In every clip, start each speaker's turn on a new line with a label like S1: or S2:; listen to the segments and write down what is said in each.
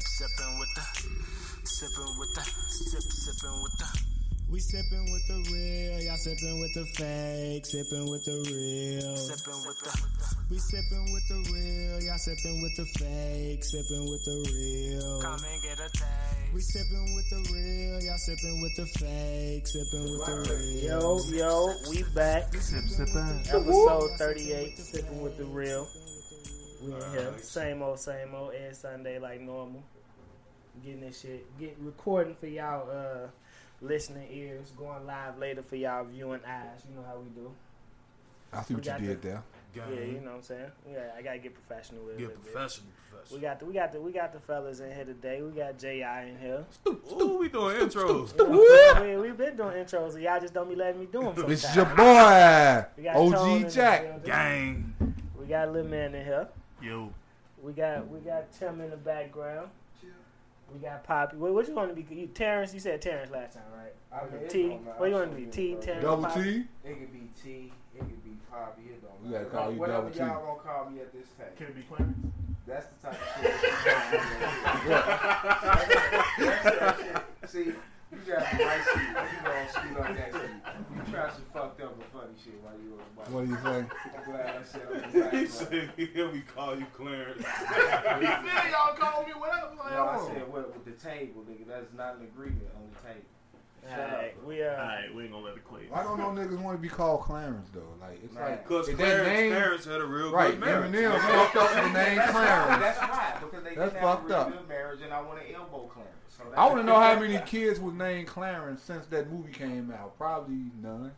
S1: with the, sipping with the, sip, sipping with the.
S2: We sippin' with the real, y'all sippin' with the fake, sippin' with the real.
S1: Sipping with the
S2: We sippin' with the real, y'all sippin' with the fake, sippin' with the real.
S1: come and get a taste.
S2: We sippin' with the real, y'all sippin' with the fake, sippin' with the real.
S3: Yo, yo, we back.
S4: Sip, sippin'.
S3: Episode 38, Sipping with the Real. We in here. Same old, same old. Every Sunday, like normal. Getting this shit. Get recording for y'all uh, listening ears. Going live later for y'all viewing eyes. You know how we do.
S4: I see what
S3: We got
S4: you did
S3: the-
S4: there.
S3: Yeah, you know what I'm saying? Yeah, I gotta get professional with it. a
S5: Get
S3: little bit.
S5: professional,
S3: We
S5: professional.
S3: got the we got the we got the fellas in here today. We got Ji in here.
S5: Ooh, we doing intros.
S3: we we been doing intros, and y'all just don't be letting me do them. Sometimes.
S4: It's your boy,
S3: We got Tone in the
S4: OG Jack.
S3: building.
S5: Gang.
S3: We got little man in here.
S5: Yo.
S3: We got we got Tim in the background. We got Poppy. What, what you want to be? You Terrence? You said Terrence last time, right? T. What you want to be? T. Terrence.
S4: Double
S3: Poppy?
S4: T.
S6: It could be T, it could be Poppy, it don't
S4: We
S6: matter.
S4: gotta call you
S6: Whatever
S4: Double T.
S6: y'all gonna call me at this time.
S5: it be Clarence?
S6: That's the type of shit. that you call me. See, you got the right seat, you gonna scoot up that seat. You try some fucked up and funny shit while you was
S4: What do you say?
S6: I'm glad I said I'm glad. I said it.
S5: Here we call you Clarence.
S6: No,
S5: call me whatever.
S6: I said what with the table, nigga. That's not an agreement on the table. Shut up.
S3: Alright, we uh,
S5: Alright, we ain't gonna let it quit.
S4: Why don't no niggas want to be called Clarence though? Like it's
S6: Right.
S4: like
S5: Because
S4: If
S5: Clarence,
S4: that name-
S5: Clarence had a real
S4: right.
S5: good marriage.
S4: Eminem fucked up the name
S6: That's why.
S4: Clarence.
S6: That's why. Because they
S4: That's
S6: didn't have a
S4: fucked
S6: really
S4: up.
S6: good marriage, and I want to elbow Clarence. So that's-
S4: I want to know how many kids was named Clarence since that movie came out. Probably none.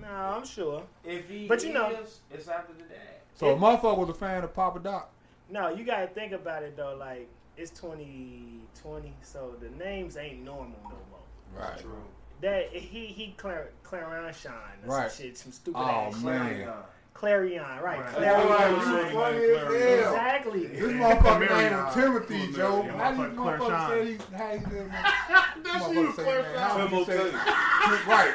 S3: no, I'm sure.
S6: If he
S3: But you know-
S6: is, it's after the dad.
S4: So a motherfucker was a fan of Papa Doc.
S3: No, you gotta think about it though. Like it's 2020, so the names ain't normal no more.
S4: Right.
S6: True.
S3: That he he Clar- Clarenshine or
S4: Right.
S3: some shit, some stupid
S4: Oh,
S3: ass shit.
S4: man.
S3: Clarion, right?
S5: Right.
S4: That's why
S3: Clarion.
S4: you funny as hell.
S3: Exactly.
S4: This
S5: Yeah,
S4: motherfucker
S5: Clarence.
S4: named him Timothy,
S5: Clarence.
S4: Joe.
S5: Yeah,
S4: How do you
S5: motherfucker
S4: motherfucker
S5: Clarence.
S4: say these? How you doing? That's you, Clarence. How would you say?
S5: Timothy.
S4: right.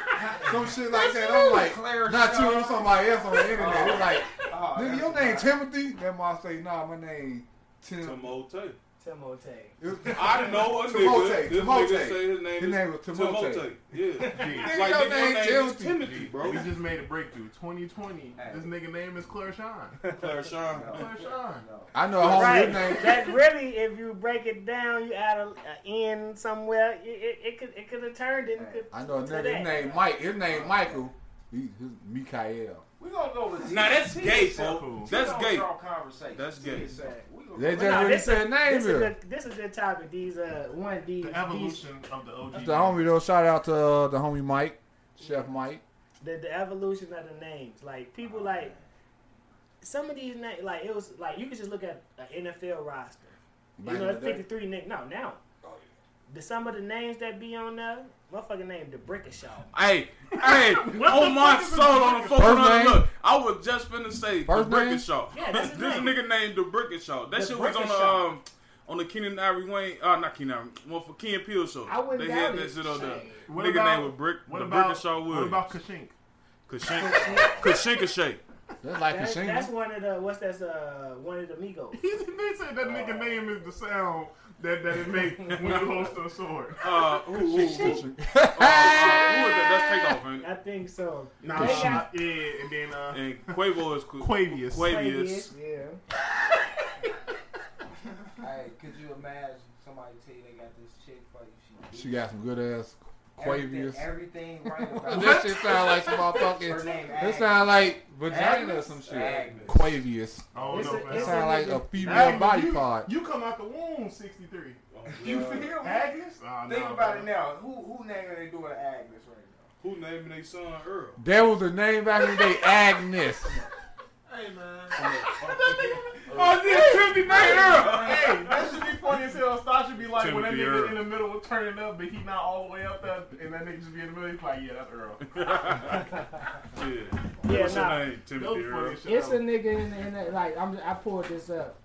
S4: Some shit like that. I'm like,
S6: Clarence
S4: not you,
S6: Shaw.
S4: I'm somebody else on the internet. It's like,
S6: Oh,
S4: nigga,
S6: that's
S4: your name
S6: right.
S4: Timothy? That mom say, nah, my name Tim.
S5: Timote.
S3: Timotei.
S4: It-
S5: I didn't know a
S4: Timote,
S5: nigga. This
S4: Timote.
S5: nigga say his name
S4: His
S5: is
S4: name was Timote.
S5: Yeah.
S4: Nigga,
S5: It's
S4: your
S5: nigga,
S4: name
S5: is
S4: Timothy.
S5: Timothy, bro.
S7: We just made a breakthrough. 2020.
S6: Hey.
S7: This nigga name is Claire Sean.
S5: Clarence Sean.
S7: Claire Sean.
S6: No.
S4: I know a homie,
S3: Right.
S4: his name.
S3: that really, if you break it down, you add a, a N somewhere. It, it, it could it could have turned it. Could,
S4: I know a
S3: to
S4: nigga,
S3: that.
S4: his name Mike. His name Michael. He, his Mikael.
S6: We gonna go with
S5: Now that's
S6: T
S5: gay,
S6: itself.
S5: folks.
S6: T
S5: That's
S6: don't
S5: gay.
S6: draw Conversation.
S5: That's
S6: T
S5: gay.
S6: itself. We gonna
S4: They
S6: go-
S4: just didn't
S3: this
S4: say a name
S3: this is
S4: here.
S3: good. This is good topic. These uh one these
S7: The
S3: these-
S7: evolution of the OG.
S4: The homie, though, shout out to uh, the homie Mike, Chef Mike.
S3: the, the evolution of the names. Like people
S7: Oh,
S3: like some of these names. Like it was like you could just look at an NFL roster. You
S4: Back
S3: know,
S4: in the day.
S3: fifty three names. No, now.
S7: Oh,
S3: The, some of the names that be on there, motherfucking name the Brickishaw.
S5: Hey, hey, on my soul, on the
S4: First
S5: phone, on
S4: name?
S5: the look. I was just finna say
S4: First
S5: the
S4: name?
S5: Brickenshaw.
S3: Yeah, that's his
S5: this
S3: name.
S5: nigga named the Brickenshaw. That
S3: The
S5: shit was on the
S3: Brickenshaw.
S5: um, on the Kenan Ivory Wayne, uh, not Kenan, Ivory, well for Ken Peel show.
S3: I wouldn't
S5: They
S3: doubt
S5: had
S3: it.
S5: that shit on there.
S3: Shit.
S7: What
S5: nigga
S7: about-
S5: named with Brick,
S7: What
S5: the
S7: about
S5: Brickenshaw Woods.
S7: What about Kashink?
S5: Kashinka Shay?
S4: That's like
S3: That's,
S4: a
S3: that's
S4: single.
S3: one of the what's that's uh one of the Migos.
S7: He's, they said that nigga name is the sound that, that it makes when you host a sword.
S5: Uh, who, who, who, who, uh, uh, who is that? That's Takeoff, man.
S3: I think so.
S7: Nah,
S3: They
S7: yeah,
S3: got-
S7: and then uh,
S5: And Quavo is
S7: Quavius.
S5: Quavius.
S3: Yeah.
S6: Hey, could you imagine somebody tell you they got this chick for you?
S4: She got some good ass
S6: everything,
S4: Quavius.
S6: everything right about
S4: That shit sound like some
S6: her
S4: motherfucking.
S6: name.
S4: That
S6: Agnes.
S4: sound like vagina or
S6: Agnes?
S4: some
S6: Agnes.
S4: shit. Quavius.
S7: I don't
S3: It's
S7: know.
S3: a-
S7: man.
S4: That
S3: it's
S4: sound like a
S7: Agnes,
S4: female body
S7: you,
S4: part.
S7: You come out the womb 63.
S6: You feel me?
S7: Agnes? Oh,
S6: Think
S7: nah,
S6: about
S7: bro.
S6: it now. Who who name are they doing Agnes right
S5: Who named their son Earl?
S4: There was a name back in the day, Agnes.
S6: now? Hey man.
S5: Oh, this could be named Earl.
S7: Hey, that should be funny as hell. Star should be like when that
S5: Timothy
S7: nigga
S5: Earl.
S7: in the middle was turning up, but he not all the way up there, and that nigga should be in the middle. He's like, yeah, that's
S5: Yeah.
S7: Earl.
S3: Yeah,
S5: What's
S3: nah.
S5: your name?
S7: Those
S5: Timothy
S7: funny
S5: Earl.
S7: as shit.
S3: It's a nigga in, the- in the, like I'm I pulled this up.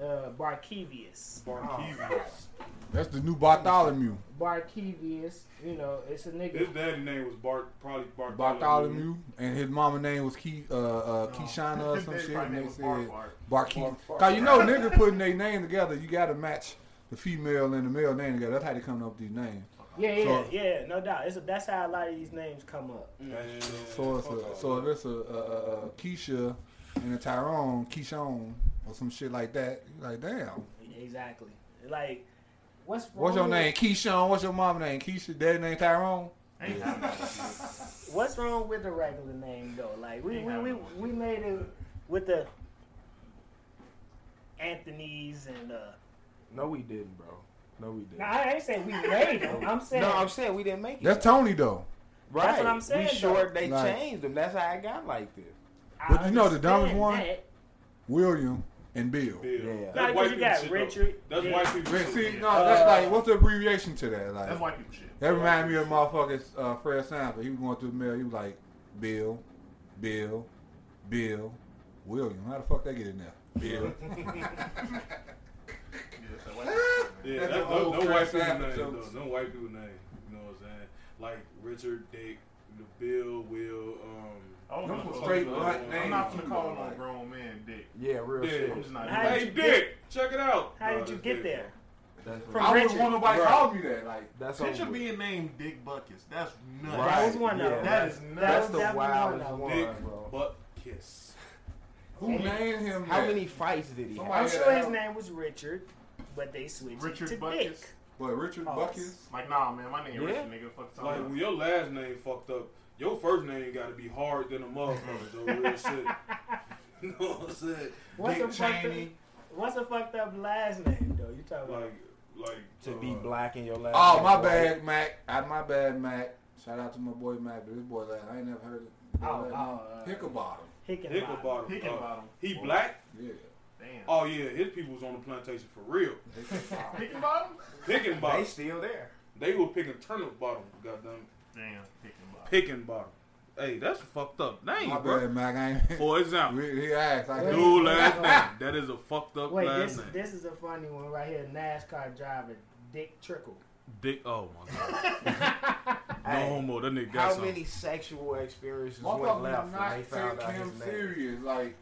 S3: Uh, Barkevius.
S5: Barkevius.
S4: That's the new Bartholomew.
S3: Barkevius. You know, it's a
S5: His
S3: nigga.
S5: daddy name was Bart, probably Bart.
S4: Bartholomew, and his mama name was Key, uh, uh, Keyshana or
S7: His
S4: some
S7: daddy
S4: shit.
S7: probably
S4: And
S7: name
S4: they
S7: was Bart
S4: said
S7: Bart.
S4: Barkeith. Cause you know, nigga putting their name together, you gotta match the female and the male name together. That's how they come up with these names.
S3: Yeah, yeah,
S4: So-
S3: yeah, no doubt. It's that's how a lot of these names come up. Mm,
S5: uh,
S4: So it's a, so if it's a, a, a, a Keisha and a Tyrone, Keyshawn or some shit like that, you're like damn.
S3: Exactly. Like, what's wrong
S4: What's your
S3: with-
S4: name? Keyshawn. What's your mama name? Keisha. Daddy name Tyrone.
S3: What's wrong with the regular name though? Like we
S7: Ain't
S3: we,
S7: got
S3: we,
S7: no one.
S3: we made it with the Anthony's and uh.
S6: No, we didn't, bro. No, we didn't.
S3: Now I ain't saying we made them. I'm saying
S6: No, I'm saying we didn't make it.
S4: That's Tony though.
S6: right.
S3: that's what I'm saying,
S6: We sure
S3: though.
S6: they
S4: Like-
S6: changed them. That's how I got like this.
S3: I
S4: But you know the dumbest
S3: understand
S4: one?
S3: that.
S4: William and Bill.
S5: Bill.
S6: Yeah.
S5: That's
S3: Like,
S5: white
S3: you
S5: people
S3: got
S5: shit,
S3: Richard,
S5: though.
S3: yeah.
S5: That's white people
S4: Man,
S5: shit.
S4: see, no,
S5: Yeah.
S4: that's like what's the abbreviation to that? Like
S7: That's white people shit.
S4: that reminds me of motherfucking uh, Fred Sanford. He was going through the mail. He was like Bill, Bill, Bill, William. How the fuck they get in there? Bill.
S7: Yeah, that's that white people shit.
S5: Yeah,
S4: That's
S5: that,
S4: an
S5: no,
S4: old
S5: no white
S4: Fred
S5: people
S4: Sanford
S5: name,
S4: jokes.
S5: though. No white people name. You know what I'm saying? Like Richard, Dick, Bill, Will, um,
S7: I don't
S4: Them
S7: know.
S4: some straight
S5: black
S7: I'm not gonna
S4: names,
S7: call
S4: bro.
S7: no grown man dick.
S6: Yeah, real
S5: Yeah.
S6: shit.
S7: I'm just not.
S3: Oh, How
S7: doing
S3: did
S5: Hey,
S3: you
S5: Dick,
S3: get-
S5: check it out.
S3: How
S5: No,
S3: did you
S5: that's
S3: get
S5: Dick.
S3: there?
S6: That's
S3: From
S4: I
S3: Richard.
S4: wouldn't want nobody
S5: Right.
S4: call me that. Like
S6: that's
S7: Picture
S6: over with.
S7: being named Dick Buckets. That's nuts.
S6: Right.
S3: That was one of
S6: Yeah,
S3: them.
S7: That
S6: That's
S7: is
S3: That
S7: nuts.
S3: was
S6: the
S3: definitely
S6: wildest
S3: one of
S6: one,
S3: them.
S5: Dick
S6: bro.
S5: Butt Kiss.
S4: who named him?
S6: How
S4: that?
S6: many fights did he have?
S4: Somebody-
S3: I'm
S4: Yeah.
S3: sure his name was Richard, but they switched it to
S7: Richard
S3: Dick.
S7: Buckets.
S4: But Richard
S3: Oh.
S4: Buckets.
S7: Like, nah, man, my name
S6: Yeah.
S7: Richard, nigga. Fuck the
S5: Like when your last name fucked up, your first name got to be hard than a motherfucker. though, real shit. You know what I'm saying?
S3: What's a
S4: Dick
S3: fucked up?
S4: Cheney.
S3: What's a fucked up last name though? You talking about?
S5: Like, like
S6: to be
S5: uh,
S6: black in your last
S4: Oh
S6: name,
S4: my
S6: right?
S4: bad, Mac. I, my bad, Mac. Shout out to my boy Mac, but this boy like I ain't never heard of.
S3: Oh,
S4: that
S3: oh,
S4: name.
S3: uh,
S4: Hicklebottom.
S3: Hickenbottom.
S5: Hickenbottom. Uh,
S7: Hickenbottom.
S5: he black?
S4: Yeah.
S7: Damn.
S5: Oh yeah, his people was on the plantation for real.
S4: Hickenbottom.
S7: Hickenbottom?
S5: Picking
S6: They
S5: bottom.
S6: still there.
S5: They were picking turnip bottom. Goddamn. it.
S7: Damn, Hickenbottom.
S5: Picking bottom. Hey, that's fucked up name,
S4: my
S5: bro.
S4: bad, Mac. I ain't.
S5: For example,
S4: We- He asked. I can't-
S5: dude last name. That is a fucked up
S3: Wait,
S5: last
S3: this
S5: name.
S3: this is a funny one right here. NASCAR driver Dick Trickle.
S5: Dick. Oh my god. No
S6: Hey,
S5: homo. That nigga got
S6: how
S5: something.
S6: many sexual experiences went
S4: Motherfucker
S6: left
S4: do
S6: when they
S4: not
S6: found
S4: take
S6: out
S4: him
S6: his name?
S4: serious. Like,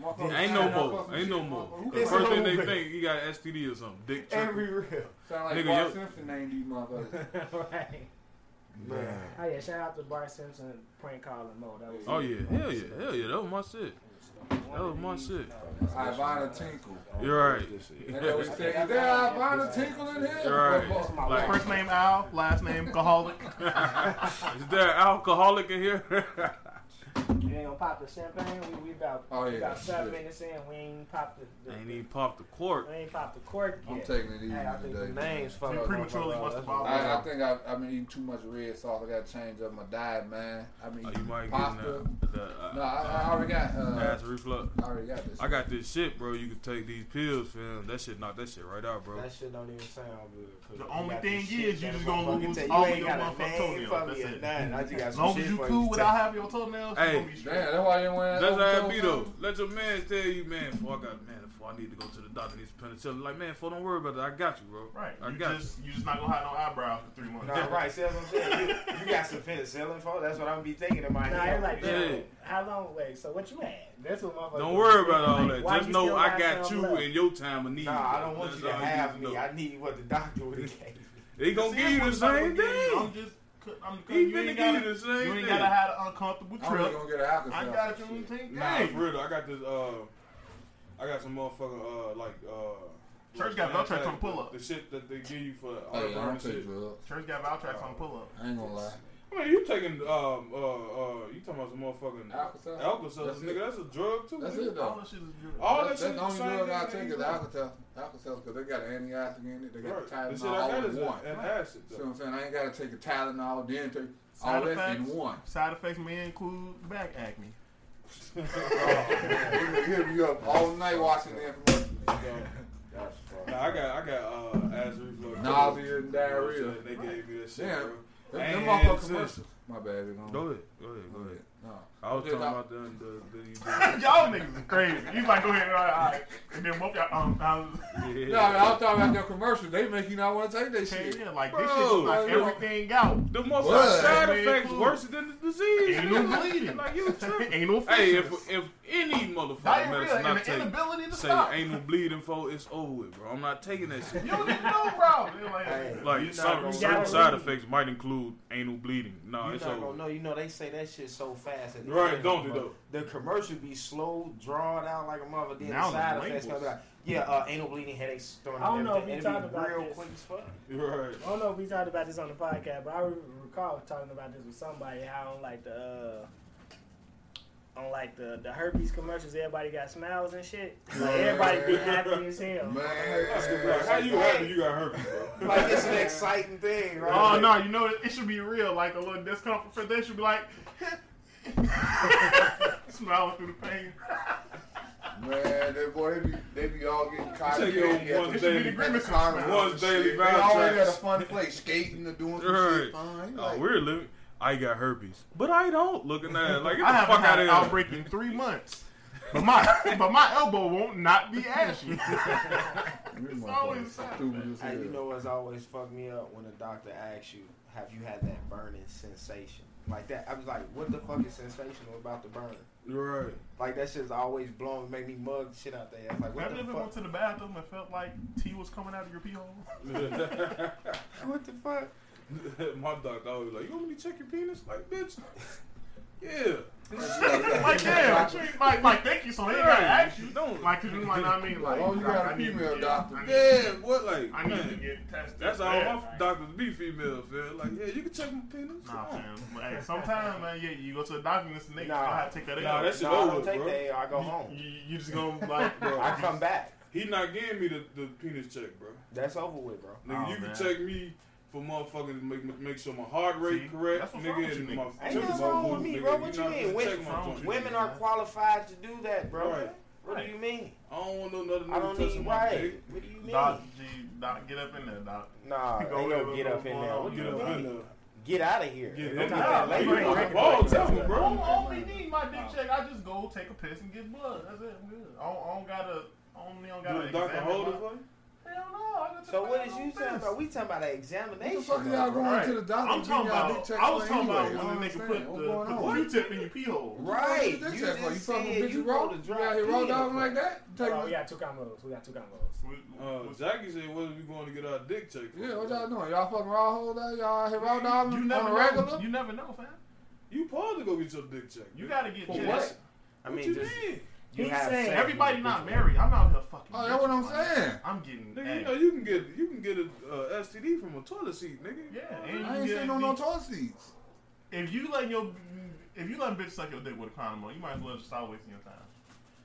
S4: motherfucker
S5: Ain't no
S4: trying to
S5: more.
S4: fuck some
S5: Ain't no
S4: shit,
S5: more.
S4: motherfucker. Who
S5: The
S6: It's
S5: first thing they
S6: over.
S5: think he got an STD or something. Dick
S6: Every
S5: trickle.
S6: real
S4: Sound like
S5: Nigga,
S4: Bart
S5: yo-
S4: Simpson named these motherfuckers.
S3: right.
S6: man.
S3: Oh yeah, shout out to Bart Simpson prank calling mode. That was
S5: Oh yeah, hell yeah, hell yeah. That was my shit. That was my shit.
S4: Ivana Tinkle.
S5: You're right.
S4: That's what we say. Is there Ivana Tinkle in here?
S5: Right.
S4: Motherfucker.
S5: Like-
S7: First name Al, last name Gaholic.
S5: Is there an alcoholic in here?
S3: You ain't gonna pop the champagne. We, we about
S4: Oh,
S3: we
S4: yeah,
S3: about seven
S4: shit.
S3: minutes in. We ain't popped the, the
S5: Ain't even popped the cork.
S3: we ain't popped the cork
S4: I'm
S3: yet.
S4: taking it easy
S6: Hey, I think the
S4: today.
S6: names fucked
S7: You
S6: up,
S7: prematurely
S6: bro.
S7: must
S6: That's
S7: have bought
S6: what-
S4: I, I think I've, I've been eating too much red sauce. I got to change up my diet, man. I mean,
S5: Oh, you might get in
S4: pasta.
S5: the, the uh,
S4: No, I, I already got. Uh,
S5: ass reflux.
S4: I already got this.
S5: I got this shit, bro. You can take these pills, fam. That shit knock that shit right out, bro.
S6: That shit don't even sound good. 'cause
S7: The
S6: you
S7: only
S6: got
S7: thing
S6: this shit
S7: is you
S6: that
S7: just
S6: a
S7: gonna
S6: motherfucker
S7: lose
S6: tell you
S7: all
S6: ain't
S7: your
S6: got a
S7: motherfucking
S6: name
S7: toenails.
S6: for
S7: That's
S6: me or
S7: it.
S6: nothing. I just got
S7: As
S6: some
S7: long
S6: shit
S7: as you
S6: for
S7: cool
S6: to
S7: without having your toenails,
S5: Hey.
S7: you gonna be straight.
S4: Damn, that's why you went.
S5: That's how it be though. Let your man tell you, man. Before I got man, before I need to go to the doctor, need some penicillin. Like man, before don't worry about that. I got you, bro.
S7: Right.
S5: I
S7: You
S5: got
S7: just you just not gonna have no eyebrows for three months.
S6: Nah, right. See, that's what I'm saying. You, you got some penicillin, folks. That's what I'm be thinking in my
S3: Nah,
S6: head.
S3: it's like,
S5: Yeah.
S3: damn, how long? Wait, so what you had? That's what motherfuckers.
S5: you. Don't worry about all
S3: Like,
S5: that.
S3: why
S5: Just
S3: you
S5: know
S3: still
S5: I got
S3: some
S5: you
S3: left?
S5: in your time of need.
S6: nah, I
S5: bro.
S6: don't want
S5: That's
S6: you to
S5: all need
S6: have
S5: know.
S6: me. I need what the doctor would have gave me.
S5: They gonna
S7: See,
S5: give you the
S7: that's what
S5: same
S7: I'm gonna give you. I'm
S5: thing.
S7: just cu- I'm
S5: He
S7: cutting
S5: finna
S7: you
S5: give
S7: ain't
S5: you
S7: gotta
S5: the same
S7: you ain't
S5: thing.
S7: gotta have an uncomfortable
S4: I'm really
S7: trip.
S4: gonna get an alcohol.
S7: I got you on tape.
S5: Nah,
S7: Hey,
S5: for real. though, I got this. Uh, I got some motherfucking uh, like uh.
S7: Church got
S5: like,
S7: Valtrex on pull-up.
S5: The shit that they give you for
S4: Hey, I
S5: heartburn
S4: don't
S5: and shit.
S4: take drugs.
S7: Church got Valtrax on pull up.
S4: I ain't gonna lie.
S5: I mean, you taking um uh uh you talking about some motherfucking
S4: Alka-Seltzer? That's
S5: Alka-Seltzer,
S4: it.
S5: nigga? That's a drug too.
S4: That's
S5: nigga.
S4: it
S7: All
S4: though.
S7: this shit is good.
S5: All
S4: that's,
S5: that
S4: that's
S5: shit.
S4: the only
S5: same
S4: drug I
S5: thing
S4: take
S5: they
S4: is
S5: use.
S4: Alka-Seltzer, because they got an antacid in it. They got
S5: Right. The
S4: Tylenol
S5: shit I
S4: all
S5: got
S4: in
S5: is
S4: one.
S5: a- an acid
S4: See what
S5: though.
S4: I'm saying? I ain't gotta take a Tylenol, then take all
S7: Side
S4: that in
S7: effects?
S4: one.
S7: Side effects may include back acne.
S5: Oh,
S4: They hit me up all night watching the information.
S6: That's fucked.
S5: Nah, I got I got uh acid reflux.
S4: Nausea and
S5: You know what I'm
S4: diarrhea.
S5: saying? They gave me that shit.
S4: Damn.
S5: bro.
S4: Them,
S5: And
S4: them motherfucking
S5: sis.
S4: commercials. My bad, it don't-
S5: Go ahead, go ahead, go ahead.
S4: No.
S5: I was
S4: Just
S5: talking
S4: out-
S5: about the the, the, the
S7: y'all niggas is crazy. He's like, go ahead, all right, all right. And then both y'all, um, um,
S5: yeah.
S4: No, I mean, I was talking about their commercials. They make you not want to take that
S7: okay,
S4: shit.
S7: yeah, like this
S5: Bro.
S7: shit like everything out.
S5: The most
S4: What?
S5: side
S7: Man,
S5: effects
S7: cool.
S5: worse than the disease.
S7: Ain't no
S5: nigga.
S7: bleeding.
S5: Like you tripping.
S7: Ain't no
S5: Hey,
S7: fissures.
S5: if if any motherfucking
S7: Diarrhea
S5: medicine
S7: and
S5: I
S7: the
S5: take,
S7: inability to
S5: say
S7: stop. You
S5: anal bleeding for it's over with, bro. I'm not taking that shit.
S7: don't even know, bro. You're like,
S6: Hey, you
S5: Like
S6: not
S5: some,
S6: gonna
S5: certain
S3: know.
S5: side effects might include anal bleeding. No,
S6: You
S5: it's
S6: not gonna
S5: over.
S6: know. You know they say that shit so fast. At the
S5: Right,
S6: end,
S5: don't do
S6: bro. The commercial be slow, drawn out like a mother. Then
S7: Now
S6: the side
S7: the
S6: effects
S7: labels.
S6: come out. Yeah, uh, anal bleeding, headaches, throwing
S3: I don't know if we
S6: everything.
S3: talked
S6: It'd be
S3: about
S6: real
S3: this.
S6: quick as fuck.
S5: Right.
S3: I don't know if we talked about this on the podcast, but I re- recall talking about this with somebody. How I don't like the, uh, I don't like the the herpes commercials. Everybody got smiles and shit. Like everybody be happy as hell. on the herpes
S5: Like,
S3: commercials.
S5: how you happy you got herpes, bro?
S6: Like it's an exciting thing, right?
S7: Oh no, you know it should be real, like a little discomfort for them should be like smiling through the pain.
S4: Man, that boy, they be, they be all getting caught.
S5: Take your one's
S4: They
S7: It should be
S5: daily,
S7: the grimace smile.
S5: one's daily
S4: already at a
S5: vibe.
S4: fun place, skating or doing some
S5: Right.
S4: shit. Fine.
S5: Oh,
S4: Like,
S5: we're living. I got herpes, but I don't. Looking at it, like get the
S7: I haven't
S5: fuck
S7: had
S5: out of
S7: an
S5: here.
S7: outbreak in three months. But my but my elbow won't not be ashy.
S8: This
S7: It's
S8: motherfucker
S7: always
S8: stupid as
S6: Hey, you
S8: hell.
S6: know what's always fucked me up when a doctor asks you, "Have you had that burning sensation?" Like that, I was like, "What the fuck is sensational about the burn?"
S5: Right.
S6: Like that shit's always blowing, make me mug shit out there. Like what
S7: Have
S6: the
S7: you ever went
S6: fuck?
S7: to the bathroom and felt like tea was coming out of your pee hole?
S6: What the fuck?
S5: My doctor always like, you want me to check your penis? Like, bitch. Yeah.
S7: like damn, like like thank you, so they ain't gotta ask you.
S5: Don't.
S7: Like, cause you like, I mean, like,
S4: long as Oh, you
S7: like,
S4: got
S7: I
S4: a
S7: need to
S4: female
S7: get-
S4: doctor.
S7: I need-
S5: yeah, what like?
S7: I need to
S5: man,
S7: get tested.
S5: that's all
S7: Yeah.
S5: my doctors be female, feel like. Yeah, you can check my penis.
S7: Nah, fam. But, Hey, sometimes, man, yeah, you go to the doctor and this nigga
S6: Nah.
S7: gonna have to take that
S5: Nah,
S7: L.
S5: that's- Shit
S6: No, I
S5: over,
S6: don't take
S5: bro.
S6: that. I go home.
S7: you, you just gonna like, bro.
S6: I come back.
S5: He not giving me the, the penis check, bro.
S6: That's over with, bro.
S5: Nigga,
S7: Oh,
S5: you
S7: man.
S5: can check me for motherfucking make make sure my heart rate
S7: See,
S5: correct,
S7: that's what's wrong
S5: nigga,
S7: with
S5: and
S7: you
S5: my
S7: niggas.
S6: Ain't
S5: temperature
S6: nothing wrong with
S5: cool,
S6: me,
S5: nigga.
S6: bro. What
S5: not
S6: you mean?
S5: gonna
S6: Wait,
S5: check my
S7: wrong with
S5: joint.
S7: you?
S6: Women are qualified to do that, bro.
S5: Right.
S6: What do you mean?
S5: I don't want no another
S6: I don't
S5: nigga
S6: need
S5: touching my
S6: right.
S5: dick.
S6: What do you mean?
S7: Doc, G, doc, get up in there, doc.
S6: Nah,
S7: Go
S6: ain't
S7: ahead,
S6: no get
S7: what's
S6: up in
S7: going
S6: there.
S7: on?
S6: What do
S5: Get up
S6: you
S5: in
S6: mean?
S5: there.
S6: Get out of here.
S5: Get
S6: Don't
S5: in
S6: do
S5: there.
S6: that
S5: Like,
S6: later.
S3: Right.
S5: you fucking balls out,
S7: I don't,
S5: bro.
S7: only need my dick check. I just go take a piss and get blood. That's it. I'm good. I don't, I don't gotta. I don't, I don't gotta.
S5: Do the doctor
S7: examine
S5: hold it
S7: my-
S5: for you?
S7: Hell no. I just
S6: So
S7: take
S6: what
S7: my
S6: is
S7: own
S6: you
S7: piss.
S6: talking about? We talking about an
S4: What the
S6: examination.
S4: fuck are y'all going
S7: Right.
S4: to the doctor?
S7: I'm
S4: to
S7: talking
S4: get y'all
S7: about.
S4: dick checked
S7: I was
S4: for
S7: talking about
S4: anyway? I
S7: when
S4: don't
S7: the nigga
S4: understand. What's
S7: put the,
S4: going
S7: put
S4: on?
S7: the Q-tip in your pee hole.
S6: Right.
S4: That's
S6: You
S4: that for? You
S6: just
S4: fucking
S6: said
S4: bitch
S6: you
S4: raw?
S6: rolled a
S4: You
S6: dry
S4: out here raw
S6: pee in
S4: dogging
S6: the
S4: like that? Take
S3: Oh,
S4: my-
S3: we got two combos. We got two combos.
S5: Uh, Jackie said, "What are we going to get our dick checked?" for?"
S4: Yeah, what y'all doing? Y'all fucking raw hold out? Y'all out here raw dogging
S7: You
S4: on
S7: never
S4: the
S7: know.
S4: regular?
S7: You never know, fam.
S5: You supposed to go get your dick checked.
S7: You
S5: bitch.
S7: gotta get
S4: For
S7: checked.
S4: what?
S6: I
S5: What
S6: mean,
S5: you
S6: just
S5: mean?
S6: you
S3: He's
S6: have
S3: saying-
S6: sex
S7: Everybody
S6: with
S7: not
S6: people.
S7: married. I'm out here fucking.
S4: Oh, that's what I'm
S7: bitches, man.
S4: saying.
S7: I'm getting.
S5: Nigga,
S7: hey,
S5: you know you can get you can get a uh, STD from a toilet seat, nigga.
S7: Yeah,
S5: You know
S7: and-
S5: what
S4: I ain't
S7: Yeah,
S4: sitting on no
S7: you-
S4: toilet seats.
S7: if you let your if you let a bitch suck your dick with a condom on, you might as well just stop wasting your time.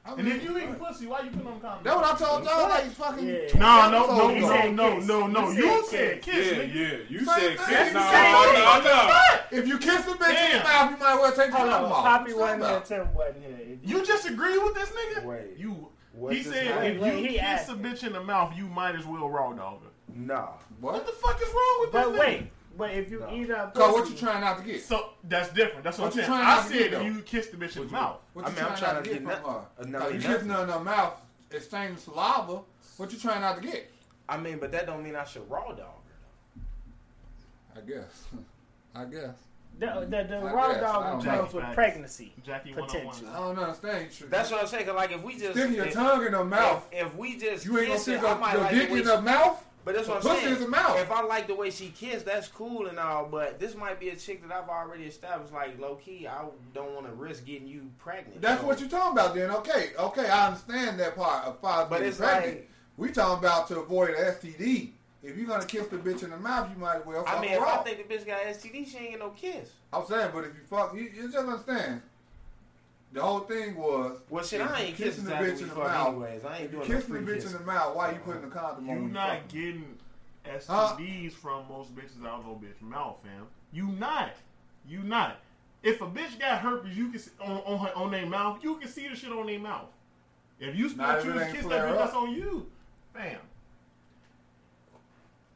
S4: I
S7: And
S4: mean,
S7: if you eat pussy, why you putting on condom?
S4: That's what I told y'all like fucking.
S3: Yeah.
S7: No, no,
S4: So
S7: no,
S4: he
S7: no,
S3: said
S7: no,
S3: kiss.
S7: no, no.
S3: He
S7: You
S3: said
S7: said
S5: I'm
S7: kiss,
S5: saying?
S7: nigga.
S5: Yeah, yeah. You
S4: Same
S5: said
S4: thing,
S5: kiss.
S4: same
S5: Nah,
S4: thing.
S5: nah, nah.
S4: If you kiss a bitch in
S7: Damn.
S4: the mouth, you might as well take the
S3: Hold on,
S4: condom off.
S3: Poppy
S4: What you
S3: wasn't here.
S4: talking
S3: Tim wasn't here. If you-
S7: You just agree with this nigga?
S6: Wait.
S7: You.
S6: What's
S7: he
S6: his
S7: said
S6: name?
S7: if
S3: Wait,
S7: you
S3: he
S7: kiss
S3: asking.
S7: a bitch in the mouth, you might as well raw dog her.
S6: Nah.
S7: What
S4: about?
S7: the fuck is wrong with
S3: but
S7: this
S3: wait, but if you eat up,
S4: What? So what you trying out to
S7: nigga?
S4: get?
S7: So that's different. That's
S4: What
S7: what,
S4: you
S7: I'm saying.
S4: trying
S7: I
S4: not to
S7: said
S4: get,
S7: if
S4: though?
S7: you kissed the bitch in the mouth.
S4: What
S6: I
S4: you
S6: mean, I'm
S4: trying
S6: trying
S4: out
S6: to
S4: to get
S6: get
S4: from her?
S6: nothing.
S4: Cause you
S6: Nothing.
S4: kissing her in her mouth, it's stained saliva. What you trying out to get?
S6: I mean, but that don't mean I should raw dog.
S4: I guess. I guess.
S3: the, the, the
S4: I
S3: raw
S4: guess, I
S3: dog
S4: don't
S3: comes
S7: know.
S3: with pregnancy.
S7: Jackie one on one.
S3: Potential.
S4: I don't understand. Tr-
S6: That's what I'm saying. 'cause, like if we just
S4: Sticking your
S6: if,
S4: tongue in her mouth.
S6: If, if we just
S4: You ain't gonna
S6: kiss
S4: stick
S6: it, I
S4: your,
S6: might
S4: your
S6: like
S4: dick
S6: the way
S4: in her
S6: she-
S4: mouth?
S6: But that's what I'm
S4: Pussy
S6: saying.
S4: is a mouth.
S6: If I like the way she kissed, that's cool and all. But this might be a chick that I've already established. Like low key, I don't want to risk getting you pregnant.
S4: That's
S6: So-
S4: what you're talking about then. Okay, okay, I understand that part of five
S6: But
S4: being
S6: it's
S4: pregnant.
S6: like-
S4: we talking about to avoid an STD. If you're gonna kiss the bitch in the mouth, you might as well fuck
S6: I mean,
S4: her
S6: if I
S4: off.
S6: think the bitch got STD, she ain't get no kiss.
S4: I'm saying, but if you fuck, you, you just understand. The whole thing was
S6: Well, shit,
S4: if
S6: I
S4: you
S6: ain't kissing the bitch in the mouth. Anyways, I ain't
S4: If you
S6: doing
S4: kissing
S6: no
S4: the
S6: free
S4: bitch
S6: kiss.
S4: in the mouth, why you putting the condom on?
S7: You
S4: when
S7: not
S4: fuck?
S7: getting
S4: Huh?
S7: STDs from most bitches out of no bitch mouth, fam. You not. You not. If a bitch got herpes, you can see, on on her on their mouth. You can see the shit on their mouth. If you still
S4: Nah, if it
S7: choose to
S4: ain't
S7: kiss that
S4: flare
S7: bitch,
S4: up.
S7: that's on you, fam.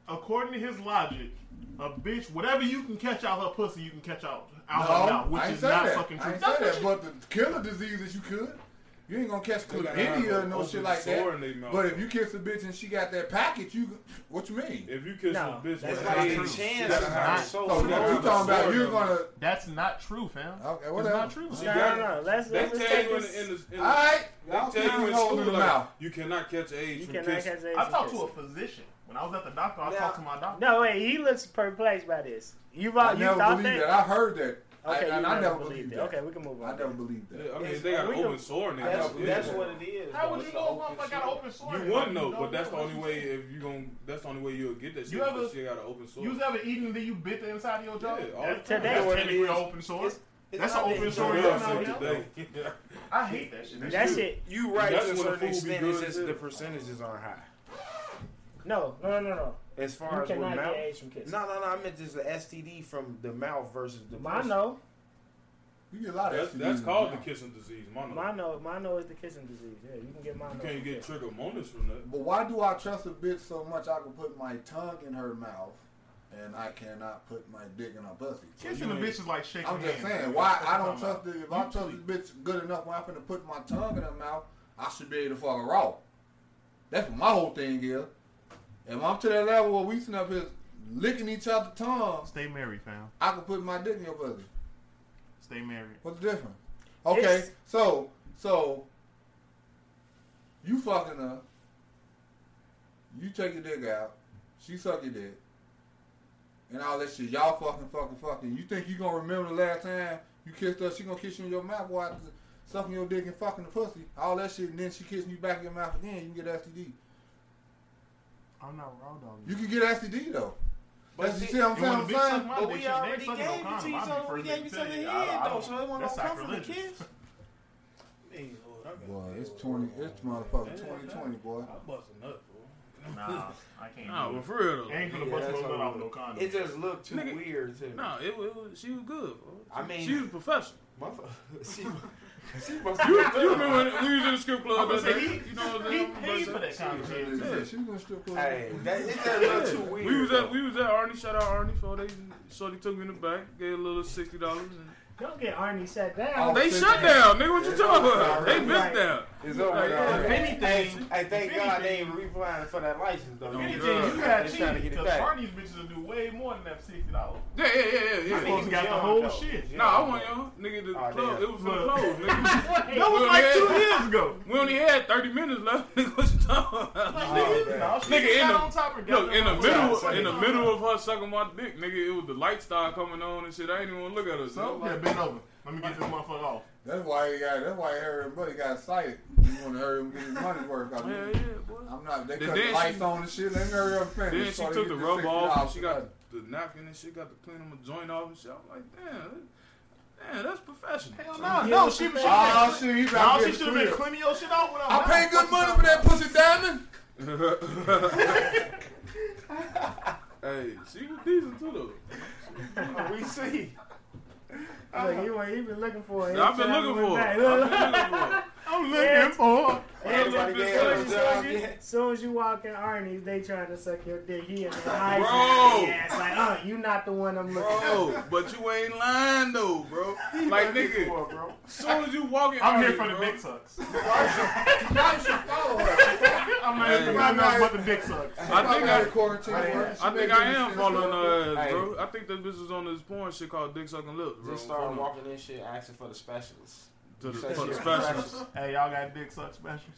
S7: According to his logic, a bitch, whatever you can catch out her pussy, you can catch out out her mouth,
S4: no,
S7: which
S4: I ain't
S7: is
S4: say
S7: not
S4: that.
S7: fucking true.
S4: I ain't say
S7: That's what
S4: that.
S7: you-
S4: But the killer diseases you could. You ain't gonna catch
S5: They gotta have
S4: chlamydia
S5: a
S4: and no
S5: open
S4: shit like
S5: sore
S4: that.
S5: in they mouth.
S4: But if you kiss a bitch and she got that package, you what you mean?
S5: If you kiss
S3: No,
S5: a bitch
S6: That's
S5: with
S6: not
S5: AIDS,
S6: a
S5: she
S6: chance.
S5: gotta
S6: That's
S5: have
S6: not
S5: a
S6: so.
S4: So
S5: Oh,
S4: you
S5: you gotta
S4: you
S5: have a
S4: talking about
S5: sword
S4: you're
S5: in
S4: gonna
S7: That's not true, fam.
S4: okay,
S7: That's
S4: whatever.
S7: not true.
S5: She
S3: No,
S5: got
S3: no,
S5: it.
S3: no. Let's,
S5: They
S3: let's
S5: tell
S3: just take
S5: you in
S3: this.
S5: the, in the, in
S4: All
S5: the
S4: right,
S5: They
S4: y'all
S5: tell you
S4: can't
S5: in
S4: hold
S5: school
S4: in the
S5: like,
S4: mouth.
S5: you cannot catch AIDS
S3: You
S5: from
S3: cannot
S5: kissing.
S3: catch AIDS.
S7: I talked
S3: from
S7: to a
S3: kissing.
S7: physician when I was at the doctor. I
S6: Now-
S7: talked to my doctor.
S3: No, wait. He looks perplexed by this. You've all,
S4: I
S3: you
S4: never
S3: thought
S4: believed
S3: that?
S4: that. I heard that,
S3: Okay,
S4: I, and
S3: you
S4: I
S3: never
S4: never
S3: believed
S4: believed
S3: it.
S4: that.
S3: Okay, we can move on.
S4: I never believed that.
S5: Yeah, I mean,
S6: Yes,
S5: they got
S3: we
S5: an
S3: can-
S5: open sore in their
S6: That's,
S5: mouth.
S6: that's
S5: Yeah.
S6: what it is.
S7: How
S6: bro.
S7: would you
S6: It's
S7: know
S6: the
S7: if
S6: open
S7: motherfucker got an
S6: sore.
S7: open sore?
S5: You
S7: in it?
S5: wouldn't know,
S7: don't
S5: but that's the
S7: know.
S5: only way if you gon' That's the only way you'll get that shit.
S7: You ever-
S5: because she got an open sore.
S7: You was ever eating and then you bit the inside of your jaw?
S5: yeah, all
S3: That's
S5: the time.
S3: today.
S7: That's
S3: what it
S7: technically
S6: is.
S7: open sore.
S6: It's- it's
S7: That's
S6: not
S7: an
S6: that
S7: open
S6: it's
S7: sore.
S5: That's
S7: in
S5: what
S7: your
S5: I said
S7: mouth.
S5: today.
S7: I hate that shit.
S3: That shit.
S6: You right
S5: That's
S6: to a
S5: when the
S6: certain
S5: food be
S6: extent.
S5: good
S6: It's
S5: as
S6: just
S5: hell.
S6: the percentages aren't high.
S3: No, no, no, no, no.
S6: As far
S3: You
S6: as with
S3: cannot
S6: mouth.
S3: get AIDS from kissing.
S6: No, no, no. I meant just the STD from the mouth versus the. person.
S3: Mono,
S4: You get a lot of
S5: That's
S4: STDs
S5: that's
S4: in
S5: called the
S4: mouth.
S5: kissing disease. Mono.
S3: mono, mono is the kissing disease. Yeah, you can get mono.
S5: You
S3: from
S5: can't get
S3: kissing.
S5: trichomonas from that.
S4: But why do I trust a bitch so much? I can put my tongue in her mouth, and I cannot put my dick in her pussy.
S7: Kissing a bitch is like shaking
S4: I'm just
S7: hands.
S4: saying, why
S7: That's
S4: I
S7: what I'm
S4: don't
S7: talking
S4: trust
S7: about.
S4: the if I
S7: You
S4: trust
S7: tweak.
S4: the bitch good enough when I'm finna put my tongue in her mouth, I should be able to fuck her raw. That's what my whole thing is. If I'm to that level where we sitting up here licking each other's tongues,
S7: Stay married, fam.
S4: I can put my dick in your pussy.
S7: Stay married.
S4: What's the difference? Okay,
S3: It's-
S4: so so you fucking her, you take your dick out, she suck your dick, and all that shit. Y'all fucking, fucking, fucking. You think you gonna remember the last time you kissed her? She gonna kiss you in your mouth while sucking your dick and fucking the pussy, all that shit, and then she kissing you back in your mouth again. You can get STD.
S7: I'm not raw dog.
S4: You can get STD though.
S6: But
S4: That's- you
S6: see-
S4: see what I'm
S7: And when
S4: saying? I'm
S7: the bitch
S4: saying?
S7: suck
S6: But
S7: my dick,
S6: we
S7: she ain't
S6: already
S7: sucking no
S6: gave it to
S7: condom.
S6: each
S7: I'll be
S6: other. We
S7: first
S6: gave
S7: nigga
S6: each
S7: to tell
S6: other
S7: you, I-
S6: head,
S7: I
S6: though,
S7: don't-
S6: so it wasn't
S7: that's
S6: no come from the
S7: sacrilegious.
S6: kiss.
S5: Hey, Lord, I got
S4: Boy, it's twenty. It's motherfucking twenty twenty, boy.
S5: I bust a nut,
S7: Nah, I
S5: bro.
S7: can't.
S5: Nah,
S7: do
S5: but
S7: it.
S5: for real
S7: I ain't
S5: though.
S7: gonna
S6: Yeah,
S7: bust
S6: that's
S7: no
S6: how
S7: nut
S6: I
S7: off
S6: would-
S7: no condom.
S6: It just looked too
S5: Nigga.
S6: weird too.
S5: No, it, wa- it was she was good. Bro.
S6: I mean-
S5: she was professional.
S6: Motherfucker. She, she must
S5: You, you remember when we was in the strip
S7: I'm
S5: club?
S7: gonna
S5: that
S7: say
S5: day?
S7: he-
S5: you know what I'm
S7: He
S5: saying?
S7: paid for that condom. shit.
S4: Yeah, she was gonna strip club.
S6: Hey, that, it just looked too weird.
S5: We was at
S6: though.
S5: we was at Arnie. Shout out Arnie for they shorty took me in the back, gave a little sixty dollars.
S3: Don't get Arnie shut
S4: Oh,
S3: down.
S5: They shut down, nigga. What you talking about? They been
S3: Right.
S5: down.
S6: It's over.
S5: Like,
S6: though.
S7: If
S6: Hey,
S7: anything,
S6: hey,
S7: if
S6: thank God they
S7: anything-
S6: ain't reapplying for that license though.
S5: Oh,
S7: If anything,
S5: God.
S6: They
S7: you got
S6: trying to
S7: cheated
S6: get it
S7: because
S6: back.
S7: Barney's bitches will do way more than that sixty dollars.
S5: Yeah, yeah, yeah, yeah.
S7: I think
S5: yeah.
S7: he got the
S6: young,
S7: whole
S6: though.
S7: shit.
S6: Yeah.
S5: Nah, I want y'all, nigga. The
S6: Aw,
S5: clothes.
S6: damn.
S5: It was for the
S7: Look.
S5: clothes, nigga.
S7: That was
S5: Well,
S7: like
S5: yeah.
S7: two years ago.
S5: we only had thirty minutes left. Nigga, what you talking about?
S7: Like,
S6: Oh,
S7: nigga,
S6: man.
S7: no,
S5: Nigga,
S7: she just
S5: in
S7: got
S5: the-
S7: on top of
S5: Look,
S7: her
S5: in the
S7: goddamn-
S5: middle,
S6: Sorry,
S5: in the middle of her sucking my dick, nigga, it was the light star coming on and shit. I ain't even wanna look at her. So,
S7: So, yeah, bend over. Let me get this motherfucker off.
S4: That's why he got. That's why Harry and Buddy got excited. He want to hurry up and get his money's worth. I
S5: yeah,
S4: mean,
S5: yeah, boy.
S4: I'm not. They
S5: Then
S4: cut the
S5: she-
S4: lights on and shit. Let me hurry up and
S5: Then
S4: finish.
S5: she
S4: so they
S5: took
S4: get
S5: the
S4: this
S5: rub off. And she
S4: $60
S5: got
S4: back.
S5: the napkin and she got to clean him a joint off and shit. I'm like, damn, that- damn, that's professional.
S7: Hell no,
S3: Yeah,
S7: no,
S3: what
S7: she
S3: you
S7: was.
S3: think?
S4: Oh shit, he
S7: No,
S4: about
S7: she
S4: to
S7: should
S4: get
S7: have been
S4: clear.
S7: cleaning your shit out without.
S4: I paid good money for that pussy diamond.
S5: hey, she was decent too though.
S6: we see.
S3: Look, you ain't even looking for it.
S5: I've been
S3: Every time
S5: looking
S3: we
S5: for
S3: went
S5: her.
S3: back, look.
S5: I've been looking for her.
S7: I'm
S3: Yeah.
S7: looking for.
S6: Everybody
S5: Look,
S6: gave
S5: look,
S6: her a
S5: look,
S6: job.
S3: Soon
S6: yeah.
S3: as soon as you walk in Arnie's, they trying to suck your dick. He is nice.
S5: Bro.
S3: Yeah, it's like, uh, you not the one I'm looking for.
S5: Bro, but you ain't lying though, bro. Like nigga,
S6: Before, bro.
S5: soon as you walk in,
S7: I'm here
S5: Arby's,
S7: for the
S5: bro,
S7: dick sucks.
S4: Now you should follow her.
S7: I'm here for
S5: Hey.
S7: nothing else but the dick sucks.
S5: I think I,
S4: quarantine.
S6: I-
S4: her. She
S5: I think
S4: been
S5: I
S4: getting
S5: am uh,
S4: shit
S5: following her
S4: done.
S5: ass,
S6: Hey.
S5: bro. I think that bitch was on this porn shit called Dick Sucking Lips, bro.
S6: Just started
S5: Follow
S6: walking this shit, asking for the specialist.
S5: To the,
S6: Said
S5: for the
S6: she was
S5: specials.
S6: specialist.
S7: Hey, y'all got dick suck specials.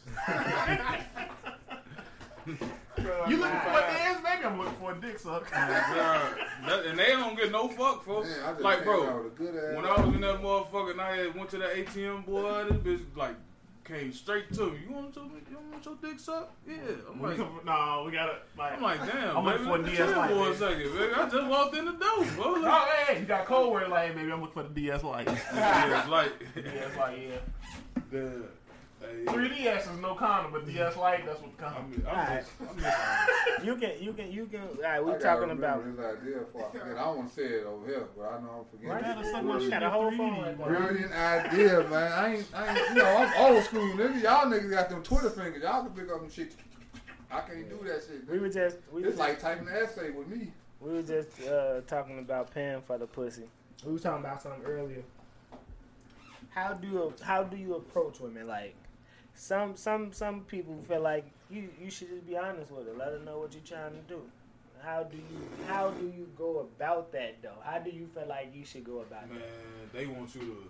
S6: Bro,
S7: You looking
S6: nah.
S7: for a dance? Maybe I'm looking for a dick suck.
S5: Yeah, that- and they don't get no fuck for.
S4: Man, I just
S5: Like,
S4: came
S5: bro,
S4: out with a good ass-
S5: When I was in that motherfucker and I had went to that ATM boy, this bitch like came straight to me. You want your you want your dick sucked? Yeah. I'm like
S7: no, we gotta like.
S5: I'm like damn.
S7: I'm
S5: baby,
S7: looking for a
S5: let me
S7: DS
S5: chill
S7: light,
S5: for a
S7: baby.
S5: second, baby. I just walked in the door, bro.
S7: No,
S5: Like,
S7: Oh, hey, hey, you got cold word like, maybe I'm looking for the DS light.
S5: yeah, it's like
S7: DS light, yeah.
S5: damn. Hey,
S7: 3DS is no condom, but DS light, that's what the
S5: I'm,
S7: condom.
S5: I'm, just, I'm just,
S3: You can, you can, you can. All right,
S4: I
S3: we
S4: gotta
S3: talking
S4: remember
S3: about.
S4: this idea before I forget. I don't want to say it over here, but I know I'm
S3: Right.
S4: forgetting.
S3: Gotta suck my shit. Got a whole phone right there.
S4: Brilliant idea, man. I ain't, I ain't, you know, I'm old school, nigga. Y'all niggas got them Twitter fingers. Y'all can pick up them shit. I can't do that shit.
S3: We
S4: nigga.
S3: were just, we were
S4: It's
S3: just,
S4: like typing an essay with me.
S3: we were just uh, talking about paying for the pussy. We were talking about something earlier. How do you, how do you approach women? Like, some some some people feel like you you should just be honest with her. Let her know what you're trying to do. How do you how do you go about that though? How do you feel like you should go about
S5: Man,
S3: that?
S5: they want you to.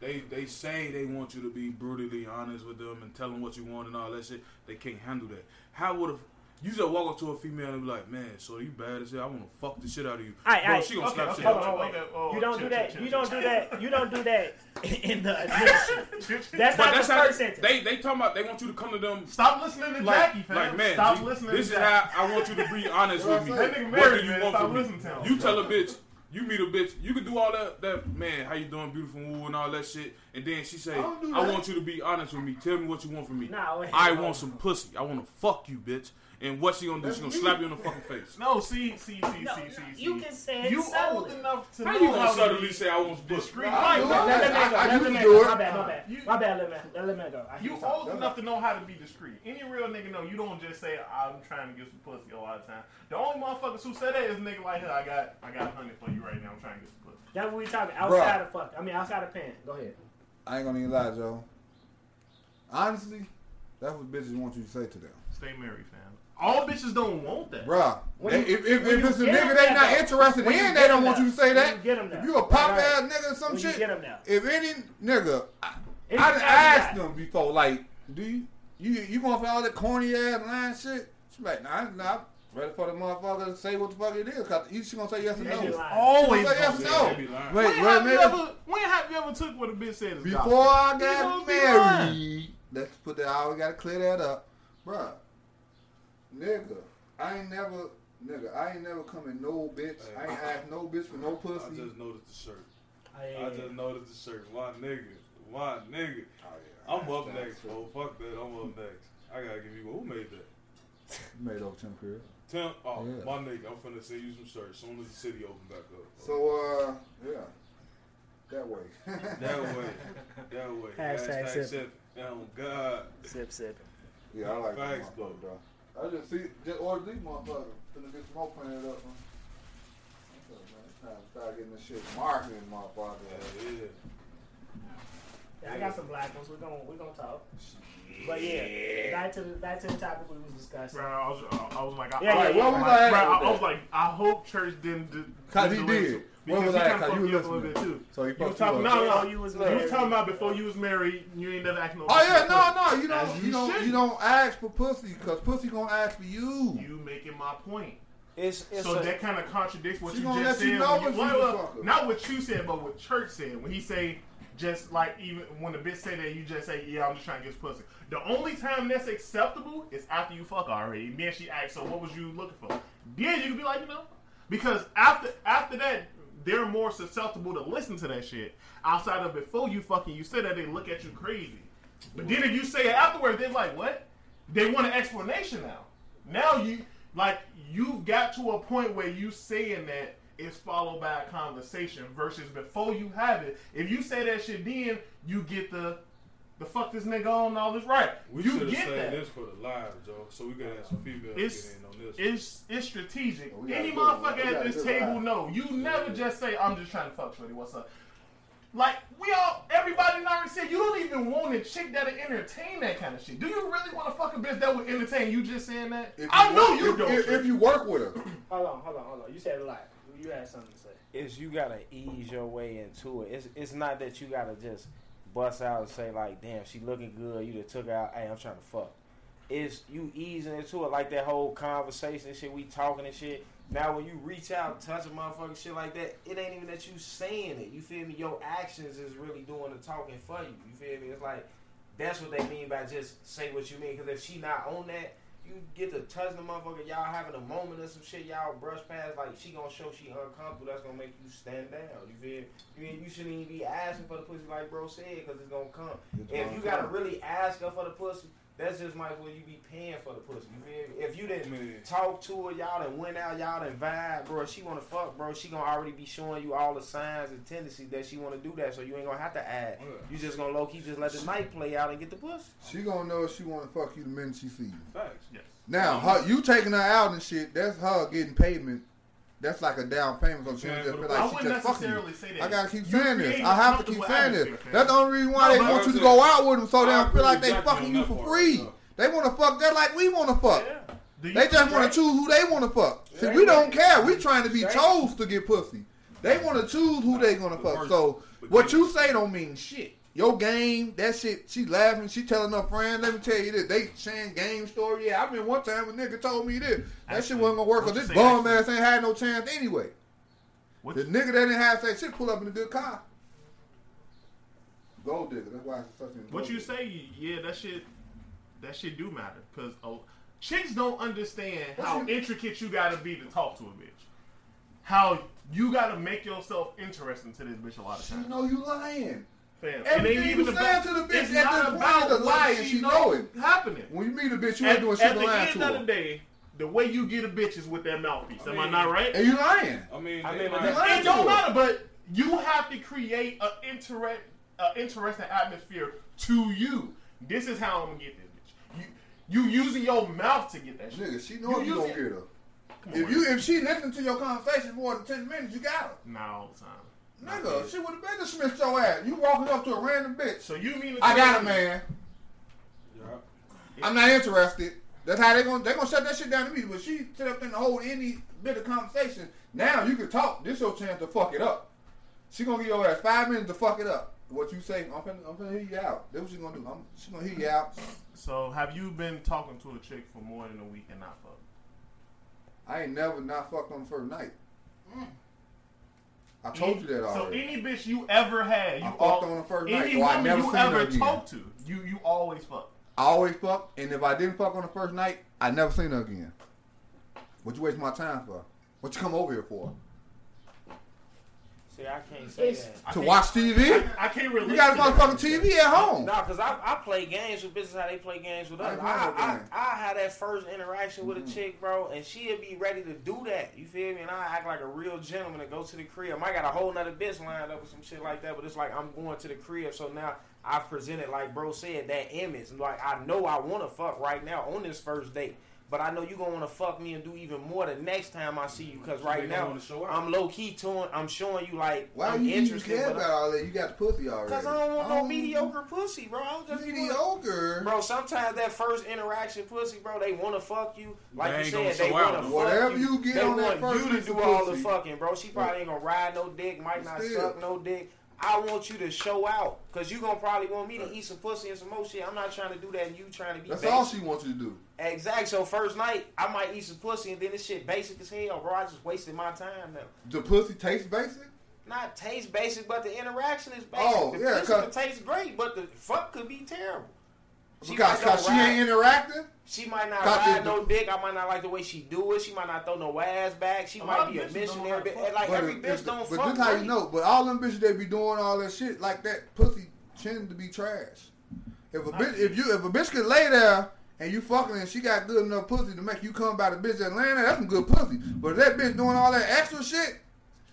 S5: They they say they want you to be brutally honest with them and tell them what you want and all that shit. They can't handle that. How would a you just walk up to a female and be like, "Man, so you bad as hell? I want to fuck the shit out of you."
S3: Aight,
S5: Bro,
S3: aight.
S5: she gonna slap shit
S3: hold
S5: out
S3: on,
S5: you.
S3: hold on. You don't do that. You don't do that. You don't do that in the initial. That's
S5: But
S3: not
S5: that's
S3: the
S5: how
S3: first
S5: they,
S3: sentence.
S5: they they talking about. They want you to come to them
S7: Stop listening to
S5: like,
S7: Jackie, fam.
S5: like man.
S7: Stop
S5: you-
S7: listening
S5: this
S7: to
S5: is
S7: Jackie.
S5: how I want you to be honest with me.
S7: That
S5: What
S7: nigga
S5: do
S7: married,
S5: you
S7: man.
S5: want
S7: Stop
S5: from me?
S7: listening to him.
S5: You tell a bitch, you meet a bitch, you can do all that, that man, how you doing, beautiful, woo, and all that shit. And then she say, I,
S7: don't do that.
S5: want you to be honest with me. Tell me what you want from me.
S3: Nah, wait.
S5: I want some pussy. I want to fuck you, bitch. And what she gonna do? She gonna slap you in the fucking face.
S7: No, see, see, see,
S3: No,
S7: see,
S3: no,
S7: see, see.
S3: you can say it
S7: You old
S3: subtly.
S7: enough to
S5: How
S7: know
S5: you gonna
S7: how to
S5: suddenly
S7: be
S5: say I want some pussy?
S7: discreet. Right,
S3: Let, let, let,
S9: I- I
S3: let,
S9: used
S3: let,
S9: to
S3: let,
S9: do
S3: let,
S9: it.
S3: my bad, my bad,
S7: You-
S3: my bad. Let me let, let me go. I
S7: You
S3: keep talking.
S7: old enough to know how to be discreet. Any real nigga know you don't just say I'm trying to get some pussy a lot of time. The only motherfuckers who say that is nigga like hey, I got I got honey for you right now. I'm trying to get some pussy.
S3: That's what we talking outside of fuck. I mean outside of pan. Go ahead.
S4: I ain't gonna even lie, Joe. Honestly, that's what bitches want you to say to them.
S7: Stay married, fam. All bitches don't want that.
S4: Bruh,
S3: When
S4: they-
S3: you-
S4: if, if,
S3: when
S4: if
S3: you
S4: it's a
S3: get
S4: nigga
S3: them
S4: they
S3: that
S4: not
S3: though.
S4: interested
S3: When you
S4: in,
S3: get
S4: they don't
S3: them
S4: want
S3: that.
S4: you to say
S3: When
S4: that.
S3: you get them that.
S4: If you a pop
S3: Right.
S4: ass nigga or some
S3: When you
S4: shit,
S3: get them that.
S4: if any nigga, I, I
S3: Any
S4: done
S3: time you
S4: asked
S3: got-
S4: them before, like, do you, you, you going for all that corny ass lying shit? She like, nah, nah, I'm ready for the motherfucker to say what the fuck it is, cause either she gonna say yes or no.
S3: They
S4: She
S3: be
S4: gonna
S3: lying.
S7: Always
S4: say yes
S7: gonna
S4: or no.
S7: be-
S5: they be lying.
S4: Wait,
S7: When
S4: wait a
S7: have you
S4: minute.
S7: ever when have you ever took what a bitch said as
S4: Before
S7: gospel?
S4: I
S7: You gonna
S4: got
S7: be
S4: married, let's put that. I always gotta clear that up, bruh. Nigga, I ain't never, nigga, I ain't never come in no bitch. I ain't asked no bitch for no
S5: I
S4: pussy.
S5: just noticed the shirt.
S3: Oh, yeah,
S5: I
S3: yeah,
S5: just noticed the shirt. Why nigga? Why nigga?
S4: Oh, yeah,
S5: I'm up
S4: that's
S5: next,
S4: true.
S5: bro. Fuck that. I'm up next. I gotta give you. Who made that?
S4: You made over ten career.
S5: Tim, oh
S4: Yeah.
S5: my nigga, I'm finna send you some shirts soon as the city open back up. bro.
S4: So, uh, yeah, that way.
S5: that way, that way.
S3: Hashtag sippin'.
S5: sippin'. Oh God,
S3: Sip sip.
S4: yeah, I like
S5: Facts,
S4: that motherfucker, though. I just see, just order these motherfuckers. Finna get some more printed up. Man. It's time to start getting this shit marketing, motherfucker.
S5: yeah, yeah.
S3: Yeah, I got some black ones. We're gonna we're gonna talk. But yeah, back to the back to the topic we was discussing.
S7: Bro, I was, uh, I was like, I,
S3: Yeah,
S7: I,
S3: yeah, yeah.
S7: I,
S4: What was I at
S7: bro,
S4: with
S7: I,
S4: that?
S7: was like, I hope church didn't. do-
S4: Cause he
S7: didn't do it.
S4: did. What
S7: Because
S4: was
S7: he
S4: I at?
S7: kind of
S4: Cause
S7: fucked
S4: you
S7: me up a
S4: listening.
S7: little bit too.
S4: So you
S7: You were
S4: fucked
S7: talking,
S4: you
S7: no,
S4: up.
S7: no,
S3: Before
S7: no.
S3: you
S7: You
S3: was
S7: was
S3: married.
S7: talking about before you was married. You ain't never acting.
S4: Oh yeah, no, no, you
S7: As
S4: don't,
S7: you
S4: you don't,
S7: should.
S4: you don't ask for pussy, cause pussy gonna ask for you.
S7: You making my point.
S6: It's it's
S7: So
S6: a,
S7: that kind of contradicts what
S4: She
S7: you
S4: gonna
S7: just
S4: let
S7: said.
S4: you know
S7: when you-
S4: when she's
S7: well,
S4: a
S7: well,
S4: fucker.
S7: not what you said, but what church said when he say just like even when the bitch say that you just say yeah I'm just trying to get some pussy. The only time that's acceptable is after you fuck already. And then she asks, so what was you looking for? Then you can be like you know because after after that they're more susceptible to listen to that shit. Outside of before you fucking you said that they look at you crazy. But then if you say it afterwards, they're like what? They want an explanation now. Now you like you've got to a point where you saying that is followed by a conversation versus before you have it. If you say that shit then, you get the the fuck this nigga on all this right.
S5: We
S7: you
S5: should have
S7: get
S5: saved
S7: that.
S5: this for the live, Joe. So we gotta have some females
S7: It's-
S5: get in on this.
S7: It's it's strategic.
S4: We gotta
S7: Any
S4: do it. We
S7: motherfucker
S4: gotta
S7: at
S4: do
S7: this
S4: it
S7: table
S4: live.
S7: know you never just say I'm just trying to fuck shorty. What's up? Like we all, everybody in our said you don't even want a chick that'll entertain that kind of shit. Do you really want to fuck a bitch that would entertain you just saying that?
S4: If
S7: I
S4: you
S7: know
S4: work-
S7: you
S4: if,
S7: don't.
S4: If, if you work with her,
S3: Hold on, hold on, hold on. You said a lot. You had something to say.
S6: is you gotta ease your way into it. It's it's not that you gotta just bust out and say like, damn, she looking good. You just took her out. Hey, I'm trying to fuck. It's you easing into it like that whole conversation and shit. We talking and shit. Now when you reach out, touch a motherfucking shit like that, it ain't even that you saying it. You feel me? Your actions is really doing the talking for you. You feel me? It's like that's what they mean by just say what you mean. Because if she not on that, you get to touch the motherfucker, y'all having a moment or some shit, y'all brush past, like she gonna show she uncomfortable, that's gonna make you stand down. You feel me? You, ain't- you shouldn't even be asking for the pussy like bro said, cause it's gonna come. And if you gotta really ask her for the pussy, that's just might as well you be paying for the pussy. You feel me? If you didn't
S5: Man.
S6: talk to her, y'all done went out, y'all done vibe, bro. If she wanna fuck, bro, she gonna already be showing you all the signs and tendencies that she wanna do that, so you ain't gonna have to ask.
S5: Yeah.
S6: You just gonna low key just let the night play out and get the pussy.
S4: she gonna know if she wanna fuck you the minute she see you.
S5: Facts.
S7: Yes.
S4: Now, her, you taking her out and shit, that's her getting payment That's like a down payment on
S5: Yeah,
S4: children that
S5: but
S4: feel
S7: I
S4: like she
S7: wouldn't
S4: just fucking you.
S7: necessarily say that.
S4: I gotta keep
S7: You
S4: saying this.
S7: creating
S4: I
S7: a
S4: have to keep
S7: comfortable
S4: saying this.
S7: atmosphere,
S4: That's the only reason why
S5: No,
S4: they
S5: but
S4: want
S5: I'm
S4: you to
S5: saying-
S4: go out with them so they
S5: I
S4: don't feel like
S5: agree
S4: they
S5: with Jackie
S4: fucking
S5: on
S4: you
S5: that
S4: for
S5: part,
S4: free.
S5: yeah.
S4: They want to fuck that like we want to fuck.
S7: fam. Do you
S4: They just
S7: think
S4: want
S7: that-
S4: to choose who they want to fuck. See,
S3: They
S4: we don't
S3: want-
S4: care. We trying to be
S3: They-
S4: chose to get pussy. They want to choose who they gonna
S5: The
S4: fuck.
S5: first-
S4: So
S5: but
S4: what
S5: then-
S4: you say don't mean shit. Your game, that shit. She laughing. She telling her friend. Let me tell you this. They saying game story. Yeah, I mean one time a nigga told me this. That shit
S7: Actually,
S4: wasn't gonna work
S7: what
S4: because
S7: you
S4: this
S7: say
S4: bum ass
S7: actually-
S4: ain't had no chance anyway.
S7: What
S4: The nigga that didn't have sex shit pull up in a good car. Gold digger. That's why it's such a
S7: What
S4: gold
S7: you
S4: digger.
S7: say? Yeah, that shit. That shit do matter because chicks don't understand
S4: What
S7: how
S4: you-
S7: intricate you gotta be to talk to a bitch. How you gotta make yourself interesting to this bitch a lot of
S4: She
S7: times.
S4: know you lying.
S7: Fam, it ain't
S4: Everything you
S7: even
S4: saying
S7: about
S4: to the bitch
S7: it's
S4: at this
S7: not
S4: point
S7: about
S4: is a lie
S7: what
S4: and
S7: she
S4: she
S7: know
S4: know it.
S7: happening.
S4: When you meet a bitch, you ain't
S7: At,
S4: doing
S7: at
S4: shit
S7: the
S4: lying to
S7: end of
S4: her.
S7: the day, the way you get a bitch is with that mouthpiece. Am I not right?
S4: And you lying.
S5: I mean,
S6: I
S5: they
S6: mean, but
S5: might-
S6: that-
S4: lying
S7: It
S4: to
S7: don't
S4: her.
S7: matter, but you have to create an interest, a interesting atmosphere to you. This is how I'm gonna get this bitch. You, you using your mouth to get that shit.
S4: Nigga, she know
S7: You
S4: if you
S7: use
S4: gonna
S7: it-
S4: get her.
S7: Come on,
S4: If you if she listened to your conversation more than ten minutes, you got
S7: not all the time.
S4: her. Nigga, she would have been dismissed your ass. You walking up to a random bitch.
S7: So you mean to
S4: I
S7: tell
S4: got a
S7: me-
S4: man.
S5: Yeah.
S4: I'm not interested. That's how they gonna they gonna shut that shit down to me. But she sit up in the whole any bit of conversation. Now you can talk. This your chance to fuck it up. She gonna give your ass five minutes to fuck it up. What you say? I'm finna, I'm finna hear you out. That's what she gonna do. I'm, she gonna hear you out.
S7: So have you been talking to a chick for more than a week and not fuck?
S4: I ain't never not fucked on the first night. I told you that
S7: Mm. So
S4: already.
S7: any bitch you ever had, you
S4: I fucked
S7: all,
S4: on the first night,
S7: any
S4: though. I
S7: woman
S4: never
S7: you
S4: seen her
S7: ever
S4: again.
S7: talked to, you you always fuck.
S4: I always fuck, and if I didn't fuck on the first night, I never seen her again. What you waste my time for? What you come over here for?
S6: See, I can't say
S3: It's-
S6: that.
S7: I
S4: To
S7: can't-
S4: watch TV?
S7: I can't relate.
S4: You got a
S7: to that.
S4: motherfucking TV at home.
S6: No, because I, I play games with bitches how they play games with us.
S4: I
S6: I,
S4: know that
S6: I,
S4: game.
S6: I, had that first interaction
S4: Mm-hmm.
S6: with a chick, bro, and she'd be ready to do that. You feel me? And I act like a real gentleman and go to the crib. I got a whole nother bitch lined up or some shit like that, but it's like I'm going to the crib, so now I presented, like bro said, that image. Like, I know I want to fuck right now on this first date. But I know you gonna wanna fuck me and do even more the next time I see you, cause right
S5: They gonna
S6: now
S5: wanna show out.
S6: I'm low key to I'm showing you like
S4: Why
S6: I'm
S4: you even
S6: interested.
S4: care
S6: but
S4: about
S6: I-
S4: all that? You got the pussy already.
S6: Cause I don't want no
S4: Um,
S6: mediocre pussy, bro. I just wanna-
S4: Mediocre.
S6: Bro, sometimes that first interaction, pussy, bro, they want to fuck you. Like
S5: They
S6: you
S5: ain't gonna
S6: said, they
S5: show
S6: want
S5: out,
S6: to fuck
S5: though.
S4: Whatever
S6: you.
S4: you get
S6: they
S4: on that
S6: want
S4: first
S6: you to
S4: piece of
S6: do all the
S4: pussy.
S6: fucking, bro. She probably ain't gonna ride no dick, might not
S4: Still.
S6: suck no dick. I want you to show out, cause you gonna probably want me to eat some pussy and some more shit. I'm not trying to do that, and you trying to be.
S4: That's
S6: basic.
S4: all she wants you to do.
S6: Exact. So first night, I might eat some pussy, and then this shit basic as hell, bro. I just wasted my time now.
S4: The pussy tastes basic?
S6: Not taste basic, but the interaction is basic.
S4: Oh,
S6: the
S4: yeah,
S6: pussy
S4: cause-
S6: could taste great, but the fuck could be terrible. She
S4: Because
S6: might not
S4: 'cause she
S6: ride-
S4: ain't interacting?
S6: she might not
S4: Cop
S6: ride
S4: is-
S6: no dick. I might not like the way she do it. She might not throw no ass back. She
S7: A lot
S6: might
S7: of
S6: be a
S7: bitches don't know
S6: missionary.
S7: how to
S6: But,
S7: fuck.
S6: like
S4: But
S6: every
S4: if-
S6: bitch
S4: if-
S6: don't
S4: But
S6: fuck.
S4: this how you
S6: great.
S4: know. But all them bitches they be doing all that shit like that pussy tend to be trash. If a bitch, if you, if a bitch could lay there and you fucking and she got good enough pussy to make you come by the bitch Atlanta, that's some good pussy. But if that bitch doing all that extra shit,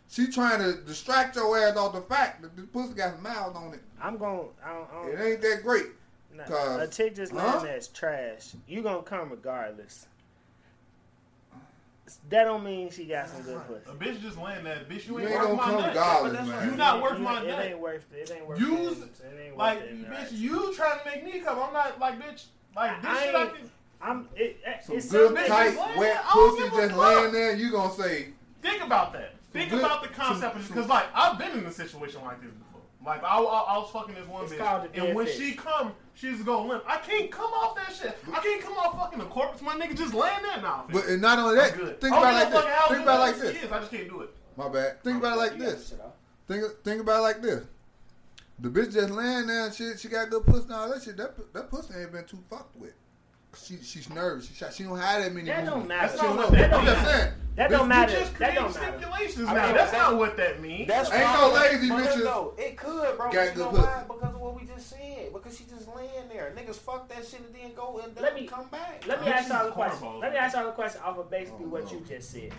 S4: she trying to distract your ass off the fact that the pussy got some miles on it.
S3: I'm going. I don't, I
S4: It
S3: don't,
S4: ain't that great.
S3: nah.
S4: cause-
S3: a chick just
S4: Huh?
S3: laying that's trash. You gonna come regardless. That don't mean she got some good pussy.
S7: A bitch just laying that bitch. You
S4: You
S7: ain't,
S4: ain't
S7: worth
S4: gonna
S7: my
S4: come
S7: nut.
S4: regardless,
S7: You
S4: man.
S7: not worth
S3: It-
S7: my
S3: It,
S7: nut.
S3: ain't worth. It ain't worth.
S7: Use-
S3: the- it ain't worth
S7: Like,
S3: the
S7: bitch,
S3: interaction.
S7: you trying to make me come? I'm not like, bitch. Like this
S3: I
S7: shit, I
S3: ain't-
S7: can.
S3: I'm. It, it,
S4: Some
S3: it's
S4: good
S3: some bitches
S4: tight
S7: laying
S4: wet
S7: there. I don't
S4: pussy
S7: give a
S4: just
S7: fuck.
S4: laying there. You gonna say
S7: Think about that. Think
S4: good-
S7: about the concept of
S4: some-
S7: because, like, I've been in a situation like this before. Like, I, I, I was fucking this one
S3: It's called
S7: bitch,
S3: the
S7: and
S3: dead
S7: when
S3: fish.
S7: she come, she's gonna limp. I can't come off that shit. I can't come off fucking the corpse. My nigga just laying there now.
S4: But and not only that, think about it like this. Think about it like this.
S7: I just can't do it.
S4: My bad. Think about it like
S6: You got
S4: this.
S6: shit off.
S4: Think think about it like this. The bitch just laying there and shit. She got good pussy and all that shit. That pu- that pussy ain't been too fucked with. She she's nervous. She shy. she don't have that many.
S3: That don't
S4: movements.
S3: matter.
S4: She don't know.
S3: That don't
S4: I'm just
S3: matter.
S4: saying.
S3: That
S4: Bitch,
S3: don't matter.
S7: You just
S3: That
S7: creating
S3: don't matter.
S7: stipulations
S6: I
S7: now.
S6: mean,
S7: That's
S6: that-
S7: not what that means.
S6: That's
S4: Ain't
S6: why-
S4: no lazy
S6: but look
S4: bitches
S6: though, It could, bro.
S4: got
S6: You
S4: good
S6: know
S4: pussy.
S6: why? Because of what we just said. Because she just laying there. Niggas fuck that shit and then go and
S3: Let
S6: then
S3: me-
S6: come back.
S3: Let me
S7: Bitches
S3: ask y'all a
S7: is
S3: question.
S7: cornballs.
S3: Let me ask y'all a question off of basically
S4: Oh,
S3: what
S4: no.
S3: you just said.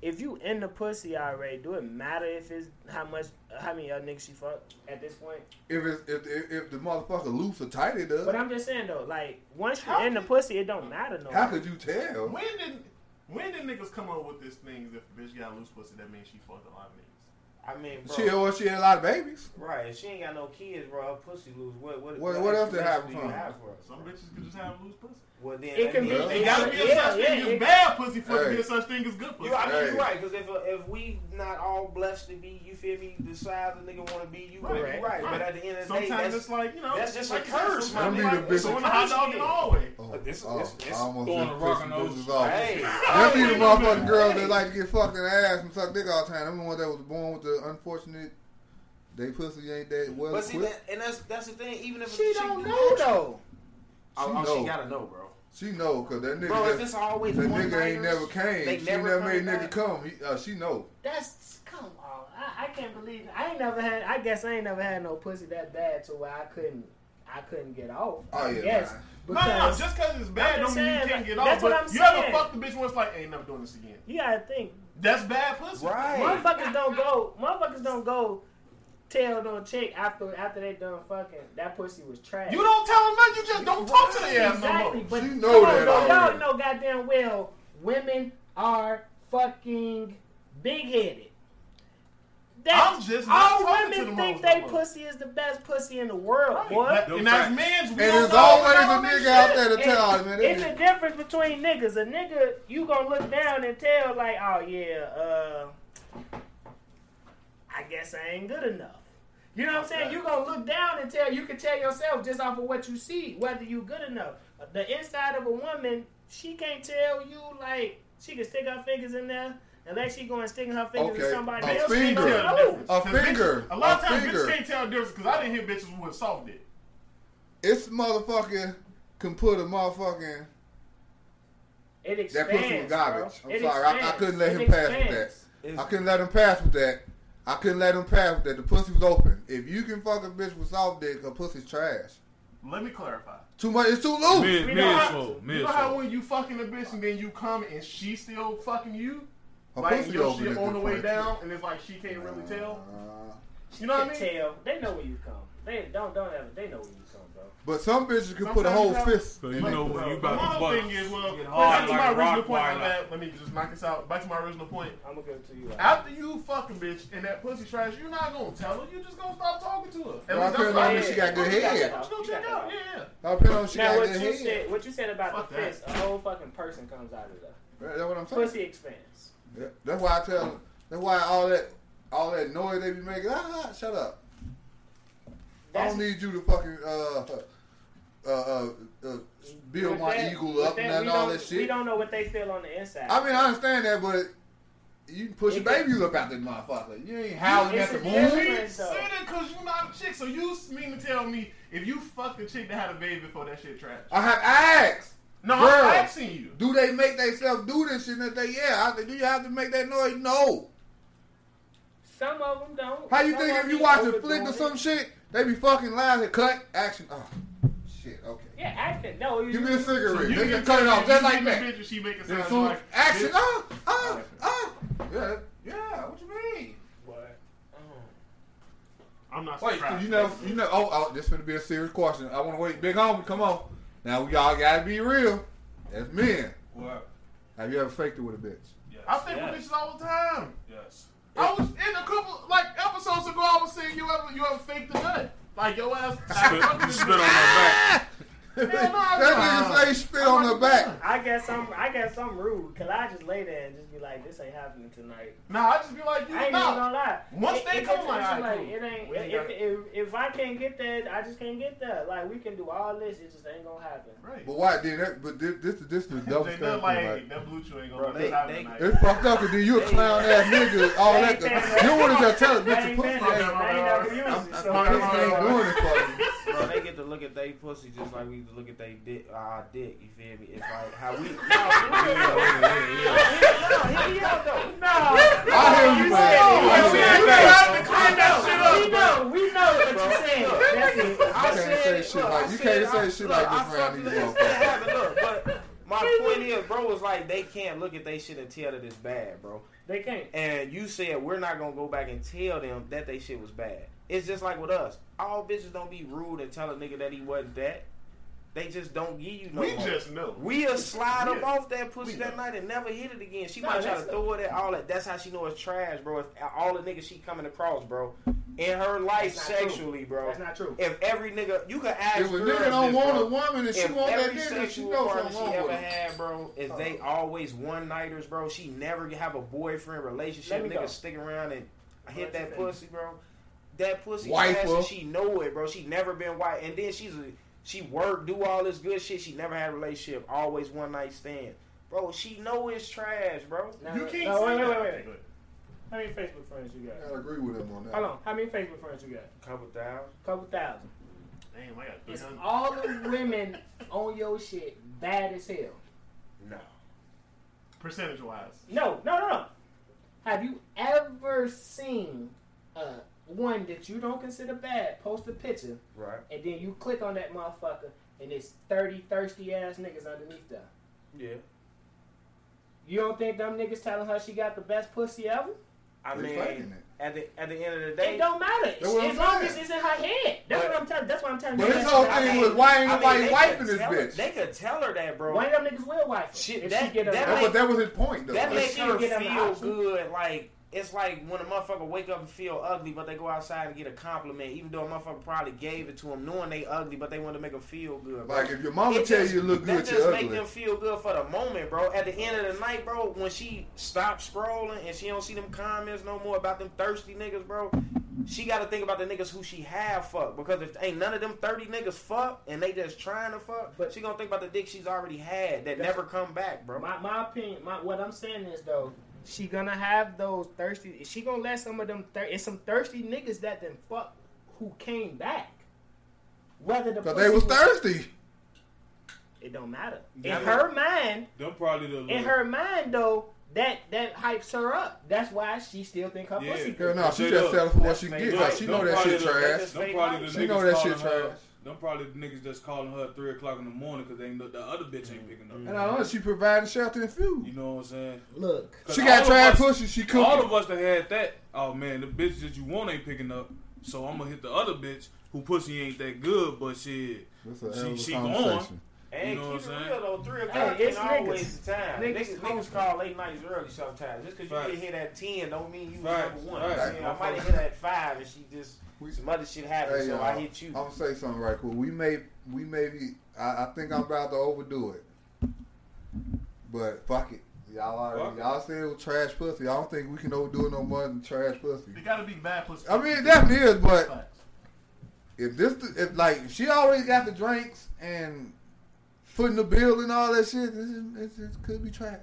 S3: If you in the pussy already, do it matter if it's how much, how many other niggas she fuck at this point?
S4: If it's if, if if the motherfucker loose or tight, it does.
S3: But I'm just saying though, like once
S7: How
S3: you're in the
S7: could-
S3: pussy, it don't matter no.
S4: How
S3: more.
S4: could you tell?
S7: when did When did niggas come up with this thing? If a bitch got loose pussy, that means she fucked a lot of niggas.
S6: I mean, bro,
S4: She or she had a lot of babies.
S6: right? If she ain't got no kids, bro, her pussy loose. What what
S4: What- what else did
S6: explanation
S4: happen
S6: do you
S4: from it?
S6: have for us?
S7: Some bitches could just have loose pussy.
S6: Well, then
S3: It can
S6: that
S3: be-
S6: means-
S7: It gotta be a
S3: Yeah,
S7: such
S3: yeah,
S7: thing
S3: yeah.
S7: as bad pussy for it to
S4: Hey.
S7: be a such thing as good pussy.
S6: You, I mean,
S4: Hey.
S6: you're right. Because if if we not all blessed to be, you feel me, the size a nigga want to be, you right.
S7: Right.
S6: right. But
S7: Right.
S6: at the end of the day, that's,
S7: Sometimes it's like you know,
S6: that's just
S7: like
S6: a
S7: you said,
S6: curse,
S7: sometimes
S4: man.
S7: Like, it's
S4: Some
S7: on
S4: people
S7: the hot dog
S6: shit.
S7: and hallway.
S4: Oh,
S6: Look, this-
S4: oh,
S6: this- this
S4: I almost
S5: throwing
S4: just
S5: a rock
S4: pissed
S5: in those-
S4: bitches off.
S6: hey,
S4: Them be the
S7: Wait a minute.
S4: motherfucking girls that like to get fucked in the ass and suck dick all the time. Them the ones that was born with the unfortunate, they pussy ain't that well
S6: but see,
S4: equipped.
S6: that, and that's that's the thing. Even if
S3: She don't know though.
S6: oh,
S4: She
S6: oh, she
S4: know.
S6: gotta know, bro.
S4: She know, cause that nigga,
S6: Bro, if
S4: that,
S6: it's always
S4: that
S6: one
S4: nigga ain't
S6: nighters,
S4: never came.
S6: they
S4: she
S6: never
S4: never made
S6: coming
S4: nigga
S6: back.
S4: come. He, uh, she know.
S3: That's come on. I, I can't believe I ain't never had. I guess I ain't never had no pussy that bad to where I couldn't. I couldn't get off.
S4: Oh, yeah,
S3: Yes.
S4: man.
S7: No, no,
S3: Because
S7: just because it's bad
S3: I'm
S7: don't
S3: just
S7: mean you
S3: saying,
S7: can't
S3: like,
S7: get off.
S3: that's
S7: but
S3: what I'm
S7: you
S3: saying.
S7: ever fuck the bitch once like, ain't never doing this again.
S3: you gotta think,
S7: That's bad pussy.
S6: Right.
S3: motherfuckers don't go. Motherfuckers don't go. Tell no chick after after they done fucking. That pussy was trash.
S7: You don't tell them nothing. You just don't talk to their ass no
S3: exactly.
S7: more.
S3: But
S4: She
S3: come
S4: know
S3: on,
S4: that
S3: bro,
S4: already.
S3: y'all know goddamn well women are fucking big headed.
S7: I'm just not
S3: all
S7: talking to
S3: women
S7: them
S3: think
S7: hoes no
S3: they
S7: more.
S3: pussy is the best pussy in the world, boy.
S7: But-
S5: Them
S7: And as
S5: facts.
S7: men's, we
S4: And
S7: don't
S4: there's
S7: know
S4: always
S7: about
S4: a
S7: this
S4: nigga
S7: shit.
S4: out there to
S3: It's-
S4: tell us, man. that
S3: It's
S4: nigga-
S3: the difference between niggas. A nigga, you gonna look down and tell like, oh yeah, uh, I guess I ain't good enough. You know what I'm saying? You gonna look down and tell. You can tell yourself just off of what you see whether you good enough. The inside of a woman, she can't tell you like she can stick her fingers in there unless she going sticking her fingers
S4: Okay,
S3: in somebody
S4: a
S3: else.
S4: finger.
S7: Tell the
S3: Oh.
S7: difference.
S4: A
S7: 'Cause bitches-
S4: finger.
S7: A lot of
S4: A
S7: times
S4: finger.
S7: bitches can't tell the difference because I didn't hear bitches with soft dick.
S4: It's motherfucking can put a motherfucking.
S3: It expands.
S4: That pussy was garbage.
S3: bro.
S4: I'm
S3: It
S4: sorry, I, I
S3: expands.
S4: couldn't let
S3: It
S4: him pass with that.
S3: expands.
S4: I couldn't let him pass with that. I couldn't let him pass with that. The pussy was open. If you can fuck a bitch with soft dick, her pussy's trash.
S7: Let me clarify.
S4: Too much. It's too loose.
S5: Mid,
S3: We
S5: mid,
S3: know how-
S5: soul,
S7: you
S5: mid,
S7: know how
S5: soul.
S7: when you fucking a bitch and then you come and she still fucking you,
S4: Her
S7: like
S4: pussy
S7: your
S4: open
S7: shit
S4: at
S7: on
S4: this
S7: the way
S4: point.
S7: down, and it's like she can't really tell.
S4: Uh,
S7: You know what I
S3: can
S7: mean?
S3: tell. They know where you come. They don't don't ever. They know where you come, bro.
S4: But some bitches can
S7: Sometimes
S4: put a whole
S7: you have-
S4: fist.
S5: So
S4: in
S5: you
S4: that
S5: know
S4: pussy.
S5: when you
S7: My
S5: about to
S7: whole
S5: bust.
S7: thing is, well,
S5: Get
S7: back
S5: hard
S7: to
S5: like
S7: my
S5: a
S7: original
S5: rock
S7: point.
S5: wide
S7: my bad. Let me just knock this out. Back to my original point.
S3: I'm gonna give it to you.
S7: After you fuck a bitch and that pussy trash, you're not gonna tell her. You just gonna stop talking to her. At
S4: Well, I
S7: least
S4: feel like
S7: that's what
S4: if
S7: I
S4: she
S7: did.
S4: got good
S7: You
S4: head.
S7: gotta go check out. Yeah,
S4: I put on she
S3: Now
S4: got
S3: what
S4: good
S3: you
S4: head.
S3: said, what you said about
S7: Fuck
S3: the
S7: that.
S3: fist, a whole fucking person comes out of there.
S4: That's what I'm saying.
S3: Pussy expands.
S4: Yeah, That's why I tell. them. That's why all that all that noise they be making. Ah, ah, shut up. I
S3: That's-
S4: don't need you to fucking uh uh uh, uh build
S3: with
S4: my
S3: that-
S4: eagle
S3: with
S4: up and
S3: that, we
S4: all
S3: don't-
S4: that shit.
S3: We don't know what they feel on the inside.
S4: I mean, I understand that, but you can push
S3: It
S4: your babies up out that motherfucker. You ain't howling
S3: It's
S4: at the
S3: a
S4: moon.
S3: different-
S7: yeah.
S3: Friends,
S7: Say
S3: though.
S7: that because you're not a chick. So you mean to tell me if you fucked a chick that had a baby before that shit trash?
S4: I have asked.
S7: No,
S4: Girl.
S7: I'm asking you.
S4: Do they make themselves do this shit? And if they yeah, I, do you have to make that noise? No.
S3: some of them don't.
S4: How you
S3: Some
S4: think
S3: of
S4: if you
S3: be
S4: watch a
S3: overdoing
S4: flick or
S3: it.
S4: some shit, they be fucking loud and cut action? Oh, shit. Okay.
S3: Yeah, acting. No, you.
S4: Give me a
S7: So
S4: cigarette.
S7: you
S4: They
S7: can
S4: can cut it
S7: tell
S4: off
S7: me
S4: just
S7: you
S4: like
S7: beat the
S4: that.
S7: Bitch and she make it
S4: Then
S7: sound
S4: soon,
S7: like
S4: action.
S7: bitch.
S4: Ah, ah, ah. Yeah, yeah. What you mean?
S3: What?
S7: I'm not
S4: Wait,
S7: surprised.
S4: you know, you know. Oh, oh this gonna be a serious question. I want to wait. Big homie, come on. Now we all gotta be real. That's men.
S5: What?
S4: Have you ever faked it with a bitch?
S7: I think with bitches all the time.
S5: Yes.
S7: I was in a couple like episodes ago. I was saying you ever you ever faked the nut. Like your ass.
S5: Spit, you spit on her back.
S7: Hell no, I
S4: that
S7: don't.
S4: nigga say spit on her back.
S3: I guess I'm. I guess I'm rude. Cause I just lay there and just be like, this ain't happening tonight.
S7: Nah, I just be like you.
S3: I ain't even
S7: Nah.
S3: gonna lie.
S7: Once
S3: It-
S7: they
S3: it-
S7: come,
S3: it's
S7: like,
S3: just
S7: alright,
S3: like,
S7: cool.
S3: it ain't.
S7: We ain't
S3: If,
S7: got
S3: if, if I can't get that, I just can't get that. Like we can do all this, it just ain't gonna happen.
S7: Right.
S4: But why did that? But this, this, this is double
S7: They
S4: standard.
S7: look like
S4: Like,
S7: that blue chew ain't
S6: Bro,
S7: gonna be
S6: they-
S7: having
S6: they-
S7: tonight.
S4: it's fucked up. And then you a clown ass nigga. All
S3: They
S4: that.
S3: ain't been-
S4: You want to just tell a
S3: They
S4: bitch
S3: ain't
S4: your
S3: been-
S4: pussy ain't.
S3: they
S4: Pussy
S3: ain't never used it,
S6: I'm-
S3: so-
S6: I'm-
S4: ain't doing it for me.
S6: Bro, they get to look at they pussy just like we used to look at they dick, uh, our dick. You feel me? It's like how we.
S3: No,
S4: I hear you,
S7: We ain't
S4: man.
S7: trying to clean that shit
S3: we know,
S7: up.
S3: we know what you're saying. That's it.
S6: I
S4: You can't say
S6: said it,
S4: shit
S6: look,
S4: like-
S6: I
S4: you
S6: said
S4: can't
S6: it,
S4: say
S6: I-
S4: shit
S6: look,
S4: like this
S6: I
S4: around
S6: fucked
S4: these
S6: it,
S4: motherfuckers.
S6: it happened, look, but my point is, bro, was like they can't look at they shit and tell that it's bad, bro.
S3: They can't.
S6: And you said we're not gonna go back and tell them that they shit was bad. It's just like with us. All bitches don't be rude and tell a nigga that he wasn't that. They just don't give you no
S7: We
S6: more.
S7: just know.
S6: We'll slide them
S7: Yeah.
S6: off that pussy
S7: We
S6: that
S7: know.
S6: night and never hit it again. She
S3: Nah,
S6: might try to
S3: that's a-
S6: throw it at all that. That's how she know it's trash, bro. It's all the niggas she coming across, bro. In her life
S3: That's not true.
S6: sexually, bro.
S3: That's not true.
S6: If every nigga, you could ask
S4: If a
S6: girls
S4: nigga don't
S6: this,
S4: want
S6: bro.
S4: a woman and she
S6: If
S4: want that
S6: every
S4: nigga, she
S6: sexual
S4: knows
S6: partner
S4: something wrong
S6: she ever
S4: with it.
S6: had, bro, is they
S3: Oh.
S6: always one nighters, bro. She never have a boyfriend relationship.
S3: Let me
S6: Niggas
S3: go.
S6: stick around and hit
S3: Let me
S6: that
S3: finish.
S6: pussy, bro. That pussy
S4: Wife
S6: trash,
S4: her.
S6: and she know it, bro. She never been white, and then she's a, she work, do all this good shit. She never had a relationship. Always one night stand, bro. She know it's trash, bro.
S3: Now,
S7: You can't
S3: no, wait,
S7: say
S3: wait,
S7: that.
S3: wait, wait. How many Facebook friends you got?
S4: I agree with him on that.
S3: Hold on. How many Facebook friends you got?
S6: Couple thousand.
S3: Couple thousand.
S7: Damn, I got
S3: It's
S7: 300.
S3: all the women on your shit bad as hell.
S7: Percentage wise.
S3: No, no, no, no. Have you ever seen uh, one that you don't consider bad post a picture
S6: Right.
S3: and then you click on that motherfucker and it's 30 thirsty ass niggas underneath there?
S6: Yeah.
S3: You don't think them niggas telling her she got the best pussy ever?
S6: I
S4: They faking
S6: mean,
S4: it.
S6: at the at the end of the
S3: it
S6: day,
S3: don't matter.
S4: That's what I'm
S3: as long
S4: saying.
S3: as it's in her head. That's
S6: But-
S3: what I'm telling. That's what I'm telling
S4: But
S3: you.
S4: his whole
S3: That's what
S4: thing
S3: I'm
S4: was,
S3: saying.
S4: why ain't
S6: I mean,
S4: nobody
S6: they
S4: wiping
S6: could
S4: this
S6: tell her-
S4: bitch?
S6: They could tell her that, bro.
S3: One of them niggas will wife her.
S6: Shit,
S3: if
S6: that-
S3: she get her
S6: that
S4: That
S3: right.
S4: was, that was his point, though.
S6: That
S3: Like,
S6: makes
S3: she
S6: her
S3: don't get nothing
S6: feel
S3: out.
S6: good. Like it's like when a motherfucker wake up and feel ugly, but they go outside and get a compliment, even though a motherfucker probably gave it to them, knowing they ugly, but they want to make them feel good. bro.
S4: like, if your mama
S6: It
S4: tell
S6: just-
S4: you you look
S6: that
S4: good,
S6: just
S4: you're
S6: make
S4: ugly.
S6: them feel good for the moment, bro. At the end of the night, bro, when she stops scrolling and she don't see them comments no more about them thirsty niggas, bro, she got to think about the niggas who she have fucked because if ain't none of them thirty niggas fuck and they just trying to fuck,
S3: But-
S6: but she gonna think about the dick she's already had
S3: That's-
S6: that never come back, bro.
S3: My, my opinion, my what I'm saying is though, she gonna have those thirsty. She gonna let some of them. Thir- it's some thirsty niggas that then fuck who came back. Whether the
S4: Because they
S3: pussy
S4: was thirsty.
S3: it don't matter.
S5: Yeah,
S3: in
S5: but-
S3: her mind,
S5: Them probably the
S3: in her mind though, that that hypes her up. That's why she still think her
S5: Yeah.
S3: pussy
S4: Girl,
S3: good.
S4: no, she
S5: Straight
S4: just
S5: up.
S4: settled for what
S6: That's
S4: she
S6: made
S4: get.
S6: up.
S4: Like, she
S5: Them
S4: know that
S5: probably
S4: shit
S5: the-
S4: trash.
S6: that's-
S5: Them probably the
S4: She
S5: niggas
S4: know that
S5: calling
S4: shit
S5: her-
S4: trash.
S5: Them probably the niggas that's calling her at three o'clock in the morning because they know the other bitch ain't picking up.
S4: And I know she providing shelter
S5: You
S4: and food.
S5: know what I'm saying?
S3: Look,
S5: 'Cause
S4: She
S5: all
S4: got
S5: of
S4: trash
S5: us-
S4: pussy, she
S5: All
S4: cooking.
S5: of us that had that, oh man, the bitch that you want ain't picking up. So I'm gonna hit the other bitch who pussy ain't that good, but shit,
S4: That's a
S5: She-
S4: hell of a
S5: she
S4: conversation.
S6: And
S5: You know
S6: keep
S5: what
S6: it
S5: I'm
S6: real though, three o'clock
S3: Hey,
S6: ain't
S3: it's
S6: always the time.
S3: Niggas
S6: Niggas, niggas,
S3: hungry.
S6: call late nights early sometimes. Just because
S5: Facts.
S6: you get hit at ten don't mean you was
S5: Facts,
S6: number one.
S5: facts.
S6: You know, I might have hit her at five and she just
S4: We-
S6: some other shit happened,
S4: Hey,
S6: so
S4: y'all.
S3: uh,
S6: I hit you.
S4: I'm gonna say something right quick. We may, we may be. I, I think I'm about to overdo it, but fuck it. Y'all,
S5: Fuck
S4: already,
S5: it.
S4: y'all said it was trash pussy. I don't think we can overdo it no more than trash pussy.
S7: It gotta be bad pussy.
S4: I mean, it definitely is, but
S7: Facts.
S4: if this, if like if she always got the drinks and footing the bill and all that shit, this is this is, could be trash.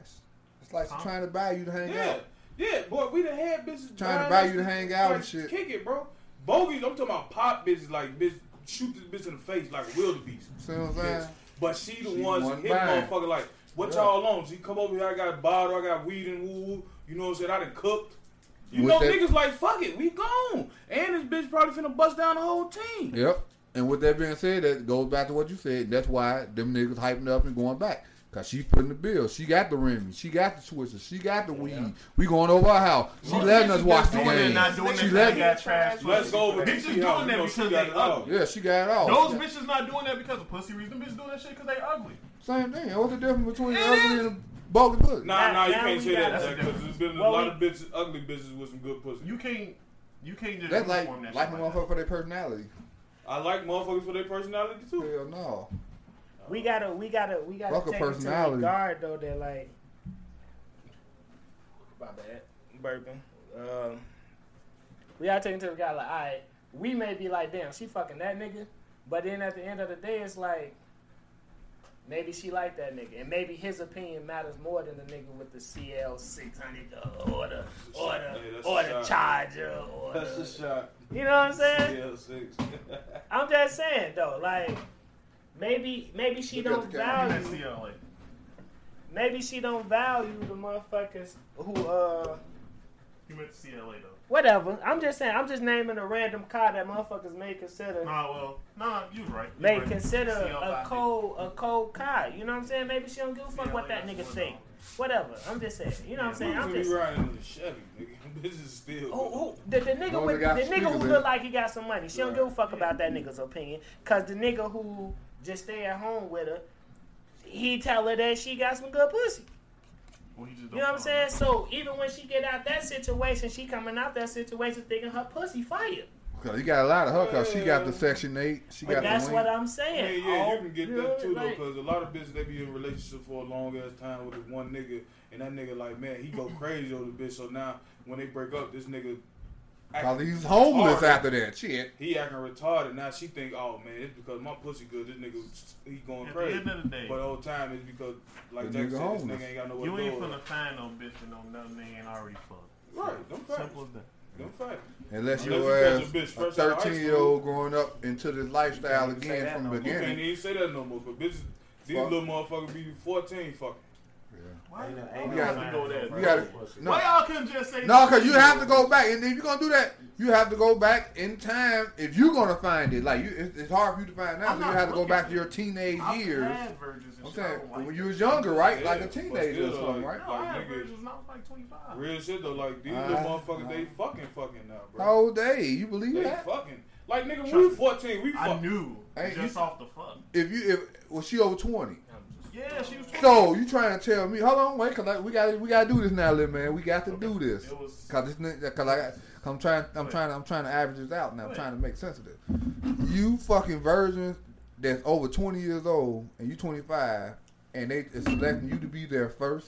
S4: It's like she's
S7: Huh?
S4: trying to buy you to hang
S5: yeah,
S4: out.
S5: yeah, boy, we done had bitches
S4: Trying to
S5: blind
S4: buy
S5: us
S4: you to hang out and
S5: like,
S4: shit.
S5: Kick it, bro. Bogies, I'm talking about pop bitches, like bitch, shoot this bitch in the face like a wildebeest.
S4: See what I'm
S5: bitch.
S4: saying?
S5: But she the
S4: She
S5: ones
S4: one
S5: that hit
S4: bang.
S5: motherfucker like, what
S4: Yeah.
S5: y'all on? She come over here, I got bottle, I got weed and woo woo. You know what I'm saying? I done cooked. You
S4: With
S5: know,
S4: that-
S5: niggas like, fuck it, we gone. And this bitch probably finna bust down the whole team.
S4: Yep. And with that being said, that goes back to what you said. That's why them niggas hyping up and going back. Cause she putting the bill. She got the Remy. She got the Twister. She got the weed. We going over our house. She
S7: Most
S4: letting
S7: bitches
S4: us watch
S7: just
S4: the
S7: doing it and
S4: game.
S7: Not doing
S4: She
S7: that
S4: let-
S7: because they got trash.
S5: Let's
S7: pussy.
S5: go over
S7: Bitches doing that because they ugly.
S4: Yeah, she got it all.
S7: Those bitches not doing that because of pussy reason. Them bitches doing that shit because they ugly.
S4: Same thing. What's the difference between
S7: It
S4: ugly
S7: is.
S4: and a bulky pussy?
S5: Nah, nah, you
S3: Now
S5: can't
S3: we
S5: say
S3: got-
S5: that
S7: That's a
S5: because there's been a
S3: Well,
S5: lot
S3: we-
S5: of bitches, ugly bitches with some good pussy.
S7: You can't. You can't just
S4: That's like
S7: uniform that
S4: like a
S7: shit
S4: motherfucker for their personality.
S5: I like motherfuckers for their personality too.
S4: Hell no.
S3: we gotta, we gotta, we gotta
S4: Fuck a
S3: take it to
S4: personality.
S3: regard though that like. My bad, burping. Um, we gotta take into regard like, all right, we may be like, damn, she fucking that nigga, but then at the end of the day, it's like. Maybe she like that nigga, and maybe his opinion matters more than the nigga with the CL six hundred or the or
S5: Hey,
S3: the
S5: that's
S3: or
S5: a
S3: the
S5: shot.
S3: Charger or
S5: That's a
S3: the,
S5: shot.
S3: you know what I'm saying?
S5: Yeah, six.
S3: I'm just saying though, like maybe maybe she
S4: Look at
S3: don't
S4: the camera.
S7: Like that.
S3: value
S7: CLA.
S3: maybe she don't value the motherfuckers who uh
S7: You meant the CLA though.
S3: whatever. I'm just saying I'm just naming a random car that motherfuckers may consider
S7: Nah, well, nah, you was right. You
S3: may
S7: right.
S3: consider
S7: CLA.
S3: a cold a cold car. You know what I'm saying? Maybe she don't give a fuck what that
S7: CLA,
S3: nigga
S7: that's
S3: think.
S7: one
S3: Whatever. I'm just saying. You know what I'm saying? I'm just Oh,
S5: be riding in the Chevy, nigga. Bitches still.
S3: Who, who, the, the nigga
S4: Those
S3: with
S4: that
S3: the
S4: got
S3: nigga
S4: speakers
S3: who
S4: in
S3: look
S4: it.
S3: like he got some money. She don't
S5: Right.
S3: give a fuck about that nigga's opinion, cause the nigga who just stay at home with her. He tell her that she got some good pussy.
S7: Well, he just
S3: You know what I'm
S7: don't-
S3: saying? So even when she get out that situation, she coming out that situation thinking her pussy fire.
S4: Cause you got a lot of her. Cause she got the section eight. She
S3: But
S4: got
S3: that's
S4: the
S3: what
S4: wing.
S3: I'm
S5: Yeah,
S3: saying.
S5: yeah,
S3: All-
S5: you can get
S3: know,
S5: that too though,
S3: like-
S5: because a lot of bitches they be in relationship for a long ass time with this one nigga, and that nigga like, man, he go crazy over the bitch. So now when they break up, this nigga,
S4: Cause
S5: acting
S4: he's homeless
S5: retarded.
S4: after that. Shit.
S5: He acting retarded. Now she think, oh man, it's because my pussy good. This nigga, he going
S7: At the
S5: crazy.
S7: end of the day,
S5: But uh, the whole time it's because, like
S4: The
S5: Jack
S4: nigga
S5: said,
S4: homeless.
S5: this nigga ain't got no way
S7: you
S5: to
S7: ain't
S5: go.
S7: finna find no bitch and no nothing they ain't already fucked.
S5: Right, them facts.
S7: Simple as that.
S5: Them facts. Unless
S4: Unless your
S5: you catch
S4: ass
S5: a bitch
S4: a
S5: fresh out of high
S4: 13 year old growing up into this lifestyle
S6: You can't say
S4: again
S6: that
S4: from
S6: no
S4: the
S6: more.
S5: You can't
S4: beginning.
S5: even say that no more, because bitches, these
S4: Fuck.
S5: little motherfuckers be 14 fucking.
S7: Why
S6: Ain't no-
S7: y'all
S6: ain't
S4: no
S7: have to
S6: sign
S7: go
S6: of
S7: there?
S6: no
S4: You gotta-
S6: pussy.
S4: no.
S7: Why y'all couldn't just say
S4: No, cause you have to go back, and if you're gonna do that, you have to go back in time. If you're gonna find it, like you, it's, it's hard for you to find now.
S7: I'm
S4: So you
S7: not
S4: have to go
S7: looking
S4: back
S7: for
S4: to your teenage
S7: I've
S4: years.
S7: had virgins and
S4: I'm
S7: shit. I
S4: saying
S7: don't like
S4: when
S7: that.
S4: you was younger, right? Like
S5: Yeah,
S4: a
S5: but
S4: teenager or
S5: still,
S4: something,
S5: like-
S4: right?
S7: No, I had
S5: nigga.
S7: virgins when I was like 25.
S5: Real shit though, like these
S4: Uh,
S5: little motherfuckers,
S4: uh.
S5: they fucking fucking now, bro.
S4: How
S7: Oh,
S4: old they? You believe
S5: They
S4: that?
S5: fucking like nigga. When
S7: Trust
S5: we
S7: me.
S5: fourteen, we
S7: I
S5: fuck.
S7: knew
S4: Hey,
S7: just
S4: you-
S7: off the fuck.
S4: If you, if was she over 20?
S7: Yeah, she was 20.
S4: So you trying to tell me? Hold on, wait, cause I, we got to we got to do this now, little man. We got to do this.
S7: It was
S4: Cause this, nigga- cause I, got- cause I'm trying, I'm
S7: Wait.
S4: trying, I'm trying to average this out now. I'm
S7: Wait.
S4: trying to make sense of this. You fucking virgins that's over 20 years old and you 25, and they is selecting you to be their first.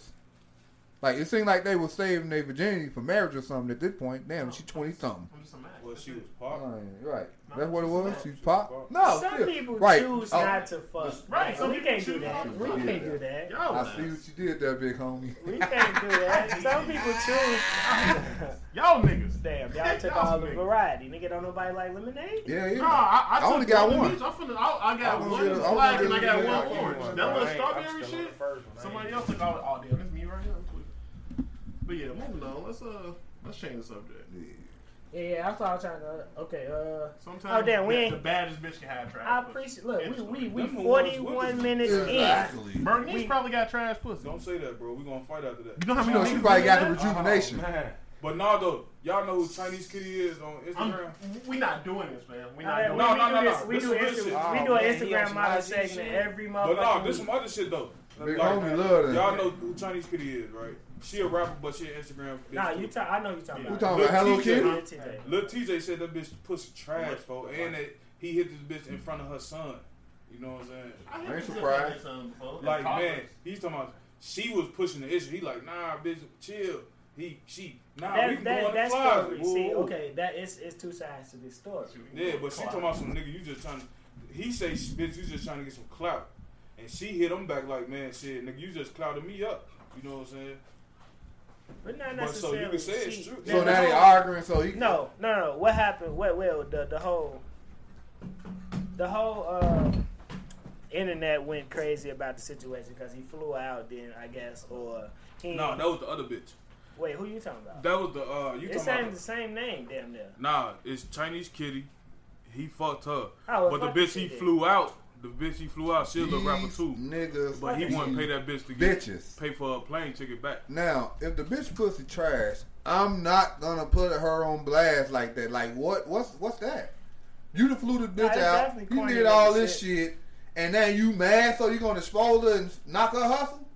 S4: Like it seemed like they were saving their virginity for marriage or something at this point. Damn,
S5: Oh,
S4: she 20 something.
S7: I'm just a man.
S5: Well, she was popping.
S4: Right,
S7: No,
S4: that's what it was.
S7: she's
S4: She
S5: not.
S4: popped. No,
S3: Some
S4: still-
S3: people
S4: Oh, right.
S3: choose
S4: Oh,
S3: not to fuck.
S7: Right,
S3: So
S7: some
S3: we
S7: people
S3: can't do
S7: choose
S3: that.
S7: not to
S3: We
S7: fuck.
S3: can't do that.
S7: Y'all,
S4: I see
S7: niggas.
S4: what you did there, big homie.
S3: We can't do that. Some people choose.
S7: y'all niggas.
S3: Damn, y'all took all the variety. Nigga, don't nobody like lemonade.
S4: Yeah, yeah.
S7: No, I, I,
S4: I
S7: took
S4: only got
S7: of
S4: one.
S7: each. I, finna, I, I got
S4: I
S7: one
S4: wanna get- I
S7: black
S4: wanna
S7: and I
S4: get- yeah,
S7: got one
S4: I want
S7: orange.
S4: one,
S7: That
S4: bro.
S7: little
S6: I ain't- I'm still
S7: strawberry
S6: on
S7: shit.
S6: the first one. I
S7: Somebody
S6: ain't-
S7: else took all the. Oh damn, that's me right here. I'm tweaking. But yeah, moving on. Let's uh, let's change the subject.
S3: Yeah, yeah. That's what I was trying to. Okay. Uh,
S7: Sometimes
S3: Oh, damn, we
S7: the,
S3: ain't-
S7: the baddest bitch can have trash.
S3: I
S7: pussy.
S3: appreciate. Look, we we we
S5: Them the ones with
S3: 41
S5: the-
S3: minutes in.
S4: Exactly.
S7: Bernice
S3: we-
S7: probably got trash pussy.
S5: Don't say that, bro. We gonna fight after
S7: You
S5: that.
S7: know how
S4: You
S7: many?
S4: know, she
S7: niggas
S4: probably
S7: do
S4: got the
S7: that?
S6: Oh,
S4: rejuvenation.
S6: man.
S5: But nah, though, y'all know who Chinese Kitty is on
S7: I'm,
S5: Instagram.
S7: we not doing this, man. We not
S3: Alright,
S7: doing
S5: No,
S7: this.
S5: no, no,
S3: we,
S5: no.
S3: we
S5: This
S3: do
S5: some
S3: this.
S5: good
S3: We do
S5: shit.
S3: an
S6: Oh, man, he on
S3: Instagram
S6: some
S3: model
S6: IG
S3: segment
S6: shit.
S3: every
S5: But nah,
S3: motherfucking
S5: this
S3: week.
S5: some other shit though.
S4: Big
S5: Like,
S4: homie love that.
S5: y'all know who Chinese Kitty is, right? She a rapper, but she an Instagram. Bitch
S3: Nah,
S5: too.
S3: you talk. I know you talking
S7: Yeah.
S4: Who
S3: about.
S4: talking about Hello
S5: Look,
S4: Kitty?
S5: TJ.
S3: it today.
S5: Lil TJ said that bitch pussy trash, fo, and that he hit this bitch in front of her son. You know what I'm saying?
S7: I
S4: Ain't
S7: ain't
S4: surprised.
S7: surprised.
S5: Like man, he's talking about she was pushing the issue. He like, nah, bitch, chill. He she nah, we
S3: That
S5: can go
S3: that
S5: in the
S3: that
S5: closet.
S3: story.
S5: Whoa,
S3: See,
S5: whoa.
S3: okay, that is it's two sides to this story.
S5: Yeah, but she talking about some nigga. You just trying. to He say, "Sh- bitch, you just trying to get some clout, and she hit him back like, man, shit, nigga, you just clouted me up. You know what I'm saying?
S3: But not
S5: But so
S3: necessarily.
S5: you can say it's
S3: she-
S5: true.
S4: So
S5: Yeah.
S4: now they arguing. So he
S3: No, no, no. What happened? What? Well, the the whole, the whole uh, internet went crazy about the situation because he flew out. Then I guess or he.
S5: No, that was the other bitch.
S3: wait, who you talking about?
S5: That was the uh, you
S3: It's
S5: talking
S3: saying
S5: about?
S3: the same name, damn near.
S5: Nah, it's Chinese kitty. He fucked her,
S3: well,
S5: but the
S3: fuck
S5: bitch
S3: she
S5: he
S3: did.
S5: flew out. The bitch he flew out. She a little rapper
S4: these
S5: too,
S4: Niggas,
S5: but he
S4: these
S5: wouldn't pay that bitch to get
S4: bitches.
S5: pay for a plane ticket back.
S4: Now, if the bitch pussy trash, I'm not gonna put her on blast like that. Like what? What's what's that? You done flew the bitch
S3: it's
S4: out.
S3: definitely
S4: You
S3: corny
S4: did all
S3: nigga
S4: this shit, and now you mad? So you gonna expose her and knock her hustle?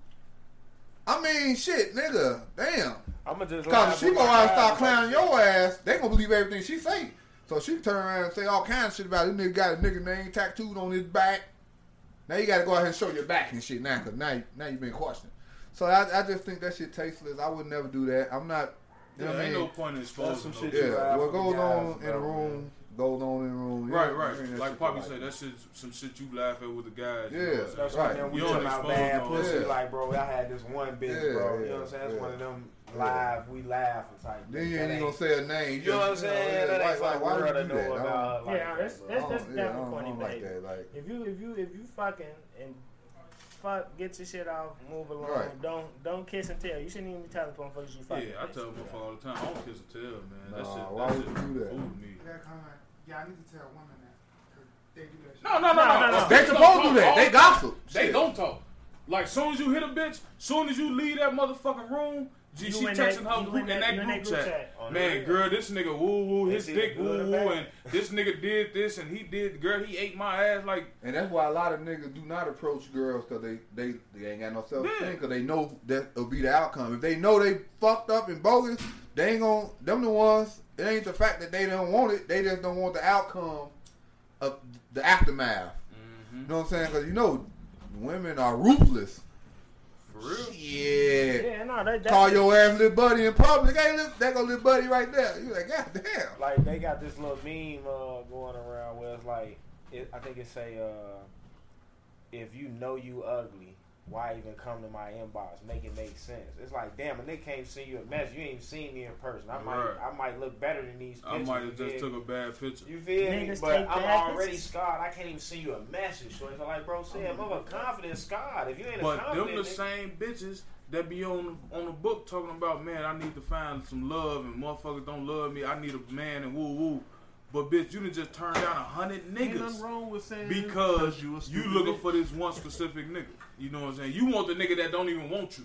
S4: I mean, shit, nigga, damn.
S6: I'ma just lie
S4: Cause if she
S6: with
S4: go
S6: my
S4: out and
S6: eyes
S4: start
S6: like
S4: clowning
S6: that.
S4: your ass, they gonna believe everything she say. So she can turn around and say all kinds of shit about this nigga got a nigga name tattooed on his back. Now you gotta go out here and show your back and shit now, cause now you, now you been questioned. So I, I just think that shit tasteless. I would never do that. I'm not. You
S5: Yeah,
S4: know what I
S5: ain't
S4: mean?
S5: no point in
S6: That's some
S5: exposing.
S6: shit
S5: no
S6: you
S5: bitch.
S6: got.
S4: yeah, what
S6: African
S4: goes on
S6: guys,
S4: in the
S6: bro,
S4: room goes on in the room. You
S5: Right,
S4: know, you ain't
S5: right.
S4: that
S5: Like
S4: shit
S5: Poppy
S4: for
S5: said, that's shit, some shit you laugh at with the guys. you know
S4: Yeah.
S5: what I'm saying?
S6: That's
S4: Right.
S6: right. Then we
S5: You
S6: talking
S5: don't
S6: about
S5: expose
S6: bad
S5: no-
S6: pussy.
S4: Yeah.
S6: Like, bro, I had this one bitch,
S4: Yeah,
S6: bro. You
S4: yeah,
S6: know what I'm saying? That's
S4: yeah.
S6: one of them
S4: Yeah.
S6: live, we laugh type.
S4: Then you ain't
S6: bitch. That
S4: even gonna say a name.
S6: You know what I'm saying? That ain't like
S4: why, why
S6: why
S4: would
S6: to
S4: you do that?
S6: know
S4: I don't-
S6: about. like
S3: Yeah,
S6: that,
S3: that's-
S6: bro.
S4: I
S3: that's-
S4: don't-
S3: that's
S4: yeah, I
S3: definitely
S4: don't- I
S3: corny
S4: don't like
S3: behavior.
S4: that. Like,
S3: If you if you if you fucking and fuck, get your shit off, move along.
S4: Right.
S3: Don't don't kiss and tell. You shouldn't even be telling motherfuckers you
S5: Yeah,
S3: fucking.
S5: I tell motherfucker all the time, I don't kiss a tell, man. That
S4: Nah,
S5: shit,
S4: why
S5: that
S4: would
S5: shit
S4: you do that?
S5: fooled me.
S10: Yeah, I need to tell women that. 'cause They do that shit.
S5: No, no, no,
S3: No,
S5: no.
S3: no, no.
S5: They
S4: they supposed to do that. They gossip.
S5: They
S4: Shit.
S5: don't talk. Like soon as you hit a bitch, soon as you leave that motherfucking room, G,
S3: You
S5: she
S3: in
S5: texting
S3: that-
S5: her
S3: you
S5: group
S3: in that-
S5: in that,
S3: you in
S5: group, chat.
S10: Oh,
S5: Man,
S10: yeah.
S5: girl, this nigga woo woo, his
S6: It's either
S5: dick woo
S6: good or
S5: woo,
S6: bad.
S5: and this nigga did this and he did. Girl, he ate my ass like
S4: And that's why a lot of niggas do not approach girls because they, they, they ain't got no self esteem
S5: Yeah.
S4: because they know that'll be the outcome. If they know they fucked up and bogus, they ain't gonna. Them the ones. It ain't the fact that they don't want it. They just don't want the outcome of the aftermath.
S3: Mm-hmm.
S4: You know what I'm saying? Because you know, women are ruthless.
S5: for real.
S4: Yeah.
S3: Yeah, no, that, that
S4: Call your ass little buddy in public. Hey, look, that go little buddy right there. You like, God damn.
S6: Like they got this little meme uh, going around where it's like, it, I think it say, uh, if you know you ugly, why even come to my inbox? Make it make sense. It's like, damn, a nigga can't see you a mess. You ain't even seen me in person. I might,
S5: Right.
S6: I might look better than these.
S5: I
S6: pictures,
S5: might
S6: you
S5: have just
S6: dig?
S5: took a bad picture.
S6: You feel me?
S3: Niggas
S6: But
S3: take
S6: I'm
S3: bad
S6: already
S3: pictures.
S6: scarred. I can't even send you a message. So it's like, bro, say,
S3: Oh
S6: I'm a confident scarred. If you ain't a
S5: But
S6: confident,
S5: them the
S6: nigga-
S5: same bitches that be on on the book talking about man, I need to find some love and motherfuckers don't love me. I need a man and woo woo. But bitch, you done just turned down a hundred
S7: Ain't nothing
S5: niggas
S7: wrong with saying
S5: because you,
S7: a stupid
S5: looking
S7: bitch.
S5: for this one specific nigga. You know what I'm saying? You want the nigga that don't even want you.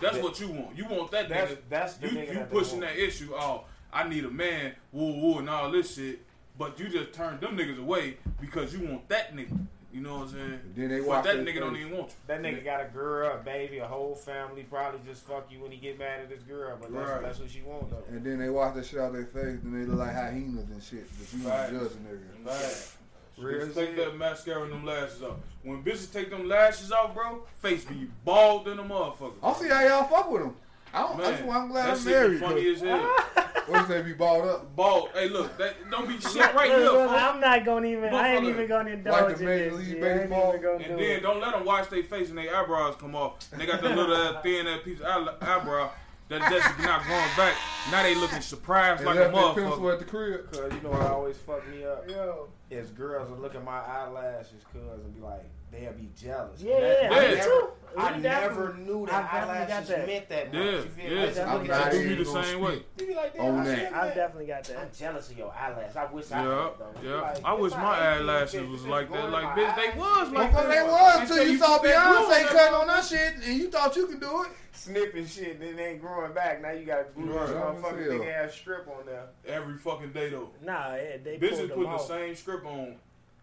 S5: That's
S6: That-
S5: what you want. You want that
S6: that's
S5: nigga.
S6: that's the
S5: You
S6: nigga
S5: you
S6: that they
S5: pushing
S6: want.
S5: that issue? Oh, I need a man, woo woo, and all this shit. But you just turned them niggas away because you want that nigga. You know what I'm saying?
S4: Then they
S5: but
S4: walk
S5: that
S4: in
S5: nigga don't
S4: face.
S5: even want you.
S6: That nigga got a girl, a baby, a whole family. Probably just fuck you when he get mad at this girl, but that's,
S5: Right.
S6: that's what she want though.
S4: And then they wash that shit out their face, and they look like hyenas and shit. But you
S5: Right.
S4: not judging niggas.
S5: Real
S6: Real
S5: Just take that mascara and them lashes off. When bitches take them lashes off, bro, face be bald than a motherfucker.
S4: I don't see how y'all fuck with them. I don't.
S5: Man,
S4: that's why I'm glad
S5: that
S4: I'm
S5: shit be
S4: married.
S5: Funny
S4: 'cause
S5: as hell.
S4: What if they be balled up?
S5: Bald. Hey, look, that don't be shit right
S3: Look,
S5: here,
S3: look,
S5: folks.
S3: I'm not gonna even. I ain't
S5: Motherfucker.
S3: even gonna
S4: Like
S3: indulge
S4: the
S3: in
S4: Major
S3: this.
S4: League
S3: Yeah, I ain't
S4: Baseball.
S3: even gonna
S5: And
S3: do
S5: then
S3: it.
S5: don't let them wash their face and their eyebrows come off. They got that little ass thin that piece of eye- eyebrow that just not growing back. Now they looking surprised
S4: And
S5: like a
S4: left that pencil
S5: motherfucker.
S4: at the crib.
S6: Cause you know what always fuck me up
S3: Yo.
S6: is girls will look at my eyelashes, cuz, and be like, they'll be jealous.
S3: Yeah,
S6: And that-
S3: yeah, I
S5: Yeah.
S3: do too.
S6: I
S3: We
S6: never
S3: definitely-
S6: knew
S3: I
S6: that
S3: definitely got
S6: eyelashes
S3: that.
S6: meant that much.
S5: Yeah,
S6: You feel me?
S5: yeah.
S6: I just
S3: I'm
S6: look
S4: not
S6: at
S5: I
S6: you,
S5: do
S4: even
S5: you the
S4: gonna
S5: same
S4: speak.
S5: way.
S6: you be like, damn,
S4: on
S6: I
S4: that.
S6: should've
S3: I
S6: been-
S3: definitely got
S6: I'm
S3: that.
S6: jealous of your eyelashes. I wish
S5: Yeah,
S6: I had them. You be
S5: yeah.
S6: like,
S5: I
S6: if
S5: wish my
S6: had these
S5: eyelashes
S6: bitches
S5: was
S6: just
S5: like
S6: going
S5: that.
S6: in
S5: Like,
S6: my
S5: bitch, they
S6: eyes,
S5: was like
S4: Motherfucker,
S5: that.
S4: they was
S5: Until
S4: till you saw
S5: put that glue
S4: Beyonce
S5: on
S4: cutting on that shit, and you thought you could do it.
S6: snipping shit, then they ain't growing back. Now you got a blue
S4: Right, I don't
S6: motherfucking
S4: feel.
S6: big ass strip on there.
S5: Every fucking day though.
S3: Nah, yeah, they
S5: Bitches
S3: pulled
S5: putting
S3: them
S5: the
S3: off.
S5: same script on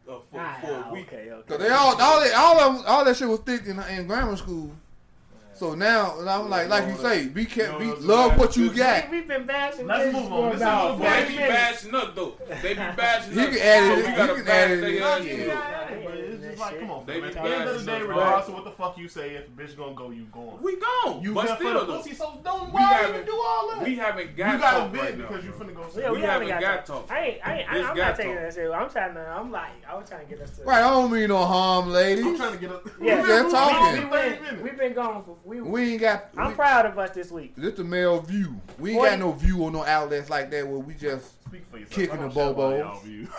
S5: uh, for,
S3: Nah,
S5: for a week.
S3: okay, okay.
S4: Cause they all, all that, all of 'em- all that shit was thick in, in grammar school. So now, and I'm like, like you say, be kept, be love what you got.
S3: We've been bashing bitches
S7: Let's move
S3: for
S7: on. This is
S3: about
S7: a
S5: Boy, they
S3: forty
S5: be
S7: minute.
S3: minutes.
S5: bashing up though. They be bashing
S4: You
S5: up.
S4: can add it
S5: So
S4: in.
S5: we
S4: You
S5: gotta
S4: can
S5: bash
S4: add it
S5: they
S4: in.
S5: ass
S7: Yeah,
S5: too.
S7: yeah, yeah, but it's just like, come on,
S5: They
S7: man. At
S5: be
S7: the end
S5: bad
S7: of the day,
S5: stuff,
S7: regardless of what the fuck you say, if a bitch gonna go, you going.
S5: We gone.
S7: You
S5: but
S7: went for the
S5: still though,
S7: pussy, so don't
S5: We
S7: why
S5: haven't-
S7: even do all that.
S5: we haven't
S7: you
S5: got
S7: got a
S5: talk
S7: bit
S5: right now.
S7: because you
S5: bro.
S7: finna go.
S3: Yeah,
S5: We haven't
S3: got
S5: got
S3: talk.
S5: talk.
S3: I ain't, I ain't, I
S5: This
S3: ain't I'm
S5: got
S3: not taking
S5: talk.
S3: that serious. I'm trying to, I'm like, I was trying to get us to.
S4: Right, I don't mean no harm,
S7: I'm
S4: ladies.
S7: trying to get up.
S3: Yeah,
S4: We've been
S3: we-
S4: talking.
S3: We,
S7: Thirty
S3: have
S7: minutes.
S3: been going for. We,
S4: We ain't got.
S3: I'm
S4: we-
S3: proud of us this week.
S4: This the male view. We ain't got no view or no outlets like that where we just.
S7: Speak for yourself.
S4: Kicking
S7: I don't
S4: the
S7: share my
S4: bobos.
S7: y'all views.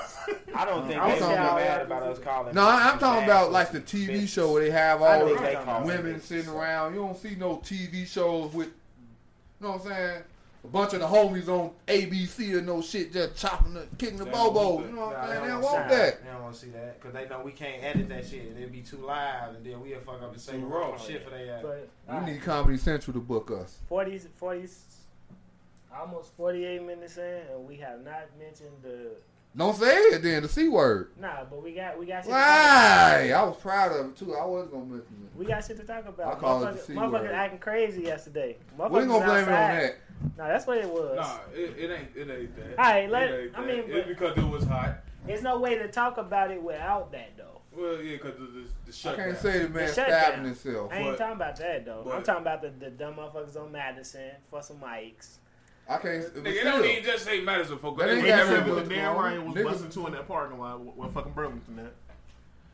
S6: I don't think
S3: I'm
S6: they
S3: talking
S6: gonna
S3: about-
S6: be mad about us calling.
S4: No, I- I'm
S6: bitches
S4: talking
S6: bad
S4: about like the
S6: pussies,
S4: TV
S6: bitches.
S4: show where they have
S6: I
S4: all
S6: think
S4: the
S6: they call them
S4: women
S6: bitches.
S4: sitting around. You don't see no TV shows with, you know what I'm saying? A bunch of the homies on ABC or no shit just chopping the, kicking the
S5: They don't
S4: bobo.
S5: want
S4: You know what
S6: Nah,
S4: I'm saying? They
S6: don't
S4: don't
S6: see
S4: want that.
S6: They don't want to see that because they know we can't edit that shit. It'd be too live, and then we'll fuck up the same
S5: Too
S6: raw
S5: raw.
S6: shit for they ass.
S3: But
S4: We need Comedy Central to book us.
S3: 40, 40, almost 48 minutes in, and we have not mentioned the.
S4: Don't say it then, the C word.
S3: Nah, but we got we got shit. to talk
S4: Why? I was proud of it too. I was going to mention
S3: about. We got shit to talk about.
S4: I call it the
S3: Motherfuckers-
S4: C
S3: Motherfuckers
S4: word.
S3: acting crazy yesterday.
S4: it. We
S3: Motherfuckers
S4: ain't going to blame it on
S3: outside.
S4: that.
S3: Nah, that's what it was.
S5: Nah, it, it ain't it ain't that.
S3: Alright, let-
S5: it ain't
S3: I
S5: that.
S3: mean, but-
S5: it's because it was hot.
S3: There's no way to talk about it without that though.
S5: Well, yeah, because the, the, the
S4: I
S5: shutdown.
S4: can't say the man
S3: The
S4: stabbing
S3: shutdown.
S4: himself.
S3: I ain't
S5: But-
S3: talking about that though. I'm
S5: but-
S3: talking about the, the dumb motherfuckers on Madison for some mics.
S4: I can't.
S5: Nigga, it don't even just say Madison folk.
S4: That
S5: They
S4: ain't
S5: would
S4: got
S5: never
S4: nothing
S5: even-
S4: to what's
S7: Remember when Dan
S4: wrong?
S7: Ryan was
S4: Niggas-
S7: busting to in that parking lot with, with fucking Burlington at?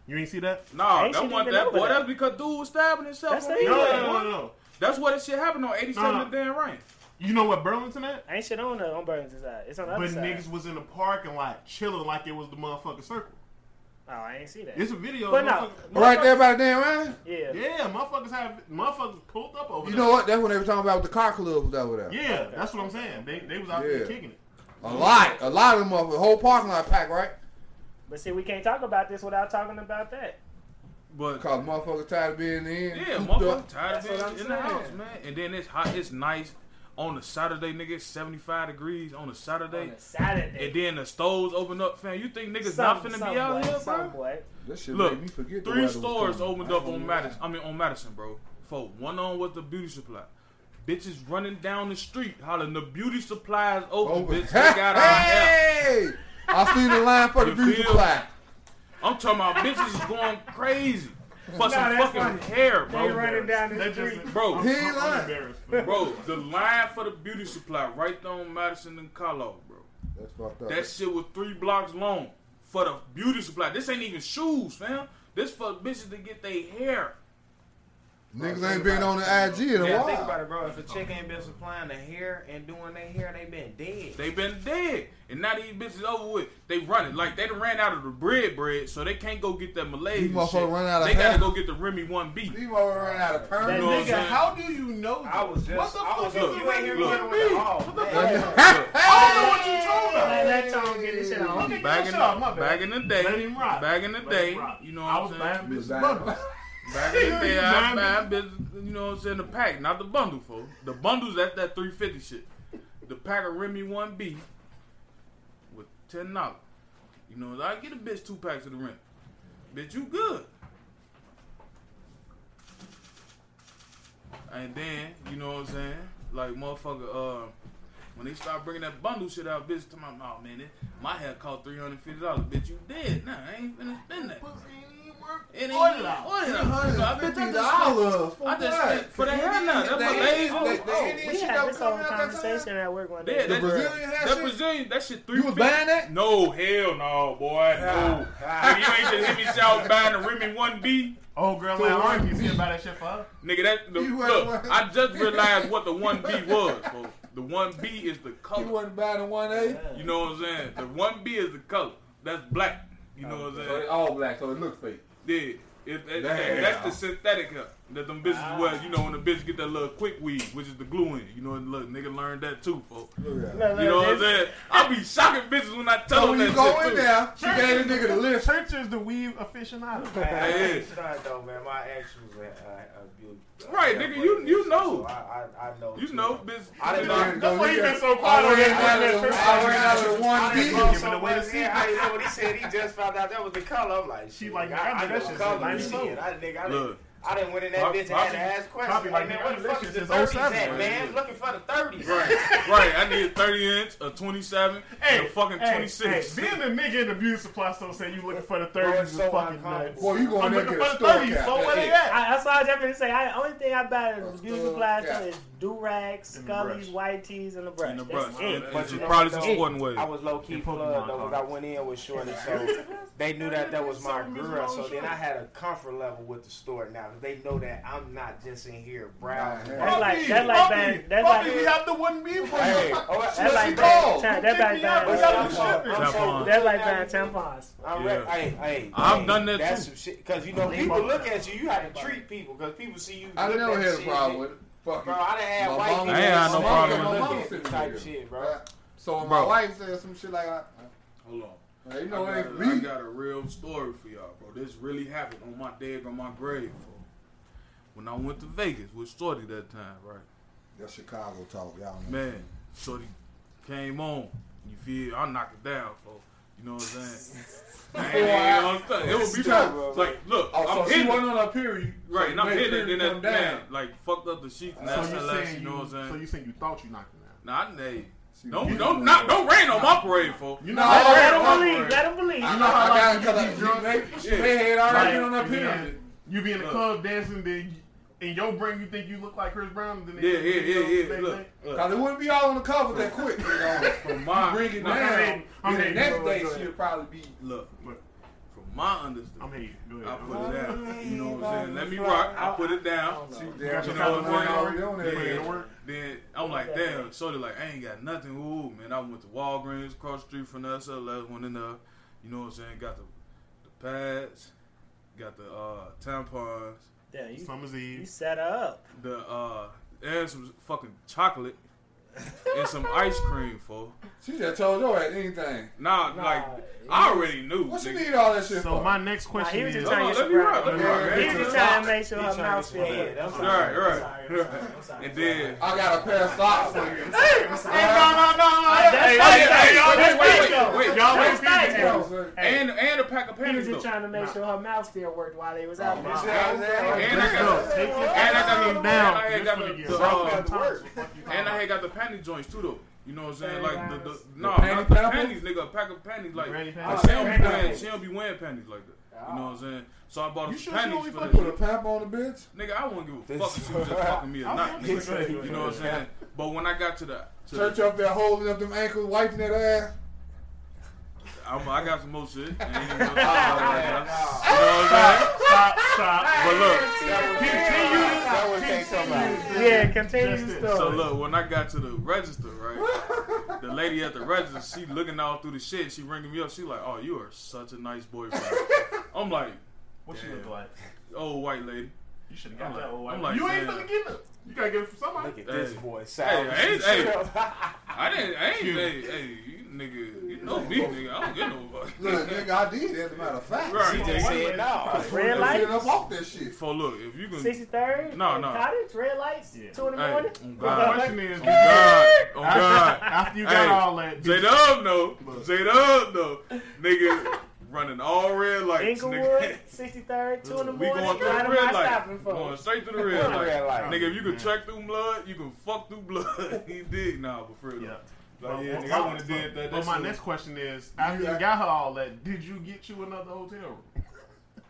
S7: You ain't see that?
S5: Nah,
S3: Ain't
S5: that
S3: shit
S5: one
S3: even
S5: that
S3: over
S5: boy.
S3: there.
S5: That's because dude was stabbing himself.
S3: That's
S5: on
S3: the
S5: the
S7: No,
S3: Yeah.
S7: no,
S5: internet,
S7: no, no,
S5: boy.
S7: no.
S5: That's why that shit happened on 87
S7: Nah.
S5: and Dan Ryan.
S7: You know what Burlington at?
S3: Ain't shit on the on Burlington side. It's on the
S7: But
S3: other side.
S7: niggas was in the parking lot chilling like it was the motherfucking circle.
S3: Oh, I ain't see that.
S7: It's a video.
S3: But
S7: of
S3: no.
S7: motherfuckers-
S4: Right there by the damn Ryan?
S3: yeah.
S7: Yeah, motherfuckers have motherfuckers pulled up over
S4: You
S7: there.
S4: know what? That's when they were talking about the car club was over there.
S7: Yeah, that's what I'm saying. They they was out
S4: Yeah.
S7: there kicking it.
S4: A lot, a lot of them up, the whole parking lot packed, right?
S3: But see, we can't talk about this without talking about that.
S5: But
S4: Cause motherfuckers tired of being in.
S5: yeah,
S4: cooped
S5: motherfucker
S4: up.
S5: tired of
S4: That's what
S5: being
S4: I'm
S5: in the
S4: saying.
S5: house, man. And then it's hot, it's nice on a Saturday, nigga. It's Seventy five degrees on a Saturday.
S3: on a Saturday.
S5: And then the stores open up, fam. You think niggas
S3: Some-
S5: not finna
S3: some
S5: be out
S3: boy,
S5: here,
S3: some
S5: bro?
S3: boy.
S4: That shit
S5: Look,
S4: made me forget the
S5: Three
S4: weather was
S5: stores
S4: coming.
S5: opened
S4: I
S5: up
S4: ain't
S5: on
S4: gonna lie.
S5: Madison. I mean on Madison, bro. For one on was the beauty supply. Bitches running down the street hollering the beauty supply is open,
S4: Open.
S5: bitch. They got our help.
S4: hey! I see the line for the
S5: You
S4: beauty
S5: feel?
S4: supply.
S5: I'm talking about bitches is going crazy for some
S3: that's
S5: fucking
S3: funny.
S5: hair,
S3: They
S5: bro.
S3: running down
S7: They
S3: the street.
S7: just,
S5: Bro.
S7: I'm-
S4: He
S7: I'm
S4: ain't lying.
S7: embarrassed for you.
S5: Bro, the line for the beauty supply right there on Madison and Carlo, bro.
S4: That's fucked up.
S5: That shit was three blocks long for the beauty supply. This ain't even shoes, fam. This for bitches to get their hair.
S4: Niggas ain't been on the IG in a
S6: Yeah,
S4: while.
S6: think about it, bro. If a chick ain't been supplying the hair and doing their hair, they been dead.
S5: They been dead, and now these bitches over with. They running like they done ran out of the bread bread, so they can't go get that Malaysian
S4: These motherfuckers
S5: shit.
S4: run out of
S5: they gotta
S4: hair.
S5: go get the Remy One B.
S4: These motherfuckers running out of
S5: You know
S4: perm.
S5: what I'm
S7: Nigga,
S5: saying?
S7: how do you know that?
S6: I was just, I was
S5: fuck
S6: just,
S5: is
S6: you ain't hear me
S5: look,
S6: with it at all. man.
S7: I don't know what you told her.
S3: Let that tone get this shit on.
S7: Okay,
S5: Back in,
S7: shut up, my bad.
S5: back in the day,
S7: Let him rock.
S5: back in the
S7: Let
S5: day,
S7: him rock.
S5: you know
S7: I
S5: what
S7: was
S5: I'm saying?
S7: buying Miss
S4: Back.
S7: Bubbles.
S5: Back in the day, I
S7: You
S5: buy business, you know what I'm saying? The pack, not the bundle, folks. The bundles at that 350 shit. The pack of Remy 1B with ten dollars. You know, I get a bitch two packs of the rent. Bitch, you good. And then, you know what I'm saying? Like motherfucker, uh, when they start bringing that bundle shit out, bitch, to my mouth, man, it, my hair cost three hundred fifty dollars. Bitch, you dead. Nah, I ain't finna spend that. It ain't
S7: Order out.
S5: order out. Bitch, I just
S4: $350
S5: spent-
S4: for
S5: I just
S4: what?
S5: spent for the hair now. That
S4: They-
S5: Malaysian.
S4: they- they-
S5: Oh,
S4: they-
S3: We
S4: she
S3: had
S4: never
S3: this whole
S4: coming out that time?
S3: conversation at work one
S5: Yeah,
S3: day.
S4: The
S5: that
S4: Brazilian hair
S5: that
S4: shit?
S5: Brazilian, that shit three.
S4: You was buying that?
S5: No, hell no, boy, no. Nigga, you ain't just hit me out buying the Remy One B,
S7: Old girl, my arm you about that shit for her.
S5: nigga. That the,
S4: You wasn't
S5: look,
S4: wearing-
S5: I just realized what the One B was. So the One B is the
S4: You
S5: color.
S4: wasn't buying the one eight.
S5: You know what I'm saying? The One B is the color. That's black. You know what I'm
S8: So
S5: saying?
S8: they all black, so it looks fake.
S5: Yeah. It, it-
S8: Damn.
S5: that's the synthetic hair that them bitches wear. You know when the bitch get that little quick weave, which is the glue in. You know, and look, nigga learned that too, folks.
S4: Look at that.
S3: Look,
S5: You know
S3: look,
S5: what I'm
S3: this-
S5: saying? I be shocking bitches when I tell
S4: So
S5: them
S4: when
S5: that
S4: Oh, you go
S5: shit
S4: in
S5: too.
S4: there, she gave the nigga the list.
S7: Church is the weave aficionado.
S6: Man, I
S5: Hey.
S6: ain't started though, man. My uh, ex was a, a, a beauty.
S5: Right, nigga, you- you know.
S6: So I, I, I know.
S5: You
S6: too.
S5: know, bitch.
S6: I didn't
S5: bitch,
S6: know.
S7: That's why he been so
S4: I
S7: quiet on
S4: ran
S7: that.
S4: out of the- I ran out of the one
S6: I didn't
S4: B.
S6: know
S7: Give
S6: so
S7: it away
S6: much,
S7: to
S6: man. I didn't know what he said. He just found out that was the color. I'm like,
S7: She
S6: shit,
S7: like,
S6: I, I
S7: nigga,
S6: know
S7: that
S6: the
S7: shit's
S6: color.
S7: like
S6: shit.
S7: so.
S6: I, nigga, I, didn't,
S5: Look.
S6: I didn't went in that
S5: Prob-
S6: bitch and had
S5: probably-
S6: to ask questions.
S7: probably
S6: like,
S7: like,
S6: man,
S7: nigga,
S6: what the
S7: that
S6: fuck is
S7: shit's
S6: the
S7: is
S6: 30s
S7: 07,
S6: at,
S7: right?
S6: man? Looking for the 30s.
S5: Right, right. I need a 30 inch, a 27, and
S7: Hey,
S5: a fucking
S7: hey,
S5: 26.
S7: Hey, being a nigga in the beauty supply store saying you looking for the
S6: Bro,
S7: thirties
S6: it's
S7: is
S6: so
S7: fucking nuts.
S6: uncomfortable.
S4: Boy, you going
S7: I'm
S4: there
S7: looking
S4: get
S7: for
S4: a
S7: the
S4: store
S7: thirties.
S4: cap.
S7: So where they
S4: That's it.
S7: at?
S3: I, that's all I definitely say. I only thing I buy in the beauty supply
S4: Yeah.
S3: store is do rags,
S7: And the brush.
S3: scullies, white tees, and a brush.
S5: And the brush.
S3: That's
S5: And
S3: it.
S6: But
S5: it's
S6: you know
S5: probably
S6: what,
S5: some
S6: though?
S5: sporting way.
S6: I was low key
S7: And
S6: plugged
S7: Pokemon
S6: though, because I
S7: cards.
S6: went in with Shorty, so they knew that that was my girl. So then I had a comfort level with the store now, 'cause they know that I'm not just in here browsing.
S4: Nah,
S3: That's like that's
S7: Bobby,
S3: like buying that's
S7: Bobby,
S3: like
S7: we have the one B for
S6: Hey,
S7: you.
S6: oh, I-
S3: that's like
S4: called.
S3: buying that's
S7: Pick
S3: like
S7: me up.
S6: But
S7: We
S3: buying
S7: got
S6: I'm
S7: the
S6: so-
S7: shipping.
S6: I'm
S5: Tap
S6: so-
S5: on.
S3: that's like buying tampons.
S6: I'm
S5: Yeah.
S6: re- Hey, hey,
S5: I've
S6: hey,
S5: done that
S6: that's
S5: too.
S6: Some shit, Cause you know people look at you. You have to treat people because people see you.
S4: I
S6: look
S4: never
S6: at
S4: had a
S6: shit,
S4: problem
S6: nigga.
S4: with it. Fuck
S6: Bro,
S4: it.
S6: I done had
S4: My
S6: white
S4: mama-
S6: people
S5: I ain't had no
S6: look
S5: problem
S6: at
S5: with
S6: me
S5: it.
S6: looking at me type shit, bro.
S4: Right. So when
S5: Bro.
S4: my wife said some shit like, I,
S5: Hold on.
S4: I, you
S5: I
S4: know,
S5: got,
S4: ain't
S5: a, I
S4: we
S5: got a real story for y'all, bro. This really happened on my dead on my grave, bro. When I went to Vegas with Shorty that time, right?
S4: That's Chicago talk, y'all. Know.
S5: Man, Shorty came on. You feel? I knock it down, folks. You know what I'm saying? Man, you know what I'm saying? It would be
S4: Stop.
S5: like, look,
S4: Oh,
S5: I'm
S4: so she
S5: hitting
S4: wasn't on her period.
S5: Right,
S4: so
S5: and I'm
S4: made
S5: hitting it,
S4: period
S5: then that
S4: come
S5: man, like, fucked up the sheets and that's
S7: So you
S5: last, you
S7: saying
S5: know
S7: you?
S5: what I'm
S7: So
S5: saying?
S7: you saying you thought you knocked him out?
S5: Nah, I nay.
S4: She
S5: Don't,
S4: was-
S5: don't, not, don't rain on my parade, fool.
S7: You
S4: No,
S7: know
S4: I-
S7: how
S3: Let
S5: don't
S3: them
S5: worry.
S3: believe. Let them believe.
S4: I know how I got to drunk. They,
S5: Yeah.
S4: they had already
S7: Like,
S4: been on her
S7: you
S4: period.
S7: know, You be in the
S5: Look.
S7: club dancing, then you, in your brain you think you look like Chris Brown. Then
S5: Yeah,
S7: they-
S5: yeah,
S7: you
S5: yeah,
S7: know,
S5: yeah.
S7: they-
S5: Look,
S7: they-
S5: look.
S4: Cause it wouldn't be all on the cover that quick. You know,
S5: From my,
S4: bring it
S5: nah,
S4: down.
S7: hating. I'm
S4: and the
S7: hating.
S4: next
S7: Go ahead,
S4: day
S7: go ahead.
S4: she'll probably be.
S5: Look,
S7: Look.
S5: from my
S7: I'm
S5: understanding,
S7: hating. Go
S5: I
S7: ahead.
S5: put it down. You know what I'm saying? Let me rock. I put it down.
S4: She
S7: You got
S4: damn,
S7: your
S5: You know what
S7: calendar
S5: I'm
S4: already
S5: saying?
S4: on there.
S5: Yeah. Then I'm like, damn, Shorty, like, I ain't got nothing. Ooh, man, I went to Walgreens across the street from us. I left one in there. You know what I'm saying? Got the, the pads, got the uh, tampons,
S3: Damn, you,
S7: Summer's
S3: you
S7: Eve.
S3: set her up.
S5: the uh, and some fucking chocolate. and some ice cream for.
S8: She just told your ass anything.
S5: Nah,
S3: Nah,
S5: like
S3: it
S5: I already knew.
S8: What you
S5: nigga.
S8: need all that shit
S7: So
S8: for?
S7: my next
S3: Nah,
S7: question
S3: he was
S7: is.
S3: just
S5: No,
S3: trying
S5: no,
S3: to
S5: let
S3: get
S5: me
S3: you
S5: wrap, let me
S8: wrap.
S3: He was just trying to make sure her
S6: He trying
S3: mouth
S6: to get some
S3: fit.
S6: head. I'm
S5: Right,
S6: sorry.
S5: right. And then
S8: I got a pair of socks for you.
S7: Hey, no, no, no, no. Hey,
S3: that's
S7: hey, hey, y'all
S5: Wait, wait,
S7: wait, wait,
S5: wait, wait, wait.
S7: Y'all
S3: That's
S7: wait, wait.
S3: nice,
S8: bro.
S5: And and a pack of
S3: He was
S5: panties
S3: just
S5: though.
S3: trying to make sure her mouth still worked while they was out
S8: You see
S3: there.
S8: what I'm saying?
S5: And I got
S7: Take this
S5: and I got the
S7: down.
S5: and I had got
S7: This
S5: the,
S7: nigga
S5: the,
S7: is
S5: uh,
S7: work.
S5: and I had got the panty joints too though. You know what I'm saying? Like the, the no,
S8: panty
S5: not the
S8: pampers?
S5: panties, nigga. A pack of panties, like
S7: Granny
S5: like,
S7: panties?
S5: she don't be
S3: Granny
S5: wearing,
S3: panties.
S5: she don't be wearing panties like that. You know what I'm saying? So I bought her
S8: You
S5: some
S8: sure she
S5: panties
S8: only
S5: for
S8: fuck with a
S5: this.
S8: pap on the bitch?
S5: Nigga, I wouldn't give a fuck if she was just fucking me or not. Nigga. You know what I'm saying? But when I got to the, to
S8: Church
S5: the
S8: up there holding up them ankles, wiping that ass.
S5: I'm, I got some more shit. And, you know,
S7: Stop, stop.
S5: But look,
S7: Continue.
S4: would take somebody.
S3: Yeah, continue the
S7: Just
S3: story.
S5: So look, when I got to the register, right, the lady at the register, she looking all through the shit. She ringing me up. She like, "Oh, you are such a nice boyfriend." I'm like,
S7: What she look like?
S5: "Oh, white lady."
S7: You should have got
S5: I'm
S7: that
S5: like-
S7: old
S5: I'm
S7: white.
S5: like,
S7: you ain't
S5: damn.
S7: finna get it. You gotta get it from somebody.
S6: Look at this
S5: Hey.
S6: boy.
S5: Hey,
S6: Sound
S5: hey, hey, I didn't, I ain't, hey, hey, you nigga, you know me, nigga. I don't get no
S8: Look,
S5: fuck.
S8: nigga, I did, as a matter of fact.
S6: He
S5: Right.
S6: just said no.
S3: Red
S8: I
S3: lights,
S8: ended up off that shit.
S5: For look, if you can, hey,
S3: 63rd,
S5: No,
S3: in
S5: no.
S3: cottage, red lights,
S7: Yeah.
S3: 2 in the
S5: on
S3: morning.
S7: My
S5: God,
S7: question is,
S5: on Oh, God,
S7: Oh,
S5: on God.
S7: after you got
S5: Hey,
S7: all that,
S5: J Dub no, J Dub no, nigga, running all red lights, nigga.
S3: Inglewood, 63rd, 2 in the
S5: We going
S3: morning.
S5: through the
S3: Why am I
S5: red light.
S3: stopping
S5: We
S3: for?
S5: Going straight through the red light.
S6: Red light.
S5: Nigga, if you can check through blood, you can fuck through blood. he did. Nah, but for real.
S7: yeah.
S5: though. Like, yeah, nigga, I wouldn't have did that.
S7: But
S5: That's
S7: my
S5: it.
S7: next question is, after you got her all that, did you get you another hotel room?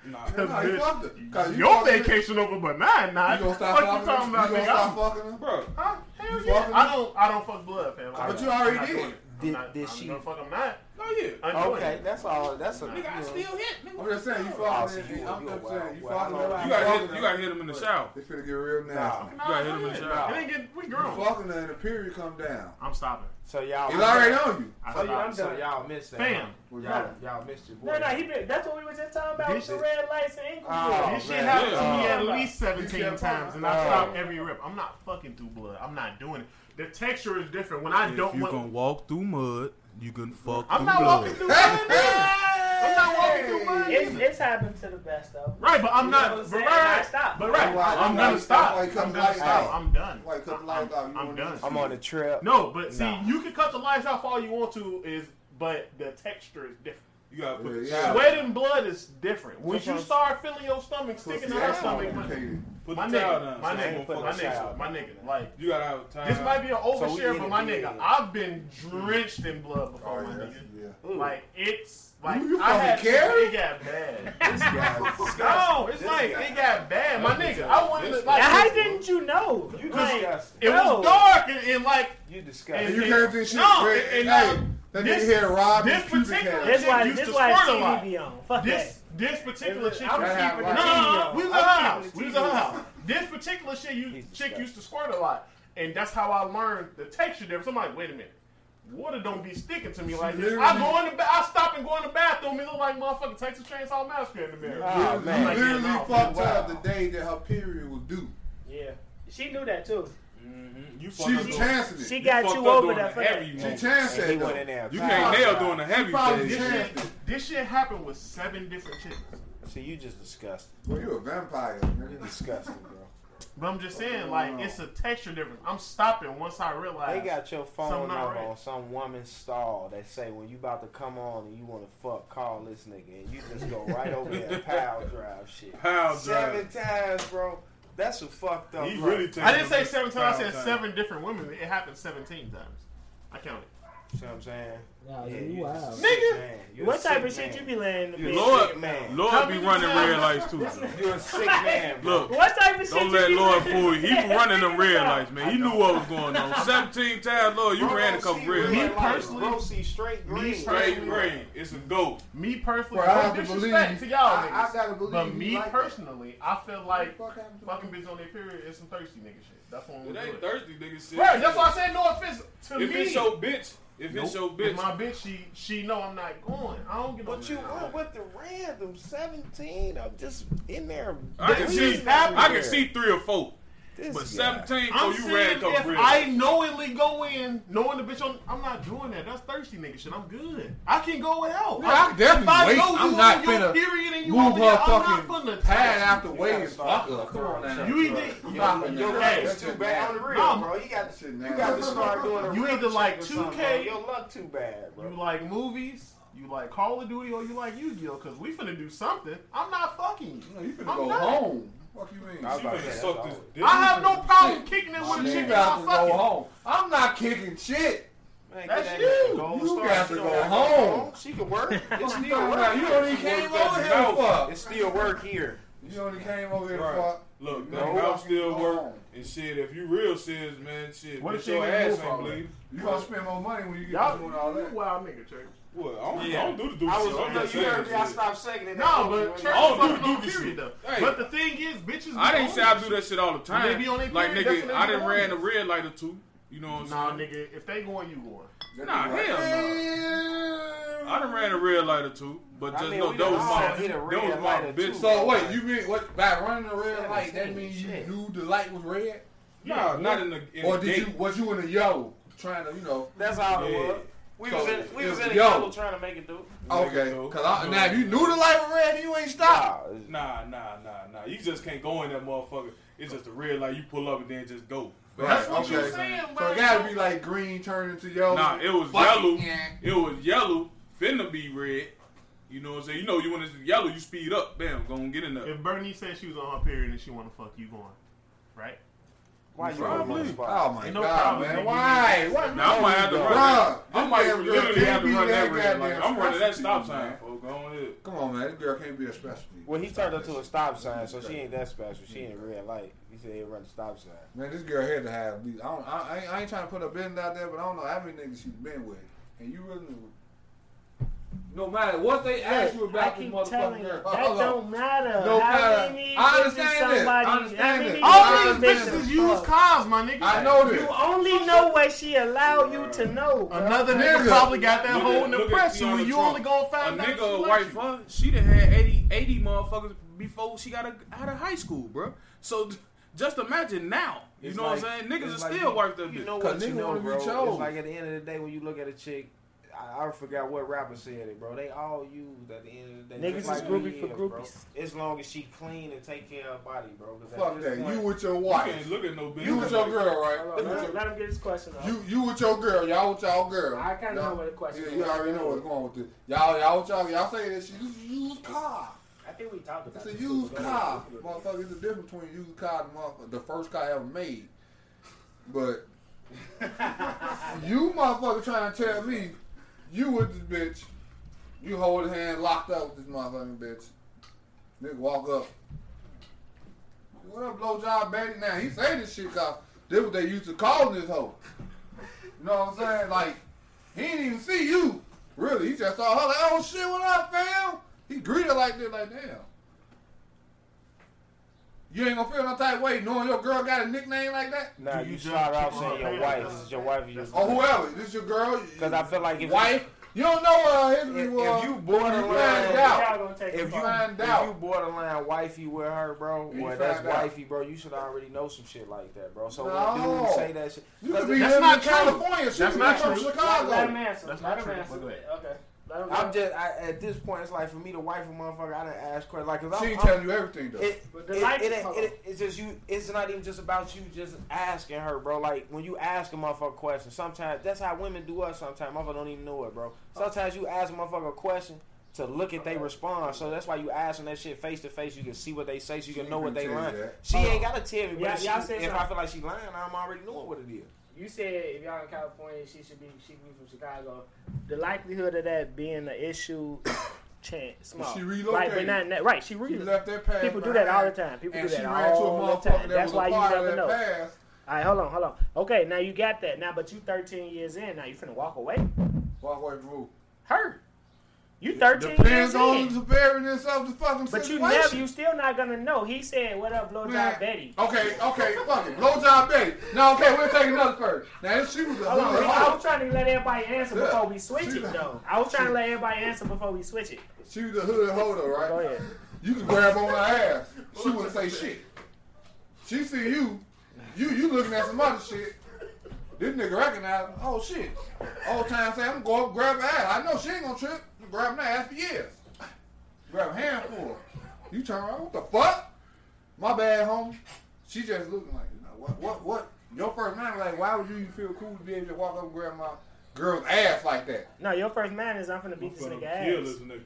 S5: Nah.
S8: No, you fucked her. 'Cause you
S7: Your
S8: fucked her.
S7: vacation over, but mine
S8: You
S7: not.
S8: gonna stop
S7: what you talking
S8: fucking her?
S7: about,
S8: You gonna
S7: nigga?
S8: stop
S7: I'm-
S8: fucking her?
S5: Bro,
S7: Huh? Hell
S8: You
S7: yeah.
S8: fucking
S7: I don't. I don't fuck blood, fam.
S8: But you already did.
S7: Did,
S6: Did-
S7: not,
S6: did
S7: I'm
S6: she-
S7: Gonna fuck, I'm not.
S5: oh yeah.
S7: I'm doing
S6: Okay,
S7: it.
S6: that's all. That's a.
S5: Nigga, I
S6: you know.
S5: still hit. Nigga,
S8: I'm just saying, you
S6: Oh,
S8: fucking
S6: so
S8: her.
S6: you-
S8: I'm
S6: you
S8: just
S6: a
S8: saying, you fucking her.
S6: wild- wild-
S5: you
S8: fucking
S5: gotta hit.
S8: her.
S5: You gotta hit him in the shower.
S8: It's finna get real nasty.
S5: You gotta hit him in the
S7: It
S5: shower.
S7: ain't get. We
S8: You
S7: grown.
S8: fucking her and the period come down.
S7: I'm stopping.
S6: So y'all.
S8: He's already on you.
S7: I
S6: So
S7: stopped.
S6: y'all, so y'all missed that.
S7: Fam.
S6: huh? Y'all, y'all missed your boy.
S3: No, no, he been, that's what we were just talking about
S7: This
S3: with the
S7: is-
S3: red lights in Inglewood.
S6: Oh,
S7: This shit
S6: man.
S7: happened to
S6: Yeah.
S7: me at
S3: Uh,
S7: least 17
S8: can't
S7: times,
S8: fuck.
S7: and I
S6: Oh.
S7: stopped every rip. I'm not fucking through blood. I'm not doing it. The texture is different. When I don't want,
S5: walk through mud, you can fuck
S7: I'm not walking through blood. I'm not walking through blood.
S3: It's,
S7: either.
S3: it's happened to the best, though.
S7: Right, but I'm
S3: You know what I'm
S7: not. But
S3: saying? I
S7: right,
S3: stopped.
S7: but right,
S8: That's why-
S7: I'm
S8: that's why
S7: gonna
S8: you-
S7: stop.
S8: that's why you
S7: I'm
S8: cut
S7: gonna
S8: the lights
S7: stop.
S8: out.
S7: I'm done.
S8: Why you cut the
S7: I'm-
S8: lights out? You
S7: I'm
S8: don't
S7: done.
S8: need
S6: I'm on the trip.
S7: No, but see,
S6: Nah.
S7: you can cut the lights off all you want to, is but the texture is different.
S5: You gotta put the
S8: Yeah, yeah.
S5: towel.
S7: Sweat and blood is different. Once you
S6: Sometimes-
S7: start feeling your stomach sticking
S8: Pussy
S7: out your
S8: ass
S7: stomach, my,
S8: complicated.
S5: Put
S7: my
S5: the towel
S7: nigga,
S5: down.
S7: my
S5: so you
S7: nigga,
S5: won't fuck
S7: my
S5: the
S7: nigga,
S5: towel.
S7: my nigga, like.
S5: You gotta have a towel.
S7: This might be an
S6: So we
S7: overshare,
S6: in
S7: but my
S6: the
S7: nigga,
S6: bed.
S7: I've been drenched in blood before,
S8: Mm-hmm. Oh, yeah.
S7: my nigga.
S8: Yeah.
S7: Like it's like
S8: You- you
S7: I had
S8: fucking carry?
S7: it got bad.
S6: Disgusting.
S7: no, it's like it got bad, my nigga. I wanted to like
S3: Now, how didn't you know? You like,
S6: disgusting.
S7: it
S3: No.
S7: was dark and, and like
S6: You
S8: And
S6: disgusting.
S8: you came to shit.
S7: No,
S8: Hey,
S7: and- and
S8: hey,
S7: now
S8: that
S7: this-
S8: nigga here robbed
S7: this
S8: his pubic
S7: particular-
S8: hair.
S3: this
S7: shit
S3: why,
S7: used
S3: this
S7: to
S3: why
S7: squirt a lot.
S3: TV be on. Fuck
S7: this this particular
S3: that.
S7: chick.
S3: I'm
S7: No,
S8: That
S3: keeping the
S8: happened.
S7: no, no,
S3: TV
S7: we
S3: on.
S7: was at her
S3: I'm
S7: house.
S3: keeping
S7: We
S3: the
S7: was at her
S3: TV on.
S7: house. This particular shit you,
S6: He's
S7: chick
S6: disgusting.
S7: used to squirt a lot, and that's how I learned the texture difference. I'm like, wait a minute. Water don't be sticking to me like this. I go in the ba- I stop and go in the bathroom and look like motherfucking Texas Chainsaw Massacre in the mirror.
S6: Oh,
S8: You
S6: man.
S8: literally
S7: Wow.
S8: fucked up the day that her period was due.
S3: Yeah. She knew that, too.
S5: Mhm. You
S8: She
S5: fucked up.
S8: chancing it.
S3: She
S8: She
S3: got
S5: fucked
S3: you
S5: up
S3: over
S5: doing
S3: there
S5: the
S3: for that.
S5: heavy
S8: chanced
S5: ones.
S6: And he
S8: that
S6: went in
S8: though.
S6: there.
S5: You
S6: tired.
S5: can't nail doing the heavy
S8: Probably
S5: shit.
S7: This
S8: chanced
S7: shit,
S8: it.
S7: this shit happened with seven different chicks.
S6: So you just disgusting.
S8: Well, you a vampire.
S6: You
S8: nigga.
S6: disgusting, bro.
S7: But I'm just saying, like, it's a texture difference. I'm stopping once I realize.
S6: They got your phone
S7: Something not
S6: number
S7: right.
S6: on some woman's stall. They say when you about to come on and you want to fuck, call this nigga, and you just go right over there and pile drive shit.
S5: Pile
S6: Seven
S5: drive.
S6: times, bro. That's a fucked up.
S5: He
S6: bro.
S5: really
S7: I didn't say
S5: taking
S7: seven
S5: the
S7: times. I
S5: pile
S7: said
S5: drive.
S7: seven different women. It happened seventeen times. I counted.
S6: See what I'm saying?
S3: Nah,
S6: Yeah,
S3: you
S6: you
S3: wild.
S6: just a
S7: Nigga!
S6: sick man. You a
S3: What type
S6: sick
S3: of shit
S6: man.
S3: you be laying in the
S6: You a
S3: bed?
S6: sick
S5: Lord,
S6: man.
S5: Lord be
S7: How many
S5: running
S7: times-
S5: red lights too. bro.
S6: You're a sick man. Bro.
S5: Look,
S3: What type of shit
S5: Don't
S3: you
S5: let
S3: be
S5: Lord
S3: laying in
S5: fool you. He
S3: the
S5: was
S3: bed?
S5: running the
S3: Think
S5: red
S3: about
S5: lights, man. He knew what was going on. 17 times, Lord, you
S6: Bro,
S5: ran a
S6: don't
S5: couple
S6: see
S5: red
S6: red
S5: lights.
S7: Me
S6: lights.
S7: personally-
S6: Bro, see straight green.
S5: Straight green. It's a go.
S7: Me personally,
S8: Bro, I
S7: no
S8: have to
S7: disrespect
S8: believe-
S7: to y'all
S8: I, I
S7: niggas,
S8: gotta believe.
S7: but
S8: you
S7: me
S8: like that.
S7: personally, I feel like
S8: What the fuck happened to
S7: fucking bitches on their period is some thirsty nigga shit. That's what I'm
S5: It
S7: doing.
S5: ain't thirsty, nigga. Shit.
S7: Right, that's why I said no offense to
S5: If
S7: me.
S5: it's your bitch, if it's your bitch,
S7: If my bitch, she she know I'm not going. I don't give a
S6: But you went with the random 17. I'm just in there.
S5: I can
S6: Please
S5: see,
S6: not
S5: I can
S6: weird.
S5: see three or four.
S6: This
S5: But
S6: guy.
S5: 17, oh,
S7: I'm
S5: you
S7: saying
S5: red
S7: if
S5: coat real.
S7: I knowingly go in, knowing the bitch on, I'm not doing that. That's thirsty nigga shit. I'm good. I can go without.
S4: Yeah, I definitely
S7: if I
S4: wait.
S7: know you
S4: I'm
S7: on
S4: not
S7: your
S4: finna
S7: period and you
S4: move
S7: over here,
S4: her
S7: I'm not
S4: fucking
S7: finna
S4: pad
S7: touch
S4: out the way and fuck her. Come on now.
S7: You You either-
S4: I'm
S11: Yo,
S4: not
S11: yo,
S4: finna-
S11: yo,
S7: Hey.
S11: that's too bad on the real,
S7: Nah,
S11: bro. You got to,
S4: Shit,
S11: you
S4: man.
S11: got to start doing a
S7: You
S11: real
S7: either like
S11: check or something, bro.
S7: 2K.
S11: Your luck too bad,
S7: you. You
S11: bro.
S7: like movies, you like Call of Duty, or you like Yu-Gi-Oh? Because we finna do something. I'm not fucking you.
S4: No, you finna
S7: I'm
S4: go
S7: not.
S4: home. Fuck you mean?
S6: I was
S5: She
S6: about to
S5: finna
S6: say,
S5: suck
S6: that's
S5: this
S6: all.
S5: dick.
S7: I have no problem kicking it
S4: My
S7: with a
S4: man
S7: chick
S4: got
S7: I'm
S4: to go
S7: fucking.
S4: home. I'm not kicking shit.
S6: Man,
S7: That's
S6: get that
S7: you.
S6: nigga gold
S4: You
S6: star.
S4: got
S6: She
S4: to
S6: don't
S4: go
S6: gotta
S4: home.
S6: home. She can work. It's
S4: What you
S6: still
S4: talking
S6: work.
S4: about? You only came over here to fuck.
S6: It's still work here.
S4: You only came over here to
S5: Right.
S4: fuck.
S5: Look,
S4: You
S5: that
S4: know,
S5: house still
S4: go
S5: work
S4: home.
S5: and shit. If you real serious, man, shit,
S7: What
S5: what
S7: if
S5: bitch,
S7: she
S5: your
S7: ain't
S5: ass
S7: move
S5: ain't
S7: all
S5: bleeding.
S4: You gonna spend more money when you get
S7: Y'all,
S4: to doing all
S7: you
S4: that.
S7: wild nigga, church.
S5: What? I don't,
S6: Yeah.
S5: I don't do the dookie.
S11: I was,
S5: shit.
S11: you
S5: I'm
S11: know,
S5: just
S11: you
S5: saying
S11: heard me. I
S5: shit.
S11: stopped shaking it.
S7: No, but church
S5: Oh,
S7: is fucking
S5: dude,
S7: on
S5: do this shit.
S7: period though.
S5: Hey.
S7: But the thing is, bitches.
S5: I
S7: be
S5: didn't
S7: on
S5: say
S7: that
S5: I do that shit all the time.
S7: They be on their
S5: like
S7: period, that's
S5: nigga,
S7: when
S5: I
S7: they
S5: didn't
S7: be
S5: ran the
S7: on.
S5: red light or two. You know what
S7: Nah,
S5: I'm saying?
S7: nigga, if they going, you going.
S5: Nah, hell no. I done ran a red light or two, but
S6: I
S5: just
S6: mean,
S5: know
S6: we
S5: those
S6: done all
S5: my
S6: hit a red
S5: those my
S6: light or
S5: bitch.
S6: two.
S4: So wait, you mean what? By running the red light, that
S6: Seventeen,
S4: means you
S6: shit.
S4: knew the light was red,
S5: Nah,
S7: Yeah.
S5: not in the in
S4: or
S5: the
S4: did you
S5: gate.
S4: was you in a yo trying to you know?
S6: That's all it
S5: Yeah.
S6: was. We
S4: So,
S6: was in we was
S4: it's
S6: in a
S4: yo.
S6: yellow trying to make it do.
S4: Okay,
S5: so.
S4: cause I, now if you knew the light was red, you ain't stopped.
S5: Nah, nah, nah, nah. You just can't go in that motherfucker. It's just a red light. You pull up and then just go.
S7: That's what you saying,
S4: So
S7: bro.
S4: it gotta be like green turning to yellow.
S5: Nah, it was
S4: Fuck
S5: yellow.
S4: yeah.
S5: It was yellow. Finna be red. You know what I'm saying? You know you when it's yellow, you speed up. Bam, gonna get in there.
S7: If Bernie said she was on her period and she want to fuck you, going right?
S6: Why you on
S4: Probably.
S6: the spot?
S4: Oh my
S7: Ain't no
S4: god,
S7: problem,
S4: man!
S7: nigga.
S4: Why? Why?
S5: Now I might have to run.
S4: Bruh,
S5: that. I
S4: this
S5: might
S4: damn girl
S5: literally
S4: can't
S5: have
S4: be
S5: to run
S4: that
S5: that red light.
S4: goddamn
S5: I'm running that stop
S4: prostitute,
S5: sign.
S4: man.
S5: folks. Go on ahead.
S4: Come on, man! This girl can't be a specialty.
S6: Well, he
S4: Stop
S6: turned up
S4: that
S6: to a
S4: shit.
S6: stop sign, so she ain't that special. She ain't a red light. He said he run the stop sign.
S4: Man, this girl had to have. these- I don't. I, I, ain't, I ain't trying to put her business out there, but I don't know how many niggas she's been with, and you really. No matter what they ask you
S3: I
S4: about, this
S3: keep
S4: motherfucking
S3: telling you,
S4: girl.
S3: that
S4: Hold on.
S3: don't matter.
S4: Don't
S3: How
S4: matter.
S3: many
S4: I
S3: bitches
S4: understand this. I
S3: somebody- how
S4: understand
S3: many
S4: this. I
S7: All
S3: bitches
S7: these
S4: understand
S7: bitches
S4: this.
S7: use cars, my nigga.
S4: I know this.
S3: You only know what she allowed you to know. bro.
S7: Another nigga,
S4: Nigga.
S7: probably got that
S5: Look
S7: hole
S5: at-
S7: in the
S5: look at
S7: press,
S5: Tiana
S7: and you
S5: Trump.
S7: only gonna
S5: A
S7: find out.
S5: nigga,
S7: she
S5: a
S7: like
S5: wife,
S7: you.
S5: huh? She done had 80, 80 motherfuckers before she got a, out of high school, bro. So j- just imagine now. You
S4: It's
S5: know what
S4: like-
S5: I'm saying? Niggas
S4: it's
S5: are
S4: like
S5: still
S4: you-
S5: worth that
S6: You
S5: bitch.
S6: know
S4: Cause
S6: what you
S4: niggas
S6: know,
S4: wanna be
S6: bro.
S4: chose.
S6: It's like at the end of the day, when you look at a chick, I, I forgot what rapper said it, bro. They all used at the end of the day.
S3: Niggas
S6: just
S3: is
S6: like
S3: groupie
S6: we
S3: for
S6: is,
S3: groupies.
S6: Bro. As long as she clean and take care of her body, bro. 'Cause at
S4: Fuck
S6: this
S4: that.
S6: point-
S4: You with your
S5: You can't
S4: wife.
S5: look at no bitch.
S4: You with your girl, right?
S3: Hold
S4: You
S3: on,
S4: with
S3: let,
S4: your-
S3: him, let him get his question off.
S4: You you with your girl, y'all with y'all girl.
S3: I kinda know
S4: Y'all-
S3: where the question
S4: Yeah,
S3: is.
S4: you already know what's going with this. Y'all y'all with y'all y'all say that shit. This is a used car.
S11: I think we talked about
S4: It's a
S11: this.
S4: used
S11: Go
S4: car,
S11: ahead.
S4: motherfucker. It's the difference between a used car and motherfucker, the first car ever made. But you motherfucker trying to tell me you with this bitch, you hold her hand locked up with this motherfucking bitch. Nigga walk up. What up, blowjob baby? Now he say this shit cause this what they used to call this hoe. You know what I'm saying? Like he didn't even see you. Really, he just saw her like, oh shit, what up, fam? He greeted like this, like damn. You ain't gonna feel no type of way knowing your girl got a nickname like that,
S6: Nah,
S7: Do
S6: you
S7: you
S6: start
S7: judge
S6: out
S7: people
S6: saying
S7: on
S6: your
S7: their
S6: wife.
S7: appearance?
S6: This is your wife. You
S4: or whoever. This your girl,
S6: Because I feel like if
S4: wife. You don't know what her
S6: if,
S4: history
S6: if
S4: was.
S6: you
S4: you find
S6: borderline,
S4: out.
S3: Y'all gonna take
S6: if
S3: it
S6: you
S3: off.
S4: find
S6: if
S4: out.
S6: you borderline wifey with her, bro,
S4: And you
S6: well that's
S4: find out.
S6: wifey, bro. You should already know some shit like that, bro. So
S4: No.
S6: when dudes say that shit,
S4: You
S6: 'cause
S4: could be
S6: it-
S7: That's
S4: living in
S7: not true.
S4: California. She
S7: That's
S4: could be
S7: not
S4: from
S7: true.
S3: Let him
S4: Chicago.
S3: answer.
S7: That's
S3: Let
S7: not
S3: him
S7: true,
S3: answer.
S7: but go ahead.
S3: Okay. Let him
S6: I'm
S3: answer.
S6: just I, at this point, it's like for me, the wife of motherfucker, I done asked questions, like, cause
S4: She
S6: I'm,
S4: ain't
S6: I'm-
S4: telling you everything though.
S6: it,
S3: But the
S6: it,
S3: life
S6: it,
S3: is
S6: ain't-
S3: hard.
S6: it- it's just you. It's not even just about you just asking her, bro. Like when you ask a motherfucker question, sometimes that's how women do us. Sometimes motherfucker don't even know it, bro. Sometimes you ask a motherfucker a question to look at they response. So that's why you asking that shit face to face. You can see what they say, so you can
S4: She
S6: know
S4: ain't
S6: what they
S4: gonna tell you
S6: lying.
S4: that.
S6: She ain't gotta tell me, but
S3: Y'all-
S6: if she-
S3: y'all said
S6: if I
S3: something.
S6: feel like she lying, I'm already knowing what it is.
S3: You said if y'all in California, she should be she could be from Chicago. The likelihood of that being an issue, chance small.
S4: she
S3: Right, but
S4: relocated.
S3: not, not right. She
S4: She
S3: relocated.
S4: left that past.
S3: People do that all the
S4: behind,
S3: time. People
S4: and
S3: do that
S4: she ran to a
S3: all the time.
S4: motherfucker that
S3: That's
S4: was
S3: why
S4: a
S3: you
S4: part of
S3: never
S4: that
S3: know.
S4: past.
S3: All right, hold on, hold on. Okay, now you got that. Now, but you 13 years in. Now you finna walk away.
S4: Walk away from who?
S3: Her. You 13 years
S4: Depends on the
S3: in.
S4: severity of the fucking
S3: But you
S4: situation.
S3: never. You still not gonna know. He said, "What up,
S4: Man.
S3: blowjob Betty?"
S4: Okay, okay, fuck it. Blowjob Betty. Now, okay, we'll take another first. Now, if she was a
S3: Hold on,
S4: hood
S3: I
S4: hoe,
S3: was trying to let everybody answer
S4: Oh, Yeah.
S3: before we switch
S4: She-
S3: it, though. I was trying to let everybody answer before we switch it.
S4: she was a hood hoe, though, right?
S3: Go ahead.
S4: You can grab on her ass. She wouldn't say shit. She see you. You you looking at some other shit. This nigga recognize, oh shit. Old time say, I'm going to grab her ass. I know she ain't gonna trip. You grabbing her ass for years. Grab a handful. You turn around, what the fuck? My bad, homie. She just looking like, you know, what, what, what? Your first man, like, why would you even feel cool to be able to walk up and grab my girl's ass like that?
S3: No, your first man is I'm finna beat this
S5: Finna
S3: nigga
S5: kill
S3: ass.
S5: this nigga.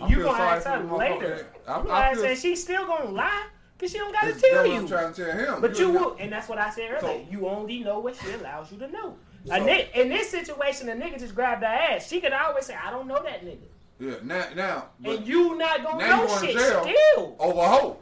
S4: I
S3: you
S4: feel
S3: gonna
S4: sorry
S3: ask
S4: for
S3: her
S4: the motherfucker
S3: later.
S4: that- I-
S3: you
S4: I
S3: gonna ask
S4: feel-
S3: her, she's still gonna lie because she don't gotta
S4: That's-
S3: tell
S4: that's what I'm
S3: you.
S4: trying to tell him.
S3: But you
S4: look at-
S3: will, and that's what I said earlier.
S4: So-
S3: you only know what she allows you to know. A ni- in this situation, a nigga just grabbed her ass. She could always say, "I don't know that nigga,"
S4: Yeah, now, now, but
S3: and you not gonna
S4: now you
S3: know
S4: going to
S3: shit
S4: jail.
S3: still.
S4: over a hoe.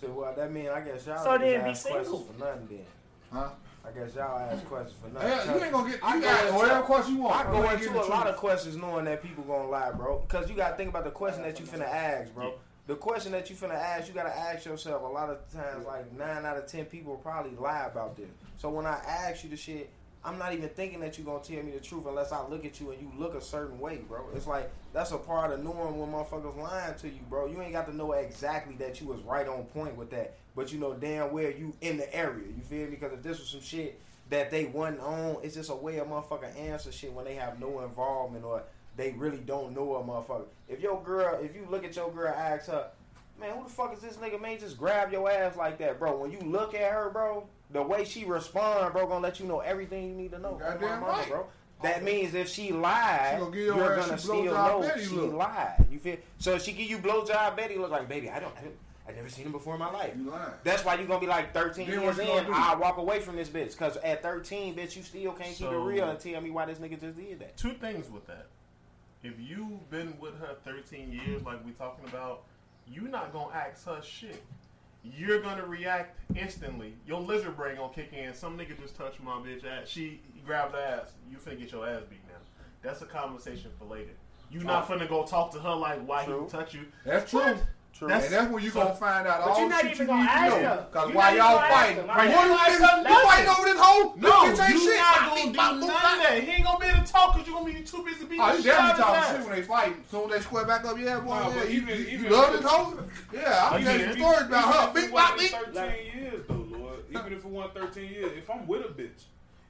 S6: So well, that mean I guess y'all
S3: So
S6: niggas
S3: then be
S6: ask questions
S3: single.
S6: for nothing then.
S4: Huh?
S6: I guess y'all ask questions for nothing.
S4: Yeah, you ain't gonna get.
S6: I
S4: You
S6: go
S4: got
S6: into-
S4: whatever question you want.
S6: I
S4: You
S6: go
S4: ain't
S6: into
S4: getting
S6: a lot
S4: choose.
S6: of questions knowing that people gonna lie, bro. Cause you gotta think about the question that you finna ask, bro. The question that you finna ask, you gotta ask yourself. A lot of times, like nine out of ten people probably lie about this. So when I ask you the shit, I'm not even thinking that you gonna tell me the truth unless I look at you and you look a certain way, bro. It's like that's a part of knowing when motherfuckers lying to you, bro. You ain't got to know exactly that you was right on point with that, but you know damn well you in the area. You feel me? Because if this was some shit that they wasn't on. It's just a way a motherfucker answer shit when they have no involvement or they really don't know a motherfucker. If your girl, if you look at your girl, ask her, man, who the fuck is this nigga? Man, just grab your ass like that, bro. When you look at her, bro, the way she respond, bro, gonna let you know everything you need to know.
S4: You goddamn
S6: Oh, my mama,
S4: right.
S6: bro. That means if she lied,
S4: She gonna give
S6: you're
S4: your ass
S6: gonna
S4: some
S6: still
S4: blowjob
S6: know
S4: Betty
S6: she
S4: look.
S6: lied. You feel? So if she give you blowjob, Betty look like, baby, I don't, I don't, I never seen him before in my life.
S4: You lying.
S6: That's why you gonna be like 13
S4: Then
S6: years
S4: what you gonna
S6: in.
S4: do?
S6: I walk away from this bitch because at 13, bitch, you still can't keep it
S7: So-
S6: real and tell me why this nigga just did that.
S7: Two things with that. If you've been with her 13 years, like we talking about, you're not gonna ask her shit. You're gonna react instantly. Your lizard brain gonna kick in. Some nigga just touched my bitch ass. She grabbed her ass. You finna get your ass beat now. That's a conversation for later. You not finna go talk to her like why
S6: True.
S7: he touch you.
S4: That's true.
S6: True.
S4: and that's when you
S7: so-
S4: gonna find out
S3: But
S4: all
S3: you're
S4: the
S3: not
S4: shit you
S3: even
S4: need
S3: gonna ask
S4: to
S3: her.
S4: know. Cause
S3: You're
S4: why
S3: not even
S4: y'all
S3: gonna ask
S4: fighting?
S3: her. Like,
S4: What
S7: you
S4: you
S7: ask
S4: niggas-
S7: her
S4: you fighting
S7: nothing.
S4: over this hoe?
S7: No,
S4: This bitch ain't
S7: you
S4: shit.
S7: not
S4: My
S7: gonna
S4: beat,
S7: do
S4: my
S7: none of
S4: boo, my-
S7: that. He ain't gonna be able to talk because you gonna be too busy beating
S4: Oh,
S7: the
S4: you
S7: shit out
S4: definitely
S7: of
S4: talking
S7: his
S4: shit
S7: ass.
S4: when they fighting. Soon they square back up, yeah, boy.
S5: Nah,
S4: yeah,
S5: but
S4: you,
S5: even-
S4: you- you
S5: even-
S4: love this hoe? Yeah, I'm
S5: Even
S4: telling
S5: if-
S4: stories about
S5: even
S4: her.
S5: if
S4: Beat
S5: it
S4: my
S5: wasn't
S4: beat.
S5: 13 years, though, Lord. Even if it won 13 years, if I'm with a bitch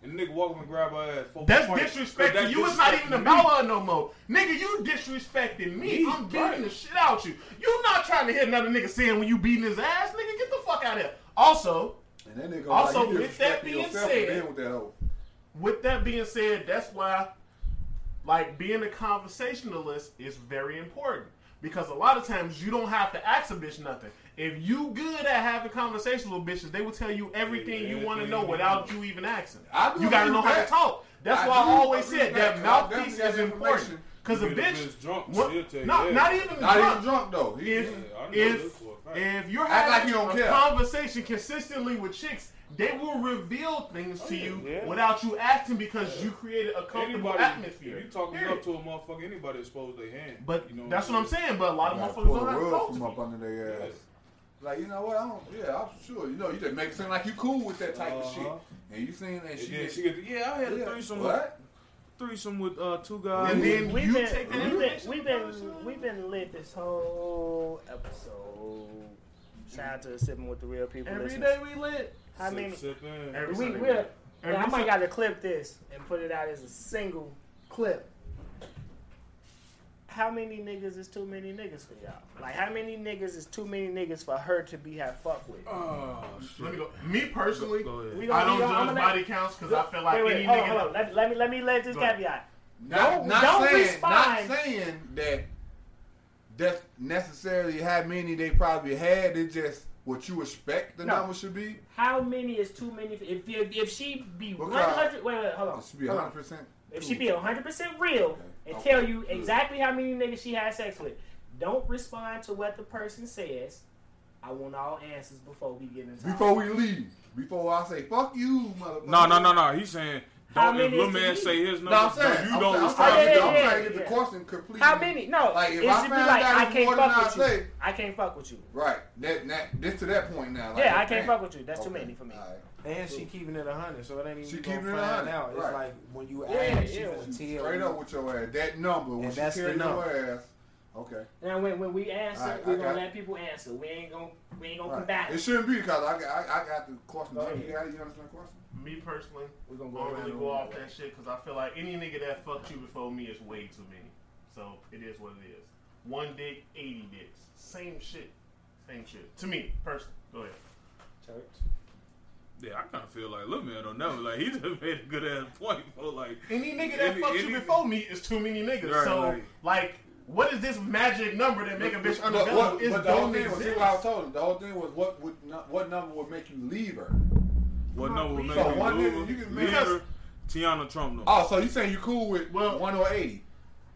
S5: and the nigga walk up and grab her ass, folks
S7: That's
S5: fight.
S7: disrespect to
S5: That's
S7: you. It's not
S5: disrespect
S7: even
S5: to me.
S7: about her no more. Nigga, you disrespecting me.
S5: Me,
S7: I'm beating
S5: right.
S7: the shit out you. You not trying to hit another nigga saying when you beating his ass, nigga. Get the fuck out of here. Also,
S4: And that nigga
S7: Also,
S4: like, you
S7: with that
S4: disrespecting
S7: being
S4: yourself for
S7: said-
S4: being with that hoe.
S7: with that being said, that's why like being a conversationalist is very important. Because a lot of times you don't have to ask a bitch nothing. If you good at having conversations with bitches, they will tell you everything you want to
S5: Everything
S7: know
S5: you
S7: without
S5: know.
S7: you even asking.
S4: I do
S7: You gotta
S4: agree
S7: know
S4: with
S7: how to
S4: that.
S7: talk. That's
S4: I
S7: why I
S4: do
S7: always
S4: agree
S7: said
S4: with that,
S7: that
S4: 'cause I definitely
S7: mouthpiece is
S4: got information.
S7: important. Because a
S5: You get a
S7: bitch,
S5: bitch drunk,
S7: what-
S5: she'll tell you
S7: no,
S5: that.
S7: not even
S4: Not even
S7: drunk.
S4: drunk though. He-
S7: If
S5: Yeah, I know this
S7: if
S5: for a fact.
S7: if you're
S4: Act like
S7: having
S4: you don't
S7: a
S4: care.
S7: conversation consistently with chicks, they will reveal things to you
S6: yeah.
S7: without you asking because you created a comfortable
S5: Oh, Anybody,
S7: atmosphere.
S5: if you talking
S7: Period.
S5: up to a motherfucker, anybody expose their hand.
S7: But
S5: you know
S7: that's what I'm saying. But a lot of
S4: Like,
S7: motherfuckers
S4: pull
S7: don't
S4: the
S7: have to
S4: rug
S7: talk
S4: from up
S7: to me.
S4: under their ass.
S5: Yes.
S4: Like, you know what? I don't, yeah, I'm sure. You know, you just make it seem like you cool with that type of shit.
S5: Uh-huh.
S4: And you seen that
S5: And
S4: she,
S5: then
S4: did,
S5: she get, the, yeah, I had a
S4: yeah,
S5: threesome, with,
S4: what?
S5: threesome with uh, two guys.
S7: And
S4: Oh,
S7: then
S3: We've
S7: you
S3: been,
S7: take that
S3: we've been,
S7: information
S3: we've
S7: about yourself.
S3: been, we've been lit this whole episode. Shout out to sipping with the real people.
S7: Every
S3: listeners.
S7: day we lit.
S3: I mean,
S5: sip, sip in.
S7: Every
S3: we
S7: Sunday
S3: we.
S7: night. Every
S3: I might
S7: Sunday-
S3: got to clip this and put it out as a single clip. How many niggas is too many niggas for y'all? Like, how many niggas is too many niggas for her to be have fuck with?
S5: oh, shit.
S7: Let me go. Me personally,
S5: Go ahead.
S3: We
S7: I
S3: we
S7: don't judge
S3: I'ma let-
S7: body counts because I feel like
S3: wait, wait,
S7: any
S3: hold on,
S7: nigga.
S3: hold on. Let, let me let me let this
S7: Go ahead.
S3: caveat.
S4: Not,
S3: Don't-
S4: not
S3: don't
S4: saying,
S3: respond.
S4: Not saying that that's necessarily how many they probably had. It's just what you expect the
S3: No.
S4: number should be.
S3: How many is too many? If if, if she be
S4: Well,
S3: one
S4: Kyle,
S3: hundred, wait, wait, hold on.
S4: It should be
S3: hold on.
S4: 100%.
S3: If she be hundred percent real and
S4: Okay.
S3: tell you exactly how many niggas she had sex with, don't respond to what the person says. I want all answers before we get into
S4: Before we leave. Before I say, fuck you, motherfucker.
S5: No, no, no, no. He's saying,
S3: How
S5: don't if
S3: many
S5: little
S3: is
S5: man
S3: too
S5: say his
S4: No,
S5: number,
S4: I'm saying.
S5: you
S4: I'm
S5: don't
S4: saying- I'm
S5: respond.
S4: trying to get-
S3: Yeah, yeah,
S4: I'm trying to get
S3: yeah,
S4: the
S3: yeah.
S4: question complete.
S3: How many? No,
S4: Like, if
S3: it
S4: I
S3: should be
S4: found
S3: like
S4: out
S3: I
S4: it's
S3: can't
S4: more than I
S3: fuck with you.
S4: say-
S3: I can't fuck with you.
S4: Right. That, that, this to that point now. Like,
S3: Yeah, I
S4: okay.
S3: can't fuck with you. That's too
S4: Okay.
S3: many for me.
S4: All right.
S6: And she keeping it a hundred, so it ain't even
S4: She
S6: you
S4: keeping it
S6: gonna find
S4: 100,
S6: out. It's
S4: right.
S6: like when you
S3: Yeah,
S6: ask, she
S3: yeah.
S6: gonna tell
S4: Straight
S6: you.
S4: up with your ass. That number when
S6: E. And
S4: she
S6: that's the
S4: carried
S6: number.
S4: your ass. Okay.
S3: Now when, when we answer,
S4: All right,
S3: we're
S4: I
S3: gonna
S4: got-
S3: let people answer. We ain't gonna we ain't gonna
S4: Right.
S3: combat
S4: It
S3: it.
S4: shouldn't be because I, I, I got the question.
S3: Go ahead.
S4: You, got, it? you understand the question?
S7: Me personally,
S3: We're gonna
S7: I
S3: go
S7: don't
S3: around
S7: really
S3: the
S7: go off
S3: room.
S7: that shit because I feel like any nigga that fucked you before me is way too many. So it is what it is. One dick, eighty dicks, same shit, same shit. To me, personally, go ahead.
S3: Church.
S5: Yeah, I kind of feel like, look, man, don't never. Like, he just made a good ass point, bro. Like,
S7: Any nigga that
S5: Any-
S7: fucked
S5: any-
S7: you before me is too many niggas.
S5: Right,
S7: so
S5: like-
S7: like, what is this magic number that make a bitch
S4: But, but,
S7: unavailable? It
S4: but the whole
S7: don't
S4: thing was, see
S7: exist.
S4: what I was told him. The whole thing was what would not, what number would make you leave her?
S5: what number would make
S4: So
S5: me
S4: one
S5: Google,
S4: nigga, you can make-
S5: Leader, Tiana Trump, no.
S4: Oh, so you saying you cool with
S7: Well-
S4: one or eighty?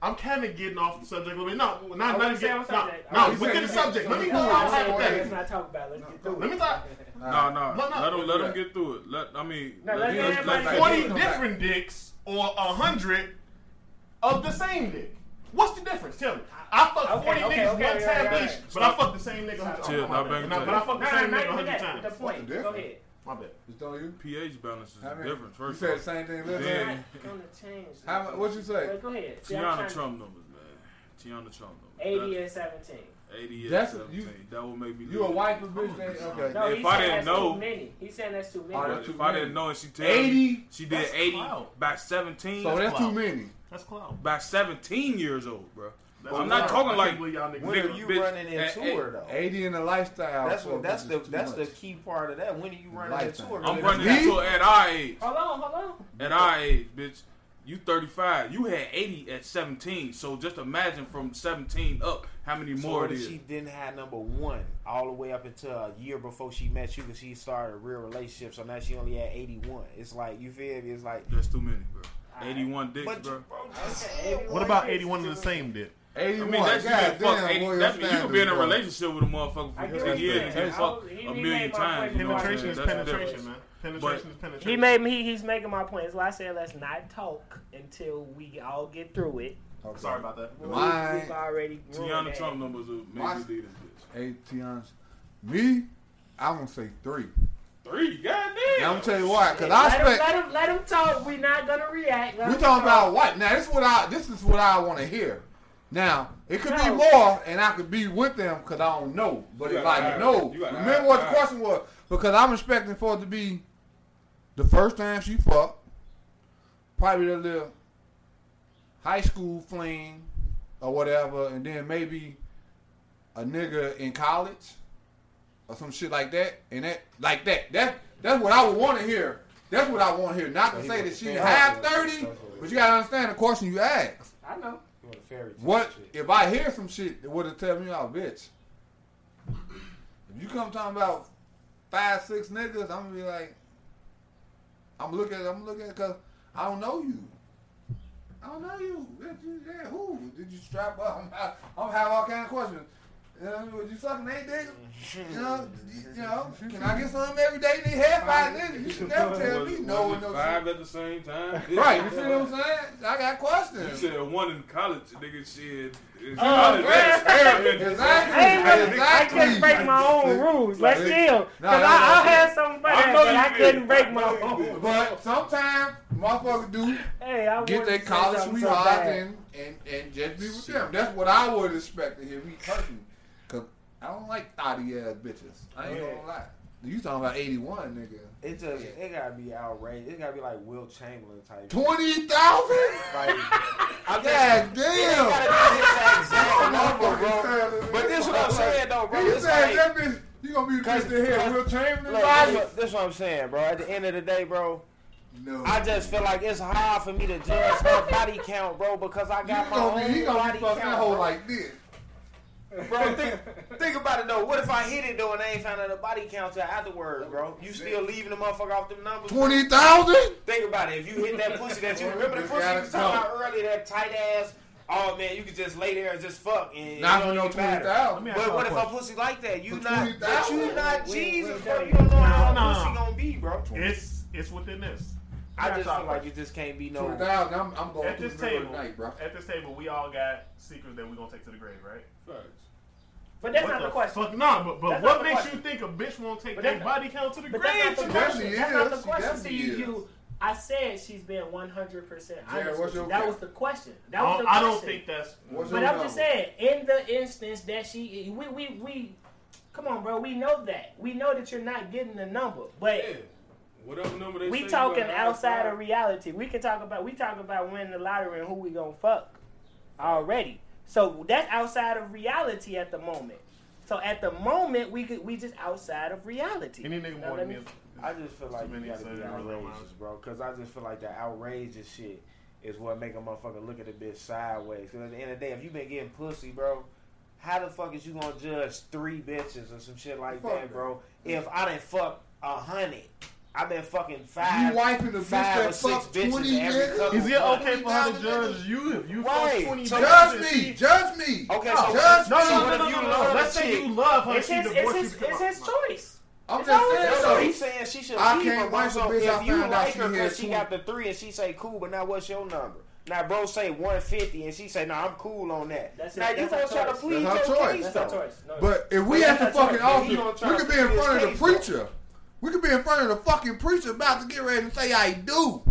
S7: I'm kind of getting off the subject a little bit. No,
S3: I
S7: not not
S3: wouldn't say
S7: again.
S3: on
S7: No,
S3: subject. I
S7: no,
S4: wouldn't
S7: we
S4: say
S7: get the
S4: on
S7: subject.
S4: subject.
S7: Let me
S4: No,
S7: go
S4: I
S7: off
S4: wouldn't say on
S3: Let's
S7: hypothetical.
S3: not talk about it. Let's get through
S7: Let me talk.
S5: Nah, nah.
S7: Well, no,
S5: let him, let him
S4: that.
S5: get through it. Let, I mean,
S3: No, let
S5: let's-
S3: everybody
S5: let's-
S3: get
S7: Forty
S4: Come back.
S7: different dicks or a hundred of the same dick. What's the difference? Tell me. I fucked
S3: Okay,
S7: forty
S3: okay,
S7: niggas
S3: okay,
S7: one
S3: okay,
S7: time
S3: okay.
S7: each, but I fucked the same nigga. a hundred-
S5: Chill,
S7: oh,
S5: now
S7: my
S5: bang
S7: bad. Nah,
S5: back.
S7: But I fucked the
S3: No, no,
S7: same
S3: not
S7: nigga a
S3: even
S7: hundred
S3: that. The
S7: times.
S3: point.
S4: the
S3: Go
S4: difference?
S3: ahead.
S7: My bad.
S4: Just don't you.
S5: pH balance is
S4: I mean,
S5: different.
S4: you
S5: First
S4: said the
S5: off,
S4: same thing.
S5: Yeah.
S4: Listen,
S3: We're not gonna change.
S4: how, mu-
S3: this.
S4: what you say?
S3: But go ahead. See, I'm trying
S5: Tiana
S3: to-
S5: Trump numbers, man. Tiana Trump numbers.
S3: Eighty and seventeen.
S5: That- 80 is
S4: That's-
S5: 17.
S4: you-
S5: that would make me.
S4: You a
S5: leave.
S4: wife of bitch? Then, okay.
S3: No,
S5: If
S3: he's
S5: I
S3: saying
S5: didn't
S3: that's
S5: know-
S3: too many. He's saying that's too many.
S4: Oh,
S5: But
S4: that's
S5: if
S4: too
S5: I
S4: many.
S5: didn't know and she tell me
S4: 80?
S5: she did
S7: That's
S5: 80
S7: clout.
S5: by 17,
S4: So that's too
S7: wild.
S4: many.
S7: That's cloud.
S5: by 17 years old, bro.
S7: That's
S5: I'm not
S7: wild.
S5: talking
S7: I can't
S5: like
S7: believe y'all niggas
S5: when
S7: do
S5: are
S7: that.
S5: nigga,
S6: you
S5: bitch,
S6: running
S5: eh,
S6: into
S5: eh,
S6: her though?
S4: Eighty in the lifestyle.
S6: Oh. That's
S4: for a
S6: what. That's
S4: bitch
S6: the.
S4: is too
S6: That's the
S4: much.
S6: key part of that. When are you running into
S4: Lifetime.
S6: her?
S5: I'm
S4: Me?
S5: running into her at our age.
S4: Oh,
S3: Hold on, hold on.
S5: At our age, bitch, you 35. You had 80 at 17. So just imagine from 17 up how many
S6: So
S5: more
S6: what
S5: it
S6: if
S5: is.
S6: she didn't have number one all the way up until a year before she met you because she started a real relationship. So now she only had eighty one. It's like you feel me? It's like
S5: That's too many, bro.
S3: All right.
S5: 81 dicks,
S6: but
S5: bro.
S6: you- bro, just
S3: Okay,
S6: say
S3: 81.
S6: one.
S7: What about eighty-one of the same dick?
S5: I
S4: Eighty-one.
S5: mean, that's you can
S4: goddamn,
S5: fuck 80,
S4: boy, your
S5: that, mean, you can be in a
S4: standards, bro.
S5: relationship with a motherfucker
S3: I
S5: for
S3: get
S5: 15
S3: what
S5: years
S3: you're
S5: and you
S3: saying.
S5: can fuck
S3: I- he- he
S5: a
S3: made
S5: million
S3: my
S5: times.
S3: point.
S5: You know what I'm
S7: Penetration
S5: saying?
S7: is
S5: That's the
S7: penetration,
S5: difference.
S7: man. Penetration is
S3: He
S7: penetration.
S3: made me. He, he's making my point. So I said, let's not talk until we all get through it.
S4: Okay.
S7: Sorry about that.
S3: We,
S4: Mine-
S3: have already. ruined
S5: Tiana
S3: that.
S5: Trump numbers will make
S4: My-
S5: you leave this bitch.
S4: Eight Tiana's. Me, I'm gonna say three.
S5: Three, goddamn.
S4: And I'm gonna tell you why, cause
S3: Let
S4: I
S3: him,
S4: expect
S3: let him. Let him talk. We're not gonna react. Let
S4: we
S3: him
S4: talking
S3: talk.
S4: about what now. This is what I this is what I want to hear. Now it could be
S3: No.
S4: more, and I could be with them because I don't know. But
S5: You
S4: if
S5: gotta
S4: I
S5: ask.
S4: know,
S5: You gotta
S4: remember
S5: ask.
S4: what the question was because I'm expecting for it to be the first time she fucked, probably the little high school fling or whatever, and then maybe a nigga in college or some shit like that, and that like that. That that's what I would want to hear. That's what I want to hear. Not to say that she half thirty, but you gotta understand the question you ask.
S3: I know.
S6: You want a fairy tale
S4: What
S6: shit.
S4: if I hear some shit that would have tell me, "Oh, bitch"? If you come talking about five, six niggas, I'm gonna be like, I'm looking, I'm looking, cause I don't know you. I don't know you. Bitch, you- Yeah, who did you strap up? I'm, I'm gonna have all kind of questions. You know, was you sucking eight niggas? You know, you, you know, can I get some every day? They had five niggas. You should never tell me
S5: Was-
S4: no
S5: was
S4: and
S5: it
S4: no.
S5: five at the same time.
S4: shit. Right, you see what I'm saying? I got
S5: You
S4: questions.
S5: said one in college, nigga. Shit, it's
S3: Oh,
S5: college
S3: man.
S5: experiment.
S4: Exactly.
S3: I ain't really.
S4: exactly.
S3: I couldn't break my own rules. Let's
S4: Like,
S3: chill. Cause
S4: no, no,
S3: I, I
S4: no.
S3: had something for
S5: I
S3: that,
S5: know
S3: but
S5: you
S3: I
S5: did.
S3: couldn't break
S5: I
S3: my
S5: know you
S3: own.
S4: But sometimes motherfuckers do
S3: Hey, I
S4: get
S3: wanted
S4: their
S3: to say
S4: college
S3: something so
S4: sweethearts
S3: bad.
S4: and, and, and just be with them. That's what I would expect to hear me personally. Cause I don't like thotty ass bitches. I ain't gonna lie. You talking about eighty one, nigga?
S6: It just it gotta be outrageous. It gotta be like Will Chamberlain type.
S4: Twenty thousand?
S6: Like,
S4: God damn!
S6: But this what I'm saying though, bro.
S4: You
S6: It's
S4: said
S6: like-
S4: that bitch, you gonna be the
S6: Cause-
S4: bitch that
S6: cause-
S4: had Will Chamberlain
S6: Look,
S4: body?
S6: this, this what I'm saying, bro. At the end of the day, bro,
S4: No.
S6: I just feel like it's hard for me to judge her body count, bro, because I
S4: You
S6: got my
S4: gonna be, he
S6: own
S4: gonna be
S6: body
S4: fucking that
S6: count.
S4: hoe
S6: Bro.
S4: like this.
S6: Bro, think, think about it though. What if I hit it though and I ain't found out the body count till afterwards, bro? You still leaving the motherfucker off them numbers? bro?
S4: Twenty thousand?
S6: Think about it. If you hit that pussy that you remember the pussy you was talking about earlier, that tight ass. Oh man, you could just lay there and just fuck and
S4: Not
S6: you
S4: for
S6: don't
S4: no
S6: even matter.
S4: twenty thousand.
S7: me ask
S6: But
S7: y'all
S6: what
S7: a
S6: if a
S7: question.
S6: pussy like that? You
S4: For
S6: not, but
S4: 20,000?
S6: you not
S3: Wait,
S6: Jesus,
S3: wait,
S6: bro.
S3: wait.
S6: You don't know how
S7: No, no,
S6: pussy
S7: no.
S6: gonna be, bro.
S7: It's it's within this.
S6: I
S7: Let
S6: just
S7: me ask y'all a
S6: feel like you just can't be no.
S4: Twenty thousand. I'm, I'm going
S7: At
S4: to
S7: this
S4: the river
S7: table,
S4: tonight, bro.
S7: at this table, we all got secrets that we gonna take to the grave, right?
S5: Facts.
S3: But that's
S7: What
S3: not the question.
S7: Fuck, nah, but, but
S3: That's
S7: what
S3: not the
S7: makes
S3: question.
S7: you think a bitch won't take
S3: But
S7: their
S3: that's-
S7: body count to the
S3: But
S7: grave?
S3: that's not the
S4: She
S3: question.
S4: definitely
S3: That's
S4: is.
S3: not the
S4: She
S3: question. See,
S4: definitely
S3: you,
S4: is.
S3: you I said she's been one hundred percent
S4: Jared,
S3: honest.
S4: what's
S3: with you.
S4: your
S3: That
S4: cap?
S3: was the question. That
S7: I
S3: was the
S7: don't,
S3: question.
S7: I don't think that's.
S4: What's
S3: But
S4: your
S3: I'm
S4: number?
S3: just saying, in the instance that she, we, we, we, come on, bro, we know that. We know that you're not getting the number, but
S5: Yeah. Whatever number they say
S3: we
S5: you
S3: talking
S5: gotta
S3: outside
S5: outside.
S3: of reality. We can talk about, we talking about winning the lottery and who we gonna fuck already. So that's outside of reality at the moment. So at the moment, we could, we just outside of reality.
S7: Any nigga
S3: Now,
S7: more
S3: let
S7: than
S3: me-
S7: this.
S6: I just feel like you
S7: many
S6: gotta
S7: so
S6: be
S7: that really
S6: outrageous,
S7: matters.
S6: bro. Cause I just feel like the outrageous shit is what make a motherfucker look at the bitch sideways. Cause at the end of the day, if you been getting pussy, bro, how the fuck is you gonna judge three bitches or some shit like
S4: Fuck
S6: that,
S4: that.
S6: bro? If I didn't fuck a hundred, I been fucking five,
S4: You wifing the bitch
S6: five or
S4: that
S6: six
S4: fucked
S6: bitches.
S4: 20
S6: every
S4: years?
S6: couple
S7: Is it
S6: months.
S7: okay for her to
S4: 20,000
S7: judge you if you
S6: Right.
S7: fuck 20
S6: So-
S7: bitches?
S4: Judge me, judge me.
S6: Okay,
S4: No,
S6: so
S4: judge
S7: No,
S4: me.
S7: no,
S6: What
S7: no,
S6: if
S7: no,
S6: you
S7: no, no,
S6: love
S7: no.
S6: the
S7: Let's say
S6: chick?
S7: you love her.
S3: It's
S7: She
S3: his, it's
S7: divorced you.
S3: his,
S7: Come
S3: it's
S7: on.
S3: his choice.
S4: I'm
S3: No,
S4: just saying
S3: no,
S6: So
S4: so.
S6: he's saying she should
S4: I
S6: keep
S4: can't
S6: her, bro.
S4: wife a
S6: So
S4: bitch I
S6: if you
S4: found out
S6: like
S4: she
S6: her
S4: had
S6: because she
S4: 20.
S6: got the three and she say cool, but now what's your number? Now, bro, say 150 and she say, nah, I'm cool on that.
S3: That's
S6: now,
S3: it.
S6: you
S3: That's
S6: gonna
S3: her
S6: try to
S3: choice.
S6: plead
S4: That's her
S6: your
S4: choice.
S6: case,
S3: That's our
S6: though.
S3: choice. No,
S4: But if we at the
S6: That's not
S4: fucking
S6: true.
S4: altar,
S6: He gonna try
S4: we
S6: to
S4: could be in
S6: plead
S4: front of
S6: his
S4: the
S6: case,
S4: preacher. We could be in front of the fucking preacher about to get ready to say I do.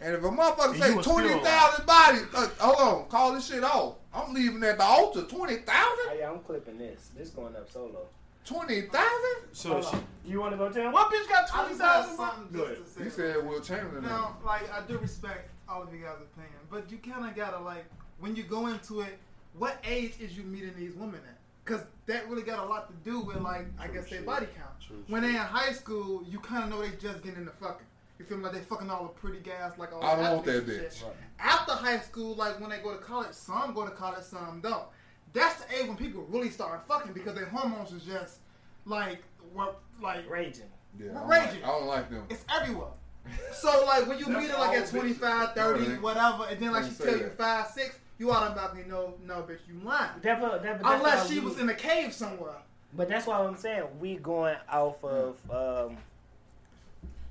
S4: And if a motherfucker
S7: And
S4: say
S7: you was still
S4: twenty thousand bodies, uh, hold on, call this shit off. I'm leaving at the altar. Twenty
S3: Oh,
S4: thousand?
S3: yeah, I'm clipping this. This going up solo.
S4: Twenty thousand?
S5: So she,
S3: You want to go tell him?
S7: What bitch got
S10: I
S7: twenty
S10: just have
S7: thousand?
S10: something
S7: Good.
S10: just to say.
S4: He said Will Chamberlain.
S10: Now, like, I do respect all of you guys' opinion, but you kind of gotta like when you go into it, what age is you meeting these women at? Because that really got a lot to do with like I guess their body count. when they in high school, you kind of know they just getting into fucking. You feel me? Like they fucking all the pretty guys, like all.
S4: I
S10: the
S4: don't want
S10: athletes
S4: that
S10: and
S4: bitch.
S10: shit. After high school, like when they go to college, some go to college, some don't. That's the age when people really start fucking because their hormones is just like what like
S3: Raging.
S4: Yeah, I, don't
S10: Raging.
S4: like, I don't like them.
S10: it's everywhere. So like when you
S7: That's
S10: meet her like
S7: all
S10: at 25, 30,
S4: bitches.
S10: whatever, and then like
S4: Don't
S10: she
S4: say
S10: tell you
S4: that.
S10: five, six, you automatically know, no bitch, you lying.
S3: That, but- that, but that's
S10: Unless
S3: why
S10: she
S3: we-
S10: was in a cave somewhere.
S3: But that's why I'm saying we going off of
S4: Hmm.
S3: um,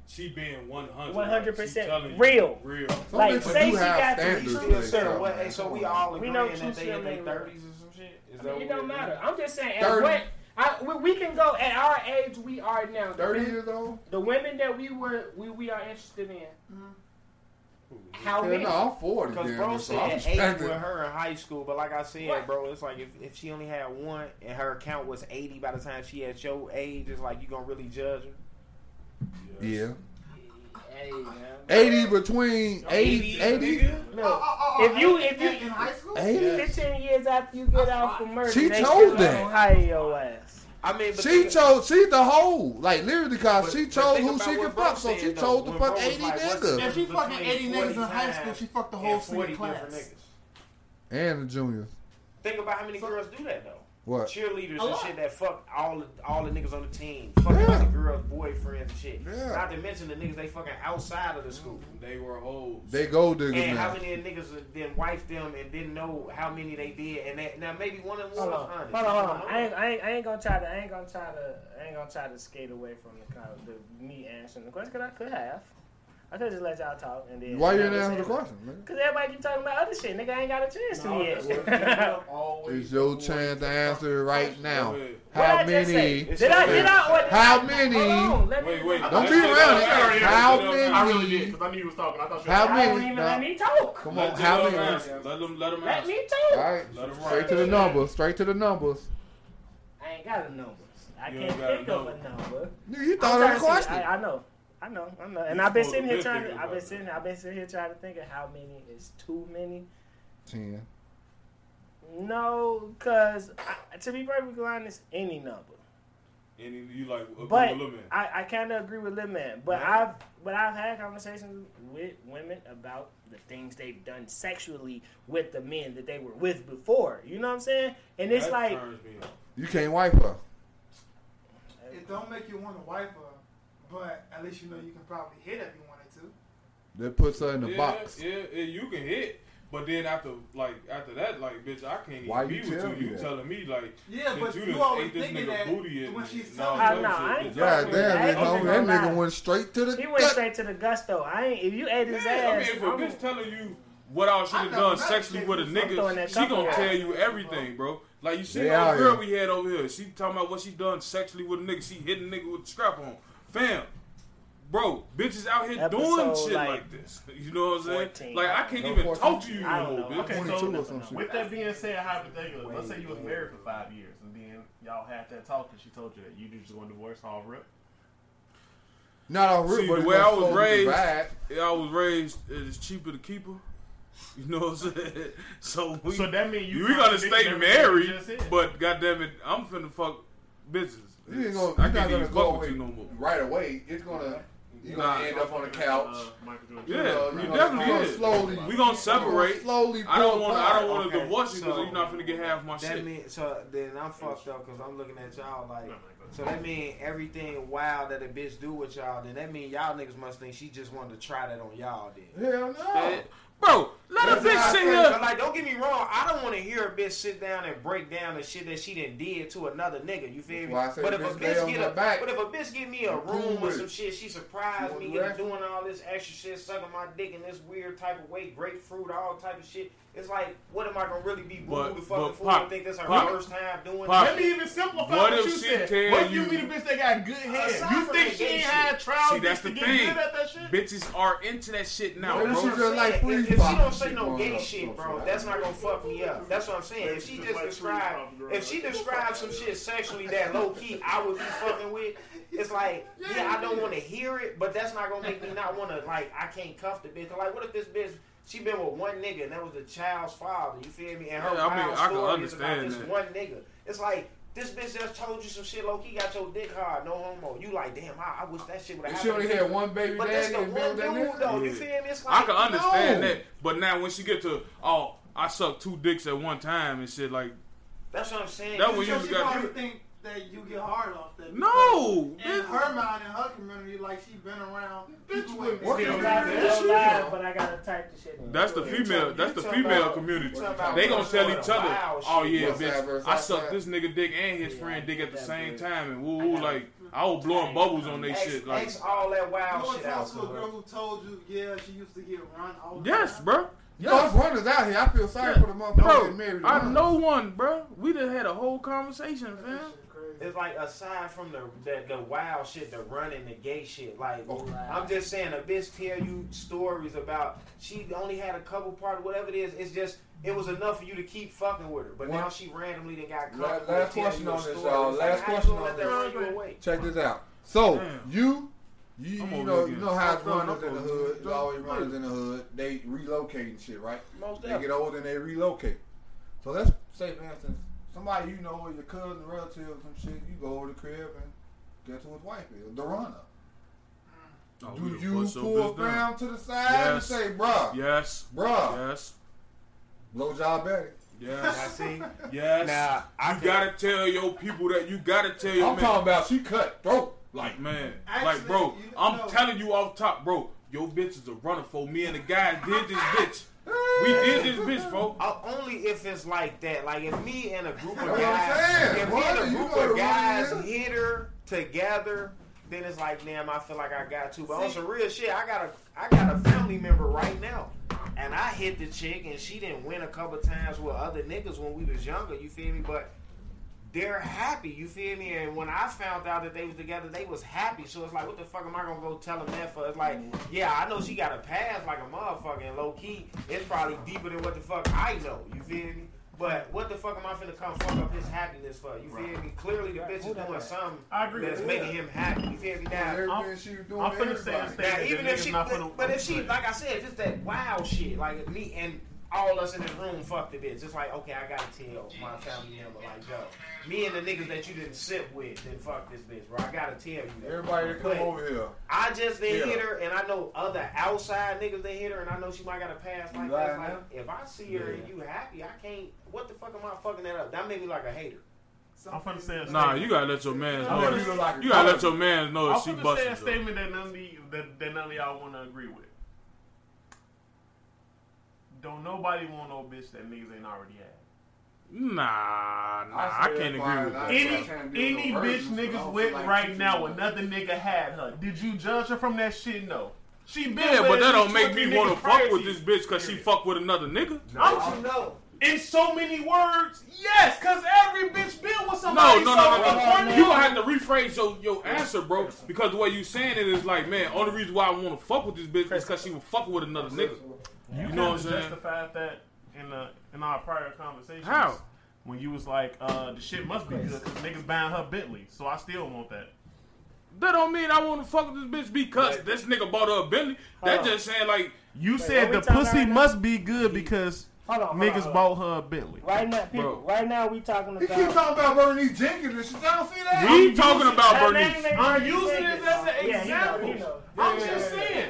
S5: she being 100.
S3: 100%
S5: She telling you,
S3: real.
S5: Real.
S4: Some
S3: Like,
S4: bitches
S3: say
S4: do
S3: she
S4: have
S3: got to be
S4: standards
S6: Still,
S4: for
S6: sir,
S4: themselves,
S6: what-
S4: man.
S6: hey, so
S4: Come
S6: we
S4: on.
S6: all
S3: We
S6: agreeing
S3: know
S6: that they
S3: two
S6: in their
S3: still ain't
S6: 30s or some shit? Is
S3: I mean,
S6: we
S3: it don't
S6: agree?
S3: matter. I'm just saying at
S4: 30.
S3: what I, we, we can go at our age we are now. The,
S4: Thirty
S3: wom-
S4: years old?
S3: the women that we were we, we are interested in.
S6: Hmm.
S3: How
S4: Yeah,
S3: many?
S4: no, I'm forty.
S6: Because
S4: Damn,
S6: bro
S4: near, so I'm
S6: said eight with
S4: standing.
S6: her in high school, but like I said,
S3: Right.
S6: bro, it's like if, if she only had one and her account was eighty by the time she had your age, it's like you gonna really judge her.
S4: Yeah,
S3: Hey man.
S4: eighty between 80, 80
S5: Nigga.
S3: Look,
S10: Oh, oh, oh,
S3: If you-
S10: in-
S3: if you-
S10: in, in high school,
S4: 80?
S3: fifteen years after you get out from murder,
S4: She
S3: they
S4: told
S3: still
S4: that.
S3: gonna hire your ass.
S6: I mean, but
S4: She
S6: think-
S4: chose. She the whole. Like literally, cause
S6: But-
S4: she
S6: but
S4: chose
S6: think
S4: who
S6: about
S4: she
S6: what
S4: could
S6: bro
S4: fuck. So
S6: said,
S4: she
S6: though,
S4: chose to fuck
S6: when bro was
S4: eighty
S6: like, what's the-
S4: niggas
S10: if she fucking
S6: Between
S10: 80 niggas in high
S6: 45
S10: school, she fucked the
S6: and
S10: whole senior
S6: 40
S10: class.
S6: different niggas.
S4: and the juniors.
S6: Think about how many girls do that though.
S4: What?
S6: Cheerleaders and
S10: A lot.
S6: shit that fuck all the, all the niggas on the team, fucking
S4: Yeah.
S6: other girls' boyfriends and shit.
S4: Yeah.
S6: Not to mention the niggas they fucking outside of the school.
S5: They were hoes.
S4: They gold diggers
S6: And
S4: now.
S6: how many of the niggas then wifed them and didn't know how many they did? And that, now maybe one of them
S3: Hold
S6: was
S3: on, hold
S6: honest.
S3: on,
S6: You
S3: hold
S6: don't
S3: on.
S6: know.
S3: I ain't, I ain't, I ain't gonna try to, I ain't gonna try to, I ain't gonna try to skate away from the, con- the me answering the question because I could have. I could just let y'all talk and then.
S4: Why you didn't answer the question, man?
S3: Because everybody keep talking about other shit. Nigga, I ain't got a chance
S7: No,
S3: to
S7: that's
S3: yet.
S4: It's your chance to answer it right now.
S5: Go ahead.
S3: What
S4: How
S3: I just
S4: many?
S3: say? Did I? Did I? Or did
S4: How
S3: I,
S4: many-
S3: Hold on, let me-
S5: Wait, wait.
S4: Don't
S5: let's
S4: be
S5: let
S4: around
S5: her
S4: it.
S5: answer.
S4: How
S5: Let her
S4: many-
S7: I really did because I knew you was talking. I thought you.
S4: How
S7: was-
S3: Y'all don't
S4: many?
S3: even
S4: Nah.
S3: let me talk.
S4: Come on,
S5: Let
S4: how
S5: them
S4: many?
S5: answer. Let them, let them
S3: Let
S5: answer.
S3: me talk.
S4: All right,
S5: Let 'em
S4: straight to the
S5: ride.
S4: numbers. Straight to the numbers.
S3: I ain't got a number. I
S5: You
S3: can't
S5: ain't got a
S3: think of a
S5: number.
S3: number.
S4: Nigga, you
S3: I'm
S4: thought
S3: trying
S4: of the
S3: to see-
S4: question.
S3: I, I know. I know, I know, and
S5: You
S3: I've been
S5: supposed
S3: sitting
S5: to
S3: here
S5: been
S3: trying.
S5: thinking
S3: To, I've been
S5: about
S3: sitting. I've been sitting here trying to think of how many is too many.
S4: Ten.
S3: No, cause I, to be perfectly honest, any number.
S5: And you like a
S3: But
S5: little man.
S3: I, I kind of agree with Lil Man, but
S5: Yeah.
S3: I've but I've had conversations with women about the things they've done sexually with the men that they were with before. You know what I'm saying? And it's
S5: That
S3: like
S5: turns me off.
S4: You can't wipe her.
S10: It don't make you want to wife her, but at least you know you can probably hit if you wanted to.
S4: That puts her in the
S5: yeah,
S4: box.
S5: Yeah, yeah, you can hit. But then after like after that, like bitch, I can't
S4: Why
S5: even be
S4: you
S5: with
S4: tell
S5: you.
S4: me
S5: You
S4: that?
S5: telling me like
S10: Yeah,
S5: Bitch,
S10: but
S5: you
S10: you,
S5: done
S10: always
S5: ate this
S10: thinking
S5: nigga
S10: that
S5: booty and-
S10: when she's
S5: no,
S10: telling
S3: Oh,
S5: that
S3: no, I
S5: shit
S3: ain't
S5: is
S4: God
S3: fucking with
S4: damn,
S3: that.
S4: that,
S3: I ain't
S4: hoe- that
S3: even gonna
S4: nigga
S3: lie.
S4: went straight to the
S3: He went
S4: gut.
S3: straight to the gusto. I ain't. If you ate his
S5: Yeah, I mean,
S3: ass,
S5: if a
S3: I'm-
S5: bitch telling you what I should
S10: I
S5: have
S10: know,
S5: done
S10: that's
S5: sexually
S10: it.
S5: with a
S10: I'm
S3: throwing that
S5: nigga, she
S3: top
S5: gonna
S3: out.
S5: tell you everything, bro. Like you see
S4: They
S5: my
S4: out
S5: girl
S4: here.
S5: we had over here, she talking about what she done sexually with a nigga. She hitting a nigga with a strap on, fam. Bro, bitches out here doing
S3: Episode,
S5: shit like,
S3: like,
S5: this. You know what I'm saying?
S3: 14.
S5: Like I can't
S4: No,
S5: even
S4: 14.
S5: talk to you
S3: I
S5: no
S3: don't
S5: more,
S3: know.
S5: bitch.
S7: Okay,
S3: I
S7: so
S3: can't
S4: or
S3: do
S4: some
S3: nothing.
S7: With that being said, hypothetically, let's say you was married for five years, and then y'all had that talk, and she told you that you just going to divorce all rip.
S4: Not on
S5: See,
S4: root,
S5: the
S4: but
S5: way I was
S4: it's
S5: raised-
S4: raised. Divide.
S5: Yeah, I was raised it is cheaper to keep her. You know what I'm saying? So we
S7: so that means you
S5: we gonna stay
S7: contradict everything
S5: married,
S7: you just said.
S5: but goddamn it, I'm finna fuck bitches.
S4: You
S5: I
S4: ain't gonna, you're not
S5: can't
S4: gonna
S5: even
S4: go
S5: fuck with
S4: away
S5: you no more.
S4: right away. It's gonna you're
S5: Nah.
S4: gonna end up on the
S7: Uh,
S4: couch.
S7: Michael Jordan.
S5: Yeah,
S4: know,
S5: you
S4: you're gonna-
S5: definitely
S4: you're gonna
S5: is.
S4: slowly-
S5: we gonna separate.
S4: Slowly,
S5: I don't
S4: pull
S5: want. to I
S4: apart.
S5: don't want to
S6: Okay,
S5: divorce you because
S6: so-
S5: you're not finna get half my
S6: That
S5: shit.
S6: mean so then I'm fucked up because I'm looking at y'all like
S7: No, Michael.
S6: so that mean everything wild that a bitch do with y'all then that mean y'all niggas must think she just wanted to try that on y'all then.
S4: Hell no.
S5: That- bro, let a
S4: That's how
S5: bitch
S4: I
S5: sit
S4: feel.
S5: here.
S6: But like don't get me wrong, I don't want to hear a bitch sit down and break down the shit that she done did to another nigga. You feel me?
S4: Why I say
S6: But if a
S4: bitch lay on
S6: bitch get
S4: my
S6: a
S4: back.
S6: but if a bitch give me a
S4: I'm cool
S6: room with
S4: with
S6: some
S4: it.
S6: shit, she
S4: You
S6: surprised
S4: want
S6: me
S4: the
S6: and
S4: rest?
S6: doing all this extra shit, sucking my dick in this weird type of way, grapefruit, all type of shit. It's like, what am I gonna really be
S5: But-
S6: boo the fucking
S5: but
S6: fool and
S5: Pop,
S6: think this her
S5: Pop,
S6: first time doing
S5: Pop,
S7: Let me even
S5: What
S7: simplify what,
S5: if
S7: you
S5: she
S7: said.
S5: tell
S7: What if you
S5: you-
S7: be the bitch that got good head?
S6: Aside
S7: You
S6: from
S7: think
S6: the
S7: she
S6: gay
S7: ain't
S6: shit.
S7: had trials
S5: See, that's
S7: to
S5: the
S7: get
S5: thing.
S7: good at that shit?
S5: Bitches are into that shit now,
S4: What if
S5: bro.
S4: she
S6: That's what I'm
S4: just like
S6: saying.
S4: free
S6: if, if she
S4: falling
S6: don't say
S4: shit
S6: no
S4: going
S6: gay
S4: up,
S6: shit,
S4: so
S6: bro,
S4: she-
S6: that's not gonna fuck me up. That's what I'm saying. If she
S7: Just
S6: just
S7: like
S6: described,
S7: free falling,
S6: if she described some shit sexually that low key I would be fucking with, it's like, yeah, I don't want to hear it, but that's not gonna make me not want to. Like, I can't cuff the bitch. Like, what if this bitch? She been with one nigga, and that was the child's father. You feel me? And her
S5: Yeah, I mean,
S6: wild
S5: I can
S6: story
S5: understand
S6: is
S5: that.
S6: about this one nigga. It's like this bitch just told you some shit. Low key got your dick hard, no homo. You like, damn, I, I wish that shit would
S4: And
S6: have
S4: she
S6: happened.
S4: only had one baby
S6: But that's
S4: daddy
S6: the
S4: and been
S6: one
S4: with that
S6: dude,
S4: nigga.
S6: though. You
S5: Yeah.
S6: feel me? It's like,
S5: I can understand
S4: no.
S5: that, but now when she get to oh, I suck two dicks at one time and shit like
S6: That's what I'm saying.
S5: That was
S10: Because
S5: you
S10: she
S5: got-
S10: probably think that you get hard off that.
S5: no,
S10: In
S5: bitch.
S10: her mind, in her community, like she been around. people with
S4: What
S10: big
S4: the
S10: babies.
S4: fuck?
S3: It's live, but I gotta type the shit.
S5: That's the
S3: Yeah.
S5: female.
S6: talking-
S5: that's
S6: you
S5: the
S6: talking
S5: female
S6: about-
S5: community.
S6: you talking about
S5: They gonna
S6: some
S5: tell
S6: sort
S5: each
S6: of
S5: other,
S6: wild
S5: "Oh
S6: shit."
S5: yeah,
S4: What's that
S5: bitch,
S4: verse?
S5: I
S4: What's
S5: sucked
S4: that?
S5: this nigga dick and his
S3: Yeah,
S5: friend dick at the
S3: that
S5: same
S3: verse.
S5: time, and woo woo, like I was blowing bubbles on they
S6: X-
S5: shit, like
S6: X all that
S10: You
S6: wild
S10: want
S6: shit
S10: to
S6: out.
S10: talk to a girl who told you, yeah, she used to get run all the
S5: yes,
S10: time?
S5: bro.
S4: Those runners out here, I feel sorry
S5: Yeah.
S4: for the motherfucker that
S5: Bro,
S4: married. the
S5: I
S4: runner.
S5: know one, bro. We done had a whole conversation,
S10: That
S5: fam.
S10: shit crazy.
S6: It's like aside from the, the the wild shit, the running, the gay shit. Like
S4: Oh.
S6: I'm just saying, a bitch tell you stories about she only had a couple part, whatever it is. It's just it was enough for you to keep fucking with her. But now
S4: What?
S6: she randomly done got
S4: La-
S6: caught.
S4: last question on this,
S6: uh,
S4: y'all. Last question on
S6: let that
S4: this.
S6: run you away?
S4: Check this out. So
S5: Damn.
S4: you, you,
S5: I'm
S4: you
S5: over
S4: know,
S5: here
S4: you know how it's
S5: fucked up.
S4: runners
S5: I'm
S4: in the
S5: over
S4: hood.
S5: here
S4: It's always
S5: fucked
S4: runners
S5: up.
S4: in the hood. They relocate and shit, right?
S6: Most
S4: They
S6: definitely.
S4: get older and they relocate. So let's say, for instance, somebody you know, or your cousin, relative, or some shit. You go over the crib and guess who his wife is? The runner.
S5: Oh, we
S4: Do
S5: done
S4: you
S5: bust your
S4: pull
S5: bitch down.
S4: fam to the side and
S5: Yes.
S4: say, "Bruh,
S5: Yes,
S4: bruh,
S5: yes,
S4: blow job Betty"?
S6: I
S5: yes,
S6: see.
S5: yes.
S6: Now I
S5: you gotta tell your people that you gotta tell your
S4: I'm
S5: men.
S4: talking about she cut throat. Like
S5: Like man, like
S10: Actually,
S5: bro,
S10: you
S5: I'm
S10: know-
S5: telling you off top, bro. Your bitch is a runner for me and the guys did this bitch. We did this bitch, bro.
S6: Uh, only if it's like that. Like if me and a group
S4: That's what
S6: of
S4: I'm
S6: guys,
S4: saying.
S6: if
S4: Why
S6: me
S4: do
S6: and
S4: you
S6: a group
S4: go to
S6: of
S4: one
S6: guys
S4: of them?
S6: hit her together, then it's like, damn, I feel like I got to. But on
S10: See-
S6: some real shit, I got a I got a family member right now. And I hit the chick and she didn't win a couple times with other niggas when we was younger, you feel me? But they're happy, you feel me? And when I found out that they was together, they was happy. So it's like, what the fuck am I gonna go tell them that for? It's like,
S7: Mm-hmm.
S6: yeah, I know she got a pass like a motherfucker, and low key, it's probably deeper than what the fuck I know, you feel me? But what the fuck am I finna come fuck up his happiness for? You feel me? Clearly the bitch is doing something
S7: I agree
S6: that's
S7: with
S6: making him happy. You feel me? Now,
S4: everything she was doing, to
S7: I'm finna say
S4: everybody.
S7: this thing.
S6: now even if
S7: Niggas
S6: she,
S7: not finna-
S6: but, but if she, like I said, if it's that wild shit, like me and all us in this room fucked a bitch, it's like, okay, I gotta tell my family member, like, yo, me and the niggas that you didn't sit with didn't fuck this bitch, bro. I gotta tell you. that.
S4: Everybody that come
S6: But
S4: over here.
S6: I just didn't
S4: Yeah.
S6: hit her, and I know other outside niggas that hit her, and I know she might got a pass
S4: You
S6: like
S4: lying
S6: that. Like,
S4: now?
S6: if I see her and you happy, I can't. What the fuck am I fucking that up? That made me like a hater.
S7: I'm finna say a
S5: Nah, you gotta let your man
S4: I
S5: know.
S4: know
S5: that-
S4: look like a
S5: You gotta let
S4: thug.
S5: your man know
S7: I'm
S5: that she
S7: finna say
S5: busting.
S7: a
S5: though.
S7: statement that none of you, that, that none of y'all wanna agree with. Don't nobody want no bitch that niggas ain't already had.
S5: Nah, nah, I,
S4: said
S5: can't
S4: fine,
S5: agree with
S4: I-
S5: that.
S7: Any
S4: can't do
S7: any
S4: no
S7: bitch
S4: versions, but I
S7: niggas
S4: also
S7: with
S4: like
S7: right
S4: teaching
S7: now
S4: them.
S7: another nigga had her. Did you judge her from that shit? No. She been
S5: Yeah,
S7: with
S5: but that
S7: at
S5: don't
S7: least
S5: make
S7: two or
S5: me
S7: three
S5: want
S7: niggas
S5: to fuck
S7: prior
S5: with
S7: to you.
S5: this bitch because she
S7: Period.
S5: fuck with another nigga.
S6: Don't you know?
S7: in so many words, yes, because every bitch been with
S5: No,
S7: somebody.
S5: no, no, no,
S7: so
S5: no,
S7: important.
S5: You gonna have to rephrase your, your answer, bro, because the way you saying it is like, man, only reason why I want to fuck with this bitch is because she was fucking with another nigga. know
S7: You, know
S5: what I'm saying?
S7: Justified that in the in our prior conversations.
S5: How?
S7: When you was like, uh, the shit must be good because niggas buying her Bentley, so I still want that.
S5: That don't mean I want to fuck with this bitch because this nigga bought her a Bentley. That just saying like,
S7: You
S3: are
S7: said
S3: we
S7: the
S3: talking
S7: pussy
S3: right now?
S7: must be good because
S3: Hold on, hold on,
S7: niggas
S3: hold on.
S7: bought her a Bentley.
S3: Right now, people,
S5: Bro.
S3: right now we talking
S4: He keep
S3: about.
S4: talking about Bernie Jenkins and shit. I don't see that.
S5: we talking about
S3: That
S5: Bernice.
S3: name ain't
S7: I'm
S3: Bernice
S7: using
S3: Jenkins.
S7: it as an
S3: Yeah, he know,
S7: example.
S3: he know.
S7: I'm
S4: Yeah,
S7: just
S4: yeah, yeah.
S7: saying.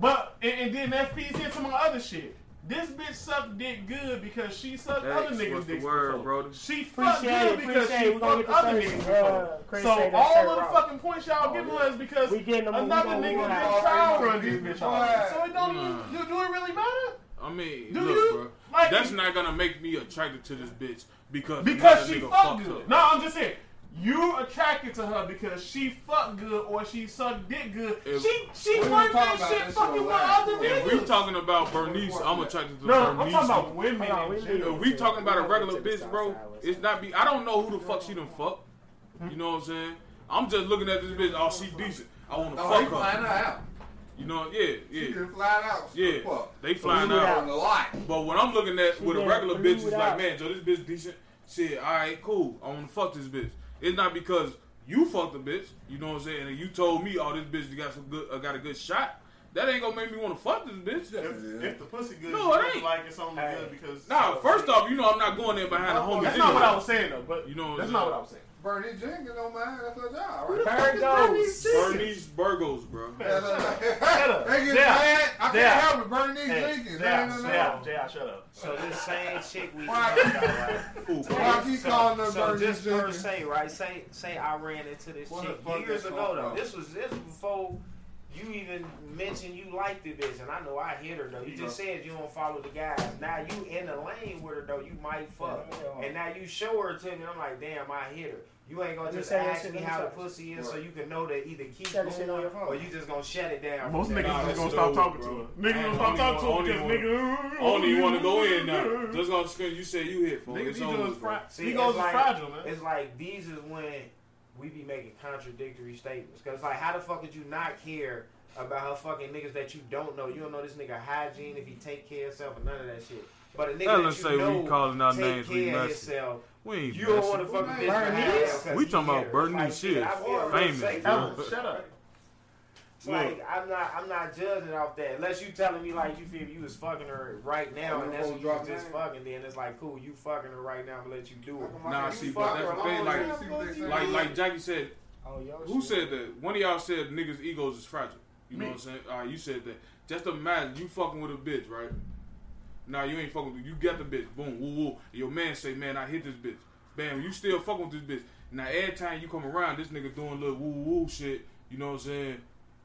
S7: But and, and then that feeds into my other shit. This bitch sucked dick good because she sucked
S5: That's
S7: other niggas'
S5: what's the
S7: dicks
S5: word,
S7: before.
S5: bro?
S7: She fucked
S3: Appreciate
S7: good
S3: it,
S7: because
S3: appreciate
S7: she
S3: it. We gonna get the
S7: fucking other
S3: service.
S7: niggas
S3: Uh,
S7: before.
S3: Chris
S7: so
S3: said that
S7: all
S3: shirt
S7: of the
S3: wrong.
S7: fucking points y'all giving her is because
S3: We getting them- we
S7: another
S3: gonna- we
S7: nigga
S3: gonna-
S7: did trial run this bitch off.
S4: Right.
S7: So it don't even, do, do it really matter?
S5: I mean,
S7: Do
S5: look,
S7: you?
S5: bro,
S7: Like-
S5: that's not gonna make me attracted to this bitch because
S7: Because
S5: another
S7: she
S5: nigga
S7: fucked
S5: fucked
S7: good.
S5: her.
S7: No, I'm just saying. You attracted to her because she fucked good or she sucked dick good.
S5: If-
S7: she she
S4: We don't
S7: worked
S4: talk
S7: that
S4: about
S7: shit
S4: this
S7: fucking
S4: shit
S7: with
S4: online.
S7: other
S5: If we
S7: niggas.
S5: talking about Bernice, I'm attracted to
S7: no,
S5: Bernice.
S7: I'm talking about
S3: Hold
S7: women.
S3: on,
S7: in
S3: we
S7: general.
S5: If we talking about a regular bitch, bro, it's not be. I don't know who the fuck she done fuck. You know what I'm saying? I'm just looking at this bitch. Oh, she decent. I want to
S4: No, Oh, he
S5: fuck
S4: flying
S5: her.
S4: her out.
S5: You know? Yeah,
S4: He
S5: yeah,
S4: can fly out.
S5: yeah.
S4: Fuck.
S5: They flying
S4: We were
S5: out.
S4: on the lot.
S5: But what I'm looking at with a
S3: done
S5: regular
S3: blew
S5: bitch is
S3: it
S5: like,
S3: out.
S5: man, Joe, this bitch decent. Shit, all right, cool. I want to fuck this bitch. It's not because you fucked the bitch. You know what I'm saying? And you told me, oh, this bitch got some good, uh, got a good shot. That ain't gonna make me want to fuck this bitch.
S4: Yeah.
S7: the pussy good,
S5: No,
S7: you
S5: it
S7: look
S5: ain't.
S7: like it's only
S3: Hey.
S7: because
S5: Nah, first off, you know I'm not going there behind the homies.
S7: that's not what
S5: anyway.
S7: I was saying though. But
S5: You know what
S7: that's
S5: I'm
S7: not
S5: saying?
S7: what I was saying.
S4: Bernie Jenkins don't mind. That's her job, right?
S3: Virgos.
S5: Bernice Burgos, bro.
S7: Man, shut up.
S4: Shut
S7: up.
S4: They get
S7: Yeah.
S4: mad. I
S7: Yeah.
S4: can't help it. Bernie
S7: Hey,
S4: Jenkins.
S7: yeah,
S4: No, no,
S7: yeah,
S4: no.
S7: yeah, shut up.
S6: So this same chick we
S4: Why-
S6: talking about, right?
S5: Ooh,
S4: So why keep calling her
S6: so
S4: Bernie
S6: just per
S4: Jenkins?
S6: se, right? Say say I ran into this
S4: What the
S6: chick
S4: fuck
S6: years
S4: that
S6: ago
S4: come
S6: though.
S4: from?
S6: This was this was before you even mentioned you liked the bitch, and I know I hit her though. You just said you don't follow the guys. Now you in the lane with her though. You might fuck, and now you show her to me. I'm like, damn, I hit her. You ain't gonna
S3: Let me
S6: just
S3: say that
S6: ask
S3: shit,
S6: me
S3: let me
S6: how the
S3: say that
S6: pussy is, so you can know to either keep
S3: Say that shit
S6: going
S3: on your phone.
S6: or you just gonna shut it down.
S7: Most
S6: from there.
S7: niggas
S5: Nah,
S7: just
S5: that's
S7: gonna
S5: dope,
S7: stop talking
S5: bro.
S7: to her. Niggas
S5: Ain't
S7: gonna stop
S5: only
S7: talking
S5: one-
S7: to her
S5: only
S7: because nigga.
S5: Only want to go in now. Just gonna scream. You said you hit for
S7: Niggas,
S5: It's
S7: these
S5: over,
S7: niggas
S5: bro.
S7: fra-
S6: See,
S7: these niggas
S6: it's
S7: is
S6: like-
S7: fragile, man.
S6: It's like these is when we be making contradictory statements. Cause like, how the fuck did you not care about her fucking niggas that you don't know? You don't know this nigga hygiene if he take care of himself or none of that shit. But a nigga
S5: That
S6: that
S5: let's
S6: you
S5: say we
S6: know
S5: calling out
S6: take
S5: names, we
S6: care of
S5: messy.
S6: himself,
S5: We ain't
S6: you don't want
S5: messing.
S6: to fuck a bitch.
S4: Bernice?
S6: behind her 'cause
S5: We
S6: you
S5: talking
S6: hit
S5: about
S6: her.
S5: Bernice
S6: Like,
S5: shit.
S6: I want her
S5: Famous,
S6: safety.
S5: bro.
S7: Ellen, shut up.
S6: Like I'm not, I'm not judging off that. Unless you telling me like you feel you was fucking her right now, and that's what you was just fucking. Then it's like cool, you fucking her right now. I'm gonna let you do it.
S5: Nah,
S4: You
S5: see, but
S4: fuck
S5: that's
S4: her
S5: the thing,
S4: alone,
S5: like-
S4: you see what they say?
S5: Like, like Jackie said,
S3: Oh, yo,
S5: who
S3: shit.
S5: said that? One of y'all said niggas' egos is fragile. You know what I'm saying? All right, you said that. Just imagine you fucking with a bitch, right? Now you ain't fucking. with You got the bitch. Boom, woo, woo. Your man say, man, I hit this bitch. Bam, you still fucking with this bitch. Now every time you come around, this nigga doing little woo, woo, woo shit. You know what I'm saying?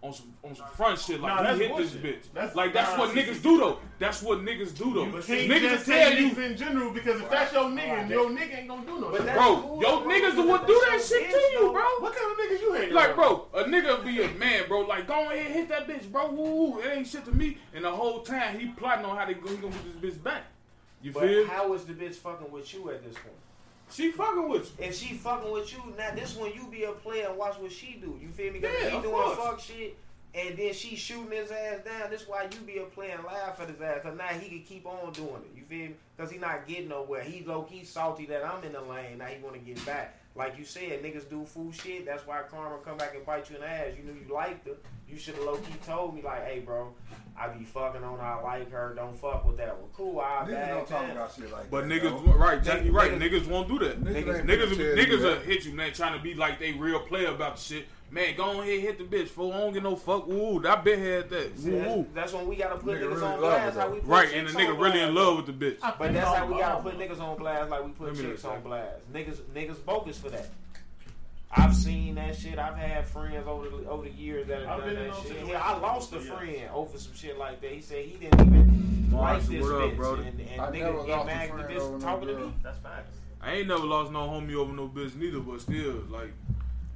S5: On some on some front shit, like
S7: Nah,
S5: he
S7: that's
S5: hit
S7: bullshit.
S5: this bitch.
S7: That's-
S5: like that's
S7: nah,
S5: what
S7: see,
S5: niggas
S7: see.
S5: do though. That's what niggas do though.
S7: Can't
S5: Niggas
S7: just
S5: tell
S7: say
S5: you
S7: niggas in general because if that's your nigga, and your nigga ain't gonna do no
S6: But
S7: shit.
S6: that's
S5: Bro,
S6: cool,
S5: yo
S6: bro.
S5: niggas
S6: But
S5: will
S6: that's
S5: do
S6: your
S5: that shit to
S6: bitch,
S5: you,
S6: though.
S5: bro.
S7: What kind of niggas you hanging
S5: Like,
S7: around?
S5: bro, a nigga be a man, bro. Like, go ahead, hit that bitch, bro. Woo, woo. it ain't shit to me. And the whole time he plotting on how they go, he gonna get this bitch back. You
S6: But
S5: feel?
S6: how is the bitch fucking with you at this point?
S5: she fucking with you.
S6: If she fucking with you, now this one you be a player and watch what she do. You feel me? Cause
S5: Yeah,
S6: he
S5: of
S6: doing
S5: course.
S6: fuck shit and then she shooting his ass down. This why you be a player and laugh at his ass. Cause now he can keep on doing it. You feel me? Cause he not getting nowhere. He low key salty that I'm in the lane. Now he wanna get back. Like you said, niggas do fool shit. That's why karma come back and bite you in the ass. You knew you liked her. You should have low key told me like, hey bro, I be fucking on. her. I like her. Don't fuck with that one. Cool. I
S4: Niggas don't
S6: bad.
S4: talk
S6: down.
S4: about shit like
S5: But
S4: that.
S5: niggas,
S4: though.
S5: right, Jackie, right.
S6: niggas-
S5: Niggas won't do that.
S4: Niggas
S5: Niggas,
S4: ain't
S5: niggas,
S4: finna tell
S5: niggas
S4: you
S5: will
S4: that.
S5: hit you, man, trying to be like they real player about the shit. Man, go ahead, hit the bitch, fool. I don't get no fuck. Woo, I been had that.
S6: See,
S5: Woo,
S6: that's,
S5: woo.
S6: that's when we gotta put
S4: Nigga
S6: niggas
S4: really
S6: on
S4: love
S6: blast.
S4: her,
S6: How
S4: though.
S6: we put
S5: Right,
S6: chicks
S5: and the
S6: on
S5: nigga really in
S6: blast.
S5: love with the bitch.
S7: I
S6: But
S7: think
S6: that's
S7: I'm
S6: how we gotta
S7: wrong.
S6: put niggas on blast, like we put
S5: Let me
S6: chicks
S5: look,
S6: on
S5: man.
S6: blast. Niggas, niggas bogus for that. I've seen that shit. I've had friends over the over the years that have
S7: I've
S6: done
S7: been in
S6: that
S7: those
S6: shit.
S7: situations
S6: Yeah, I lost a
S7: before,
S6: friend over some shit like that. He said he didn't even
S5: Marsh,
S6: like this
S5: what up,
S6: bitch,
S5: brother?
S6: and, and
S4: I never
S6: nigga
S4: lost
S6: get
S4: a
S6: mad at the
S4: friend over
S6: bitch
S4: no
S6: talking to
S4: girl.
S6: me.
S7: That's facts.
S5: I ain't never lost no homie over no bitch neither, but still, like,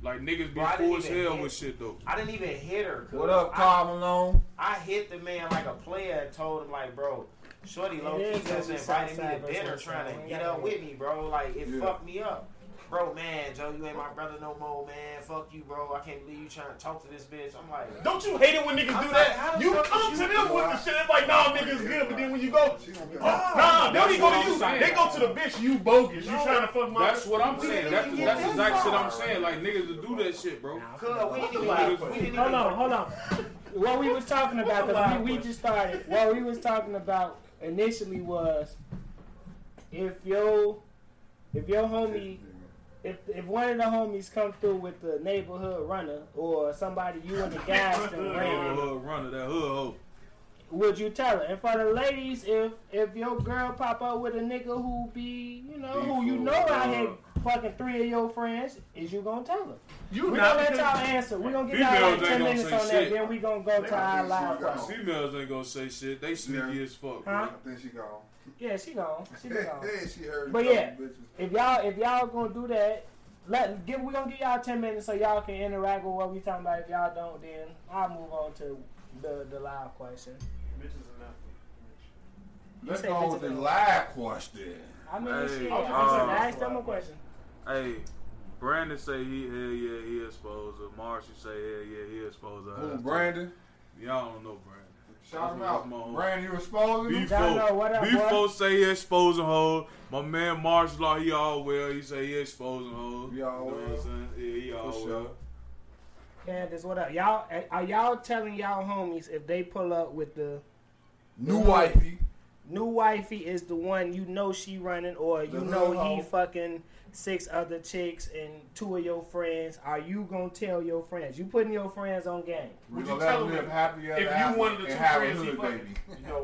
S5: Like niggas be
S6: Bro, I didn't
S5: full as
S6: even
S5: hell
S6: hit-
S5: with shit though.
S6: I didn't even hit her. cuz.
S4: What up,
S6: I-
S4: Carl Malone?
S6: I hit the man like a player and told him like, bro, Shorty low
S3: It
S6: key
S3: is
S6: just
S3: gonna be
S6: invited
S3: Southside
S6: me to
S3: versus
S6: dinner
S3: West
S6: trying
S3: Side.
S6: to get up with me, bro. Like it
S8: Yeah.
S6: fucked me up. Bro, man, Joe, you ain't my brother no more, man. Fuck you, bro. I can't believe you trying to talk to this bitch. I'm like,
S7: Don't you hate it when niggas
S6: I'm
S7: do
S6: like, how
S7: that?
S6: the
S7: you
S6: fuck
S7: come to
S6: is
S7: them
S6: you-
S7: with the shit. It's like, nah, niggas good, but then when you go, oh.
S6: Nah,
S7: nah,
S5: that's
S7: they don't
S5: what
S7: go
S5: I'm
S7: to you.
S5: saying.
S7: They go to the bitch. You bogus. You
S6: No,
S7: trying to fuck my.
S5: That's what I'm saying. That's,
S6: Yeah,
S5: that's the exact shit I'm
S6: that's
S5: saying. Like niggas to do that shit, bro.
S6: cuz we didn't
S5: fuck
S6: even.
S5: is
S6: we
S5: you?
S6: didn't even-
S3: Hold on, hold on. What we was talking about, because we, we just started, what we was talking about initially was if yo, if your homie, if, if one of the homies come through with the neighborhood runner or somebody you and the guys done ran,
S5: Hood runner, that hood hoe.
S3: would you tell her? And for the ladies, if if your girl pop up with a nigga who be, you know,
S5: Be
S3: who you
S5: full,
S3: know out
S5: uh,
S3: here fucking three of your friends, is you gonna tell her?
S7: You
S3: We gonna
S7: not
S3: let
S7: because-
S3: y'all answer. We gonna give y'all like
S5: Females ain't
S3: ten
S5: gonna
S3: minutes
S5: say
S3: on that,
S5: shit.
S3: then we gonna go to our live.
S4: Gone.
S3: question.
S5: Females ain't gonna say shit. They sneaky
S4: Yeah.
S5: as
S3: Huh?
S5: fuck, bro.
S4: I think she gone.
S3: Yeah, she gone. She be gone.
S4: Hey, she heard.
S3: But
S4: you
S3: yeah.
S4: talking,
S3: if y'all if y'all gonna do that, let give we gonna give y'all ten minutes so y'all can interact with what we talking about. If y'all don't, then I'll move on to the the live question.
S8: Let's
S3: say
S8: go with
S3: bitches
S8: the
S3: don't-
S8: live question.
S3: I mean,
S5: Hey, uh,
S3: shit.
S5: I
S3: I'm just
S5: was gonna
S3: ask them a question.
S5: Hey, Brandon say he hell yeah he exposed her. Marcy say hell yeah he exposed her.
S8: Who, Brandon?
S5: Y'all don't know Brandon.
S8: Shout him
S5: That's
S8: out.
S5: my homie.
S8: Brandon, you exposing him?
S3: Y'all know what up,
S5: Before,
S3: boy?
S5: before say he exposing hoes. My man Marsh Law, he all well. He say he exposing hoes.
S8: He all
S5: you know
S8: well.
S5: what I'm saying? Yeah, he all
S8: sure.
S5: well.
S3: Candace, what up? Y'all are y'all telling y'all homies if they pull up with the
S8: New wifey.
S3: new wifey is the one you know she running or you
S8: The
S3: know
S8: hoe.
S3: he fucking six other chicks and two of your friends are you gonna tell your friends you putting your friends on game
S8: We
S7: Would
S8: gonna
S7: you
S8: let
S7: tell
S8: him
S7: him
S8: live
S7: if-
S8: happy ever
S7: if you
S8: after
S7: wanted the
S8: and
S7: two
S8: have a
S7: friends he
S8: hood
S7: fucking?
S8: baby.
S6: You know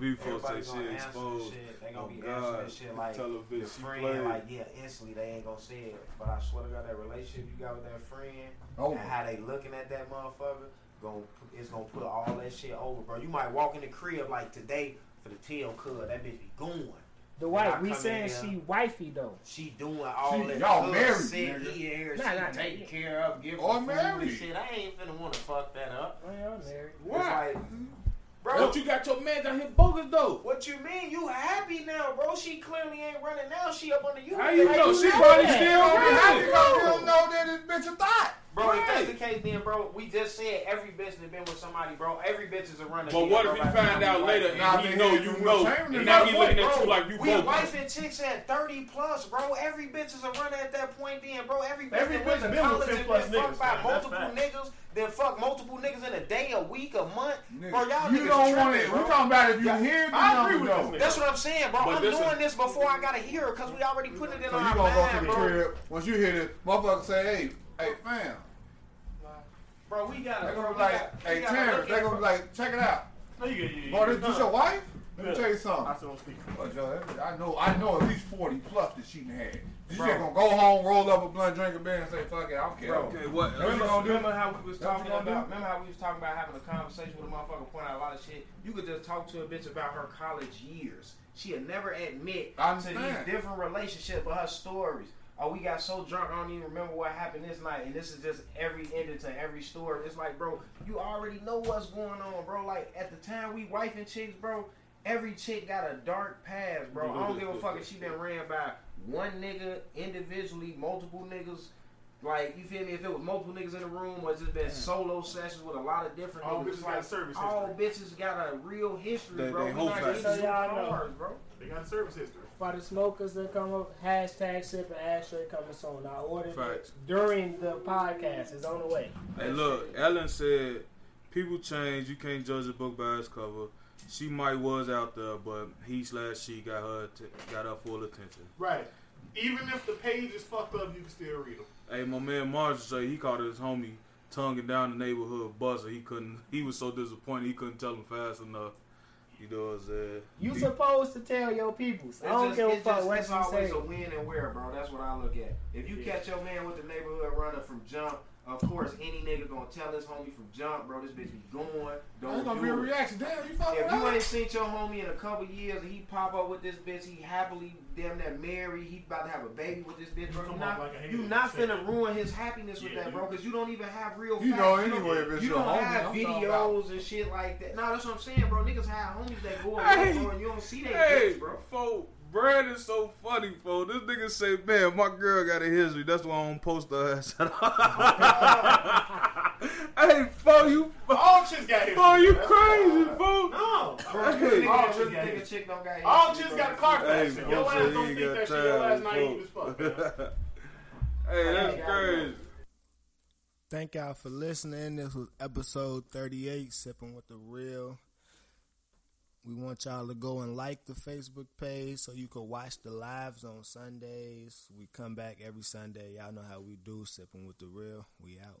S5: Before say
S6: Everybody's gonna
S5: she
S6: answer
S5: exposed.
S6: shit. They
S5: Oh,
S6: gonna be answering
S5: God.
S6: this shit like
S5: Tell her
S6: your
S5: bitch she
S6: friend,
S5: played.
S6: like yeah, instantly they ain't gonna say it. But I swear to God, that relationship you got with that friend
S8: Oh,
S6: and how they looking at that motherfucker, going it's gonna put all that shit over, bro. You might walk in the crib like today for the TL cuz that bitch be going.
S3: the
S6: Nah,
S3: wife we
S6: come in
S3: saying
S6: here.
S3: she wifey though
S6: She doing all
S8: She-
S6: that.
S8: y'all
S6: good
S8: married,
S6: shit
S8: nigga.
S6: here,
S3: Nah,
S6: she
S3: nah,
S6: take
S3: nah.
S6: care of, give
S8: Or
S6: her food and
S8: married.
S6: shit. I ain't finna wanna fuck that up.
S3: well, Oh, I'm married.
S5: Why?
S6: It's like, bro,
S5: But you got your man down here bogus though.
S6: What you mean? You happy now, bro? She clearly ain't running now. She up under you.
S5: How you know? She
S3: know
S5: probably
S3: that?
S5: still
S8: happy
S5: running.
S8: because you don't know that this bitch a thought.
S6: Bro, if that's the
S5: Right.
S6: case, then, bro, we just said every bitch that been with somebody, bro. Every bitch is a runner.
S5: But what if you find out later and
S8: Nah,
S5: he
S8: man,
S5: know
S8: he
S5: you
S8: was
S5: know,
S8: ashamed
S5: and
S8: of
S5: now
S8: that
S5: he looking
S6: Bro,
S5: at you like you
S6: we
S5: bogus?
S6: wife and chicks at 30 plus, bro. Every bitch is a runner at that point then, bro. Every bitch
S7: Every
S6: that
S7: bitch
S6: went to
S7: been with
S6: college
S7: 10
S6: and
S7: plus
S6: been fucked
S7: niggas,
S6: by
S7: man. That's
S6: multiple
S7: fact.
S6: niggas, then fuck multiple niggas in a day, a week, a month. Bro, y'all
S8: you
S6: niggas
S8: don't want
S6: tripping,
S8: it.
S6: bro.
S8: We're talking about if you hear the
S7: I
S8: number,
S7: agree with
S8: though.
S7: this nigga.
S6: That's what I'm saying, bro.
S5: But
S6: I'm
S5: this is-
S6: doing this before I gotta hear it because we already put it in
S8: So
S6: our
S8: you gonna go to
S6: mind,
S8: the
S6: bro.
S8: crib. Once you hear this, motherfucker say, hey, hey, fam.
S6: Bro, we gotta.
S8: They're gonna be
S6: we
S8: like,
S6: gotta-
S8: hey,
S6: we gotta
S8: Terrence,
S6: look
S8: they're
S6: at-
S8: gonna be like, check it out.
S7: No, you get you.
S8: Boy, this, this your wife? Let me
S7: Yeah.
S8: tell you something.
S7: I still don't speak.
S8: Oh, Joe, that- I know, I know at least 40 plus that she done had. She's
S6: Bro.
S8: just gonna go home, roll up a blunt, drink a beer, and say, fuck it, I don't care.
S6: Bro.
S5: Okay, what? uh,
S8: That's what you gonna do.
S6: Remember how we was
S8: That's
S6: talking
S8: what I do.
S6: about? Remember how we was talking about having a conversation with a motherfucker, pointing out a lot of shit. You could just talk to a bitch about her college years. She'll never admit
S8: I
S6: to
S8: understand.
S6: these different relationships, but her stories. Oh, we got so drunk, I don't even remember what happened this night. And this is just every ending to every story. It's like, bro, you already know what's going on, bro. Like at the time we wife and chicks, bro. Every chick got a dark past, bro. I don't give a fuck if she been ran by one nigga individually, multiple niggas. Like you feel me? If it was multiple niggas in the room, or it's just been solo sessions with a lot of different
S7: All
S6: niggas,
S7: bitches got service
S6: all bitches got a real history,
S5: They-
S6: bro.
S5: they
S6: We
S5: whole
S6: not
S5: facts.
S6: getting
S3: So y'all know.
S6: cars, bro.
S7: They got a service history.
S3: For the smokers that come up, hashtag sipping ashtray coming soon. I ordered
S5: Facts.
S3: it during the podcast. It's on the way.
S5: Hey, look, Ellen said, "People change. You can't judge a book by its cover." She might was out there, but he slash she got her att- got her full attention.
S7: Right. Even if the page is fucked up, you can still read them.
S5: Hey, my man Marge say he called his homie tonguing down the neighborhood buzzer. He couldn't. He was so disappointed he couldn't tell him fast enough. You know what I'm saying?
S3: You
S5: He-
S3: supposed to tell your peoples. I
S6: It's
S3: don't
S6: just-
S3: give a
S6: it's
S3: fuck
S6: just-
S3: what
S6: it's
S3: you
S6: always
S3: say.
S6: a win and where, bro. That's what I look at. If you
S7: Yeah.
S6: catch your man with the neighborhood runner from jump, Of course, any nigga gonna tell his homie from jump, bro, this bitch be going.
S4: That's
S6: Don't
S4: gonna
S6: do
S4: be a
S6: it.
S4: reaction. Damn, you fucking
S6: If you
S4: up.
S6: ain't seen your homie in a couple years and he pop up with this bitch, he happily damn near married, he about to have a baby with this bitch, bro.
S7: Come
S6: You
S7: on,
S6: not,
S7: like I hate
S6: you
S7: to
S6: not
S7: say
S6: finna
S7: that.
S6: ruin his happiness with
S7: Yeah,
S6: that,
S7: you-
S6: bro, because you don't even have real
S4: You
S6: facts.
S4: know
S6: don't-
S4: anyway if it's
S6: you
S4: your
S6: don't
S4: homie.
S6: have
S4: I'm talking about.
S6: videos and shit like that. No, that's what I'm saying, bro. Niggas have homies that go away,
S5: Hey.
S6: bro, and you don't see their
S5: Hey,
S6: bitch, bro.
S5: fo, Brad is so funny, fo. This nigga say, man, my girl got a history. That's why I don't post her ass. hey, fo, you,
S7: All chicks got history.
S5: fo, you
S7: That's-
S5: crazy, fo.
S6: Bro,
S7: No.
S6: this
S5: Hey.
S6: nigga
S7: All
S6: that really
S7: chicks got
S6: think a
S7: it.
S6: chick don't got history,
S7: All chicks
S6: bro.
S7: got car
S5: Hey,
S7: fashion.
S5: fo,
S7: Your
S5: say
S7: ass
S5: he
S7: don't
S5: ain't got
S7: think that shit. Your ass
S5: time,
S7: naive as
S5: fo.
S7: fuck, man.
S5: Hey, that's crazy.
S12: Thank y'all for listening. This was episode 38, Sipping with the Real. We want y'all to go and like the Facebook page so you can watch the lives on Sundays. We come back every Sunday. Y'all know how we do, Sipping with the Real. We out.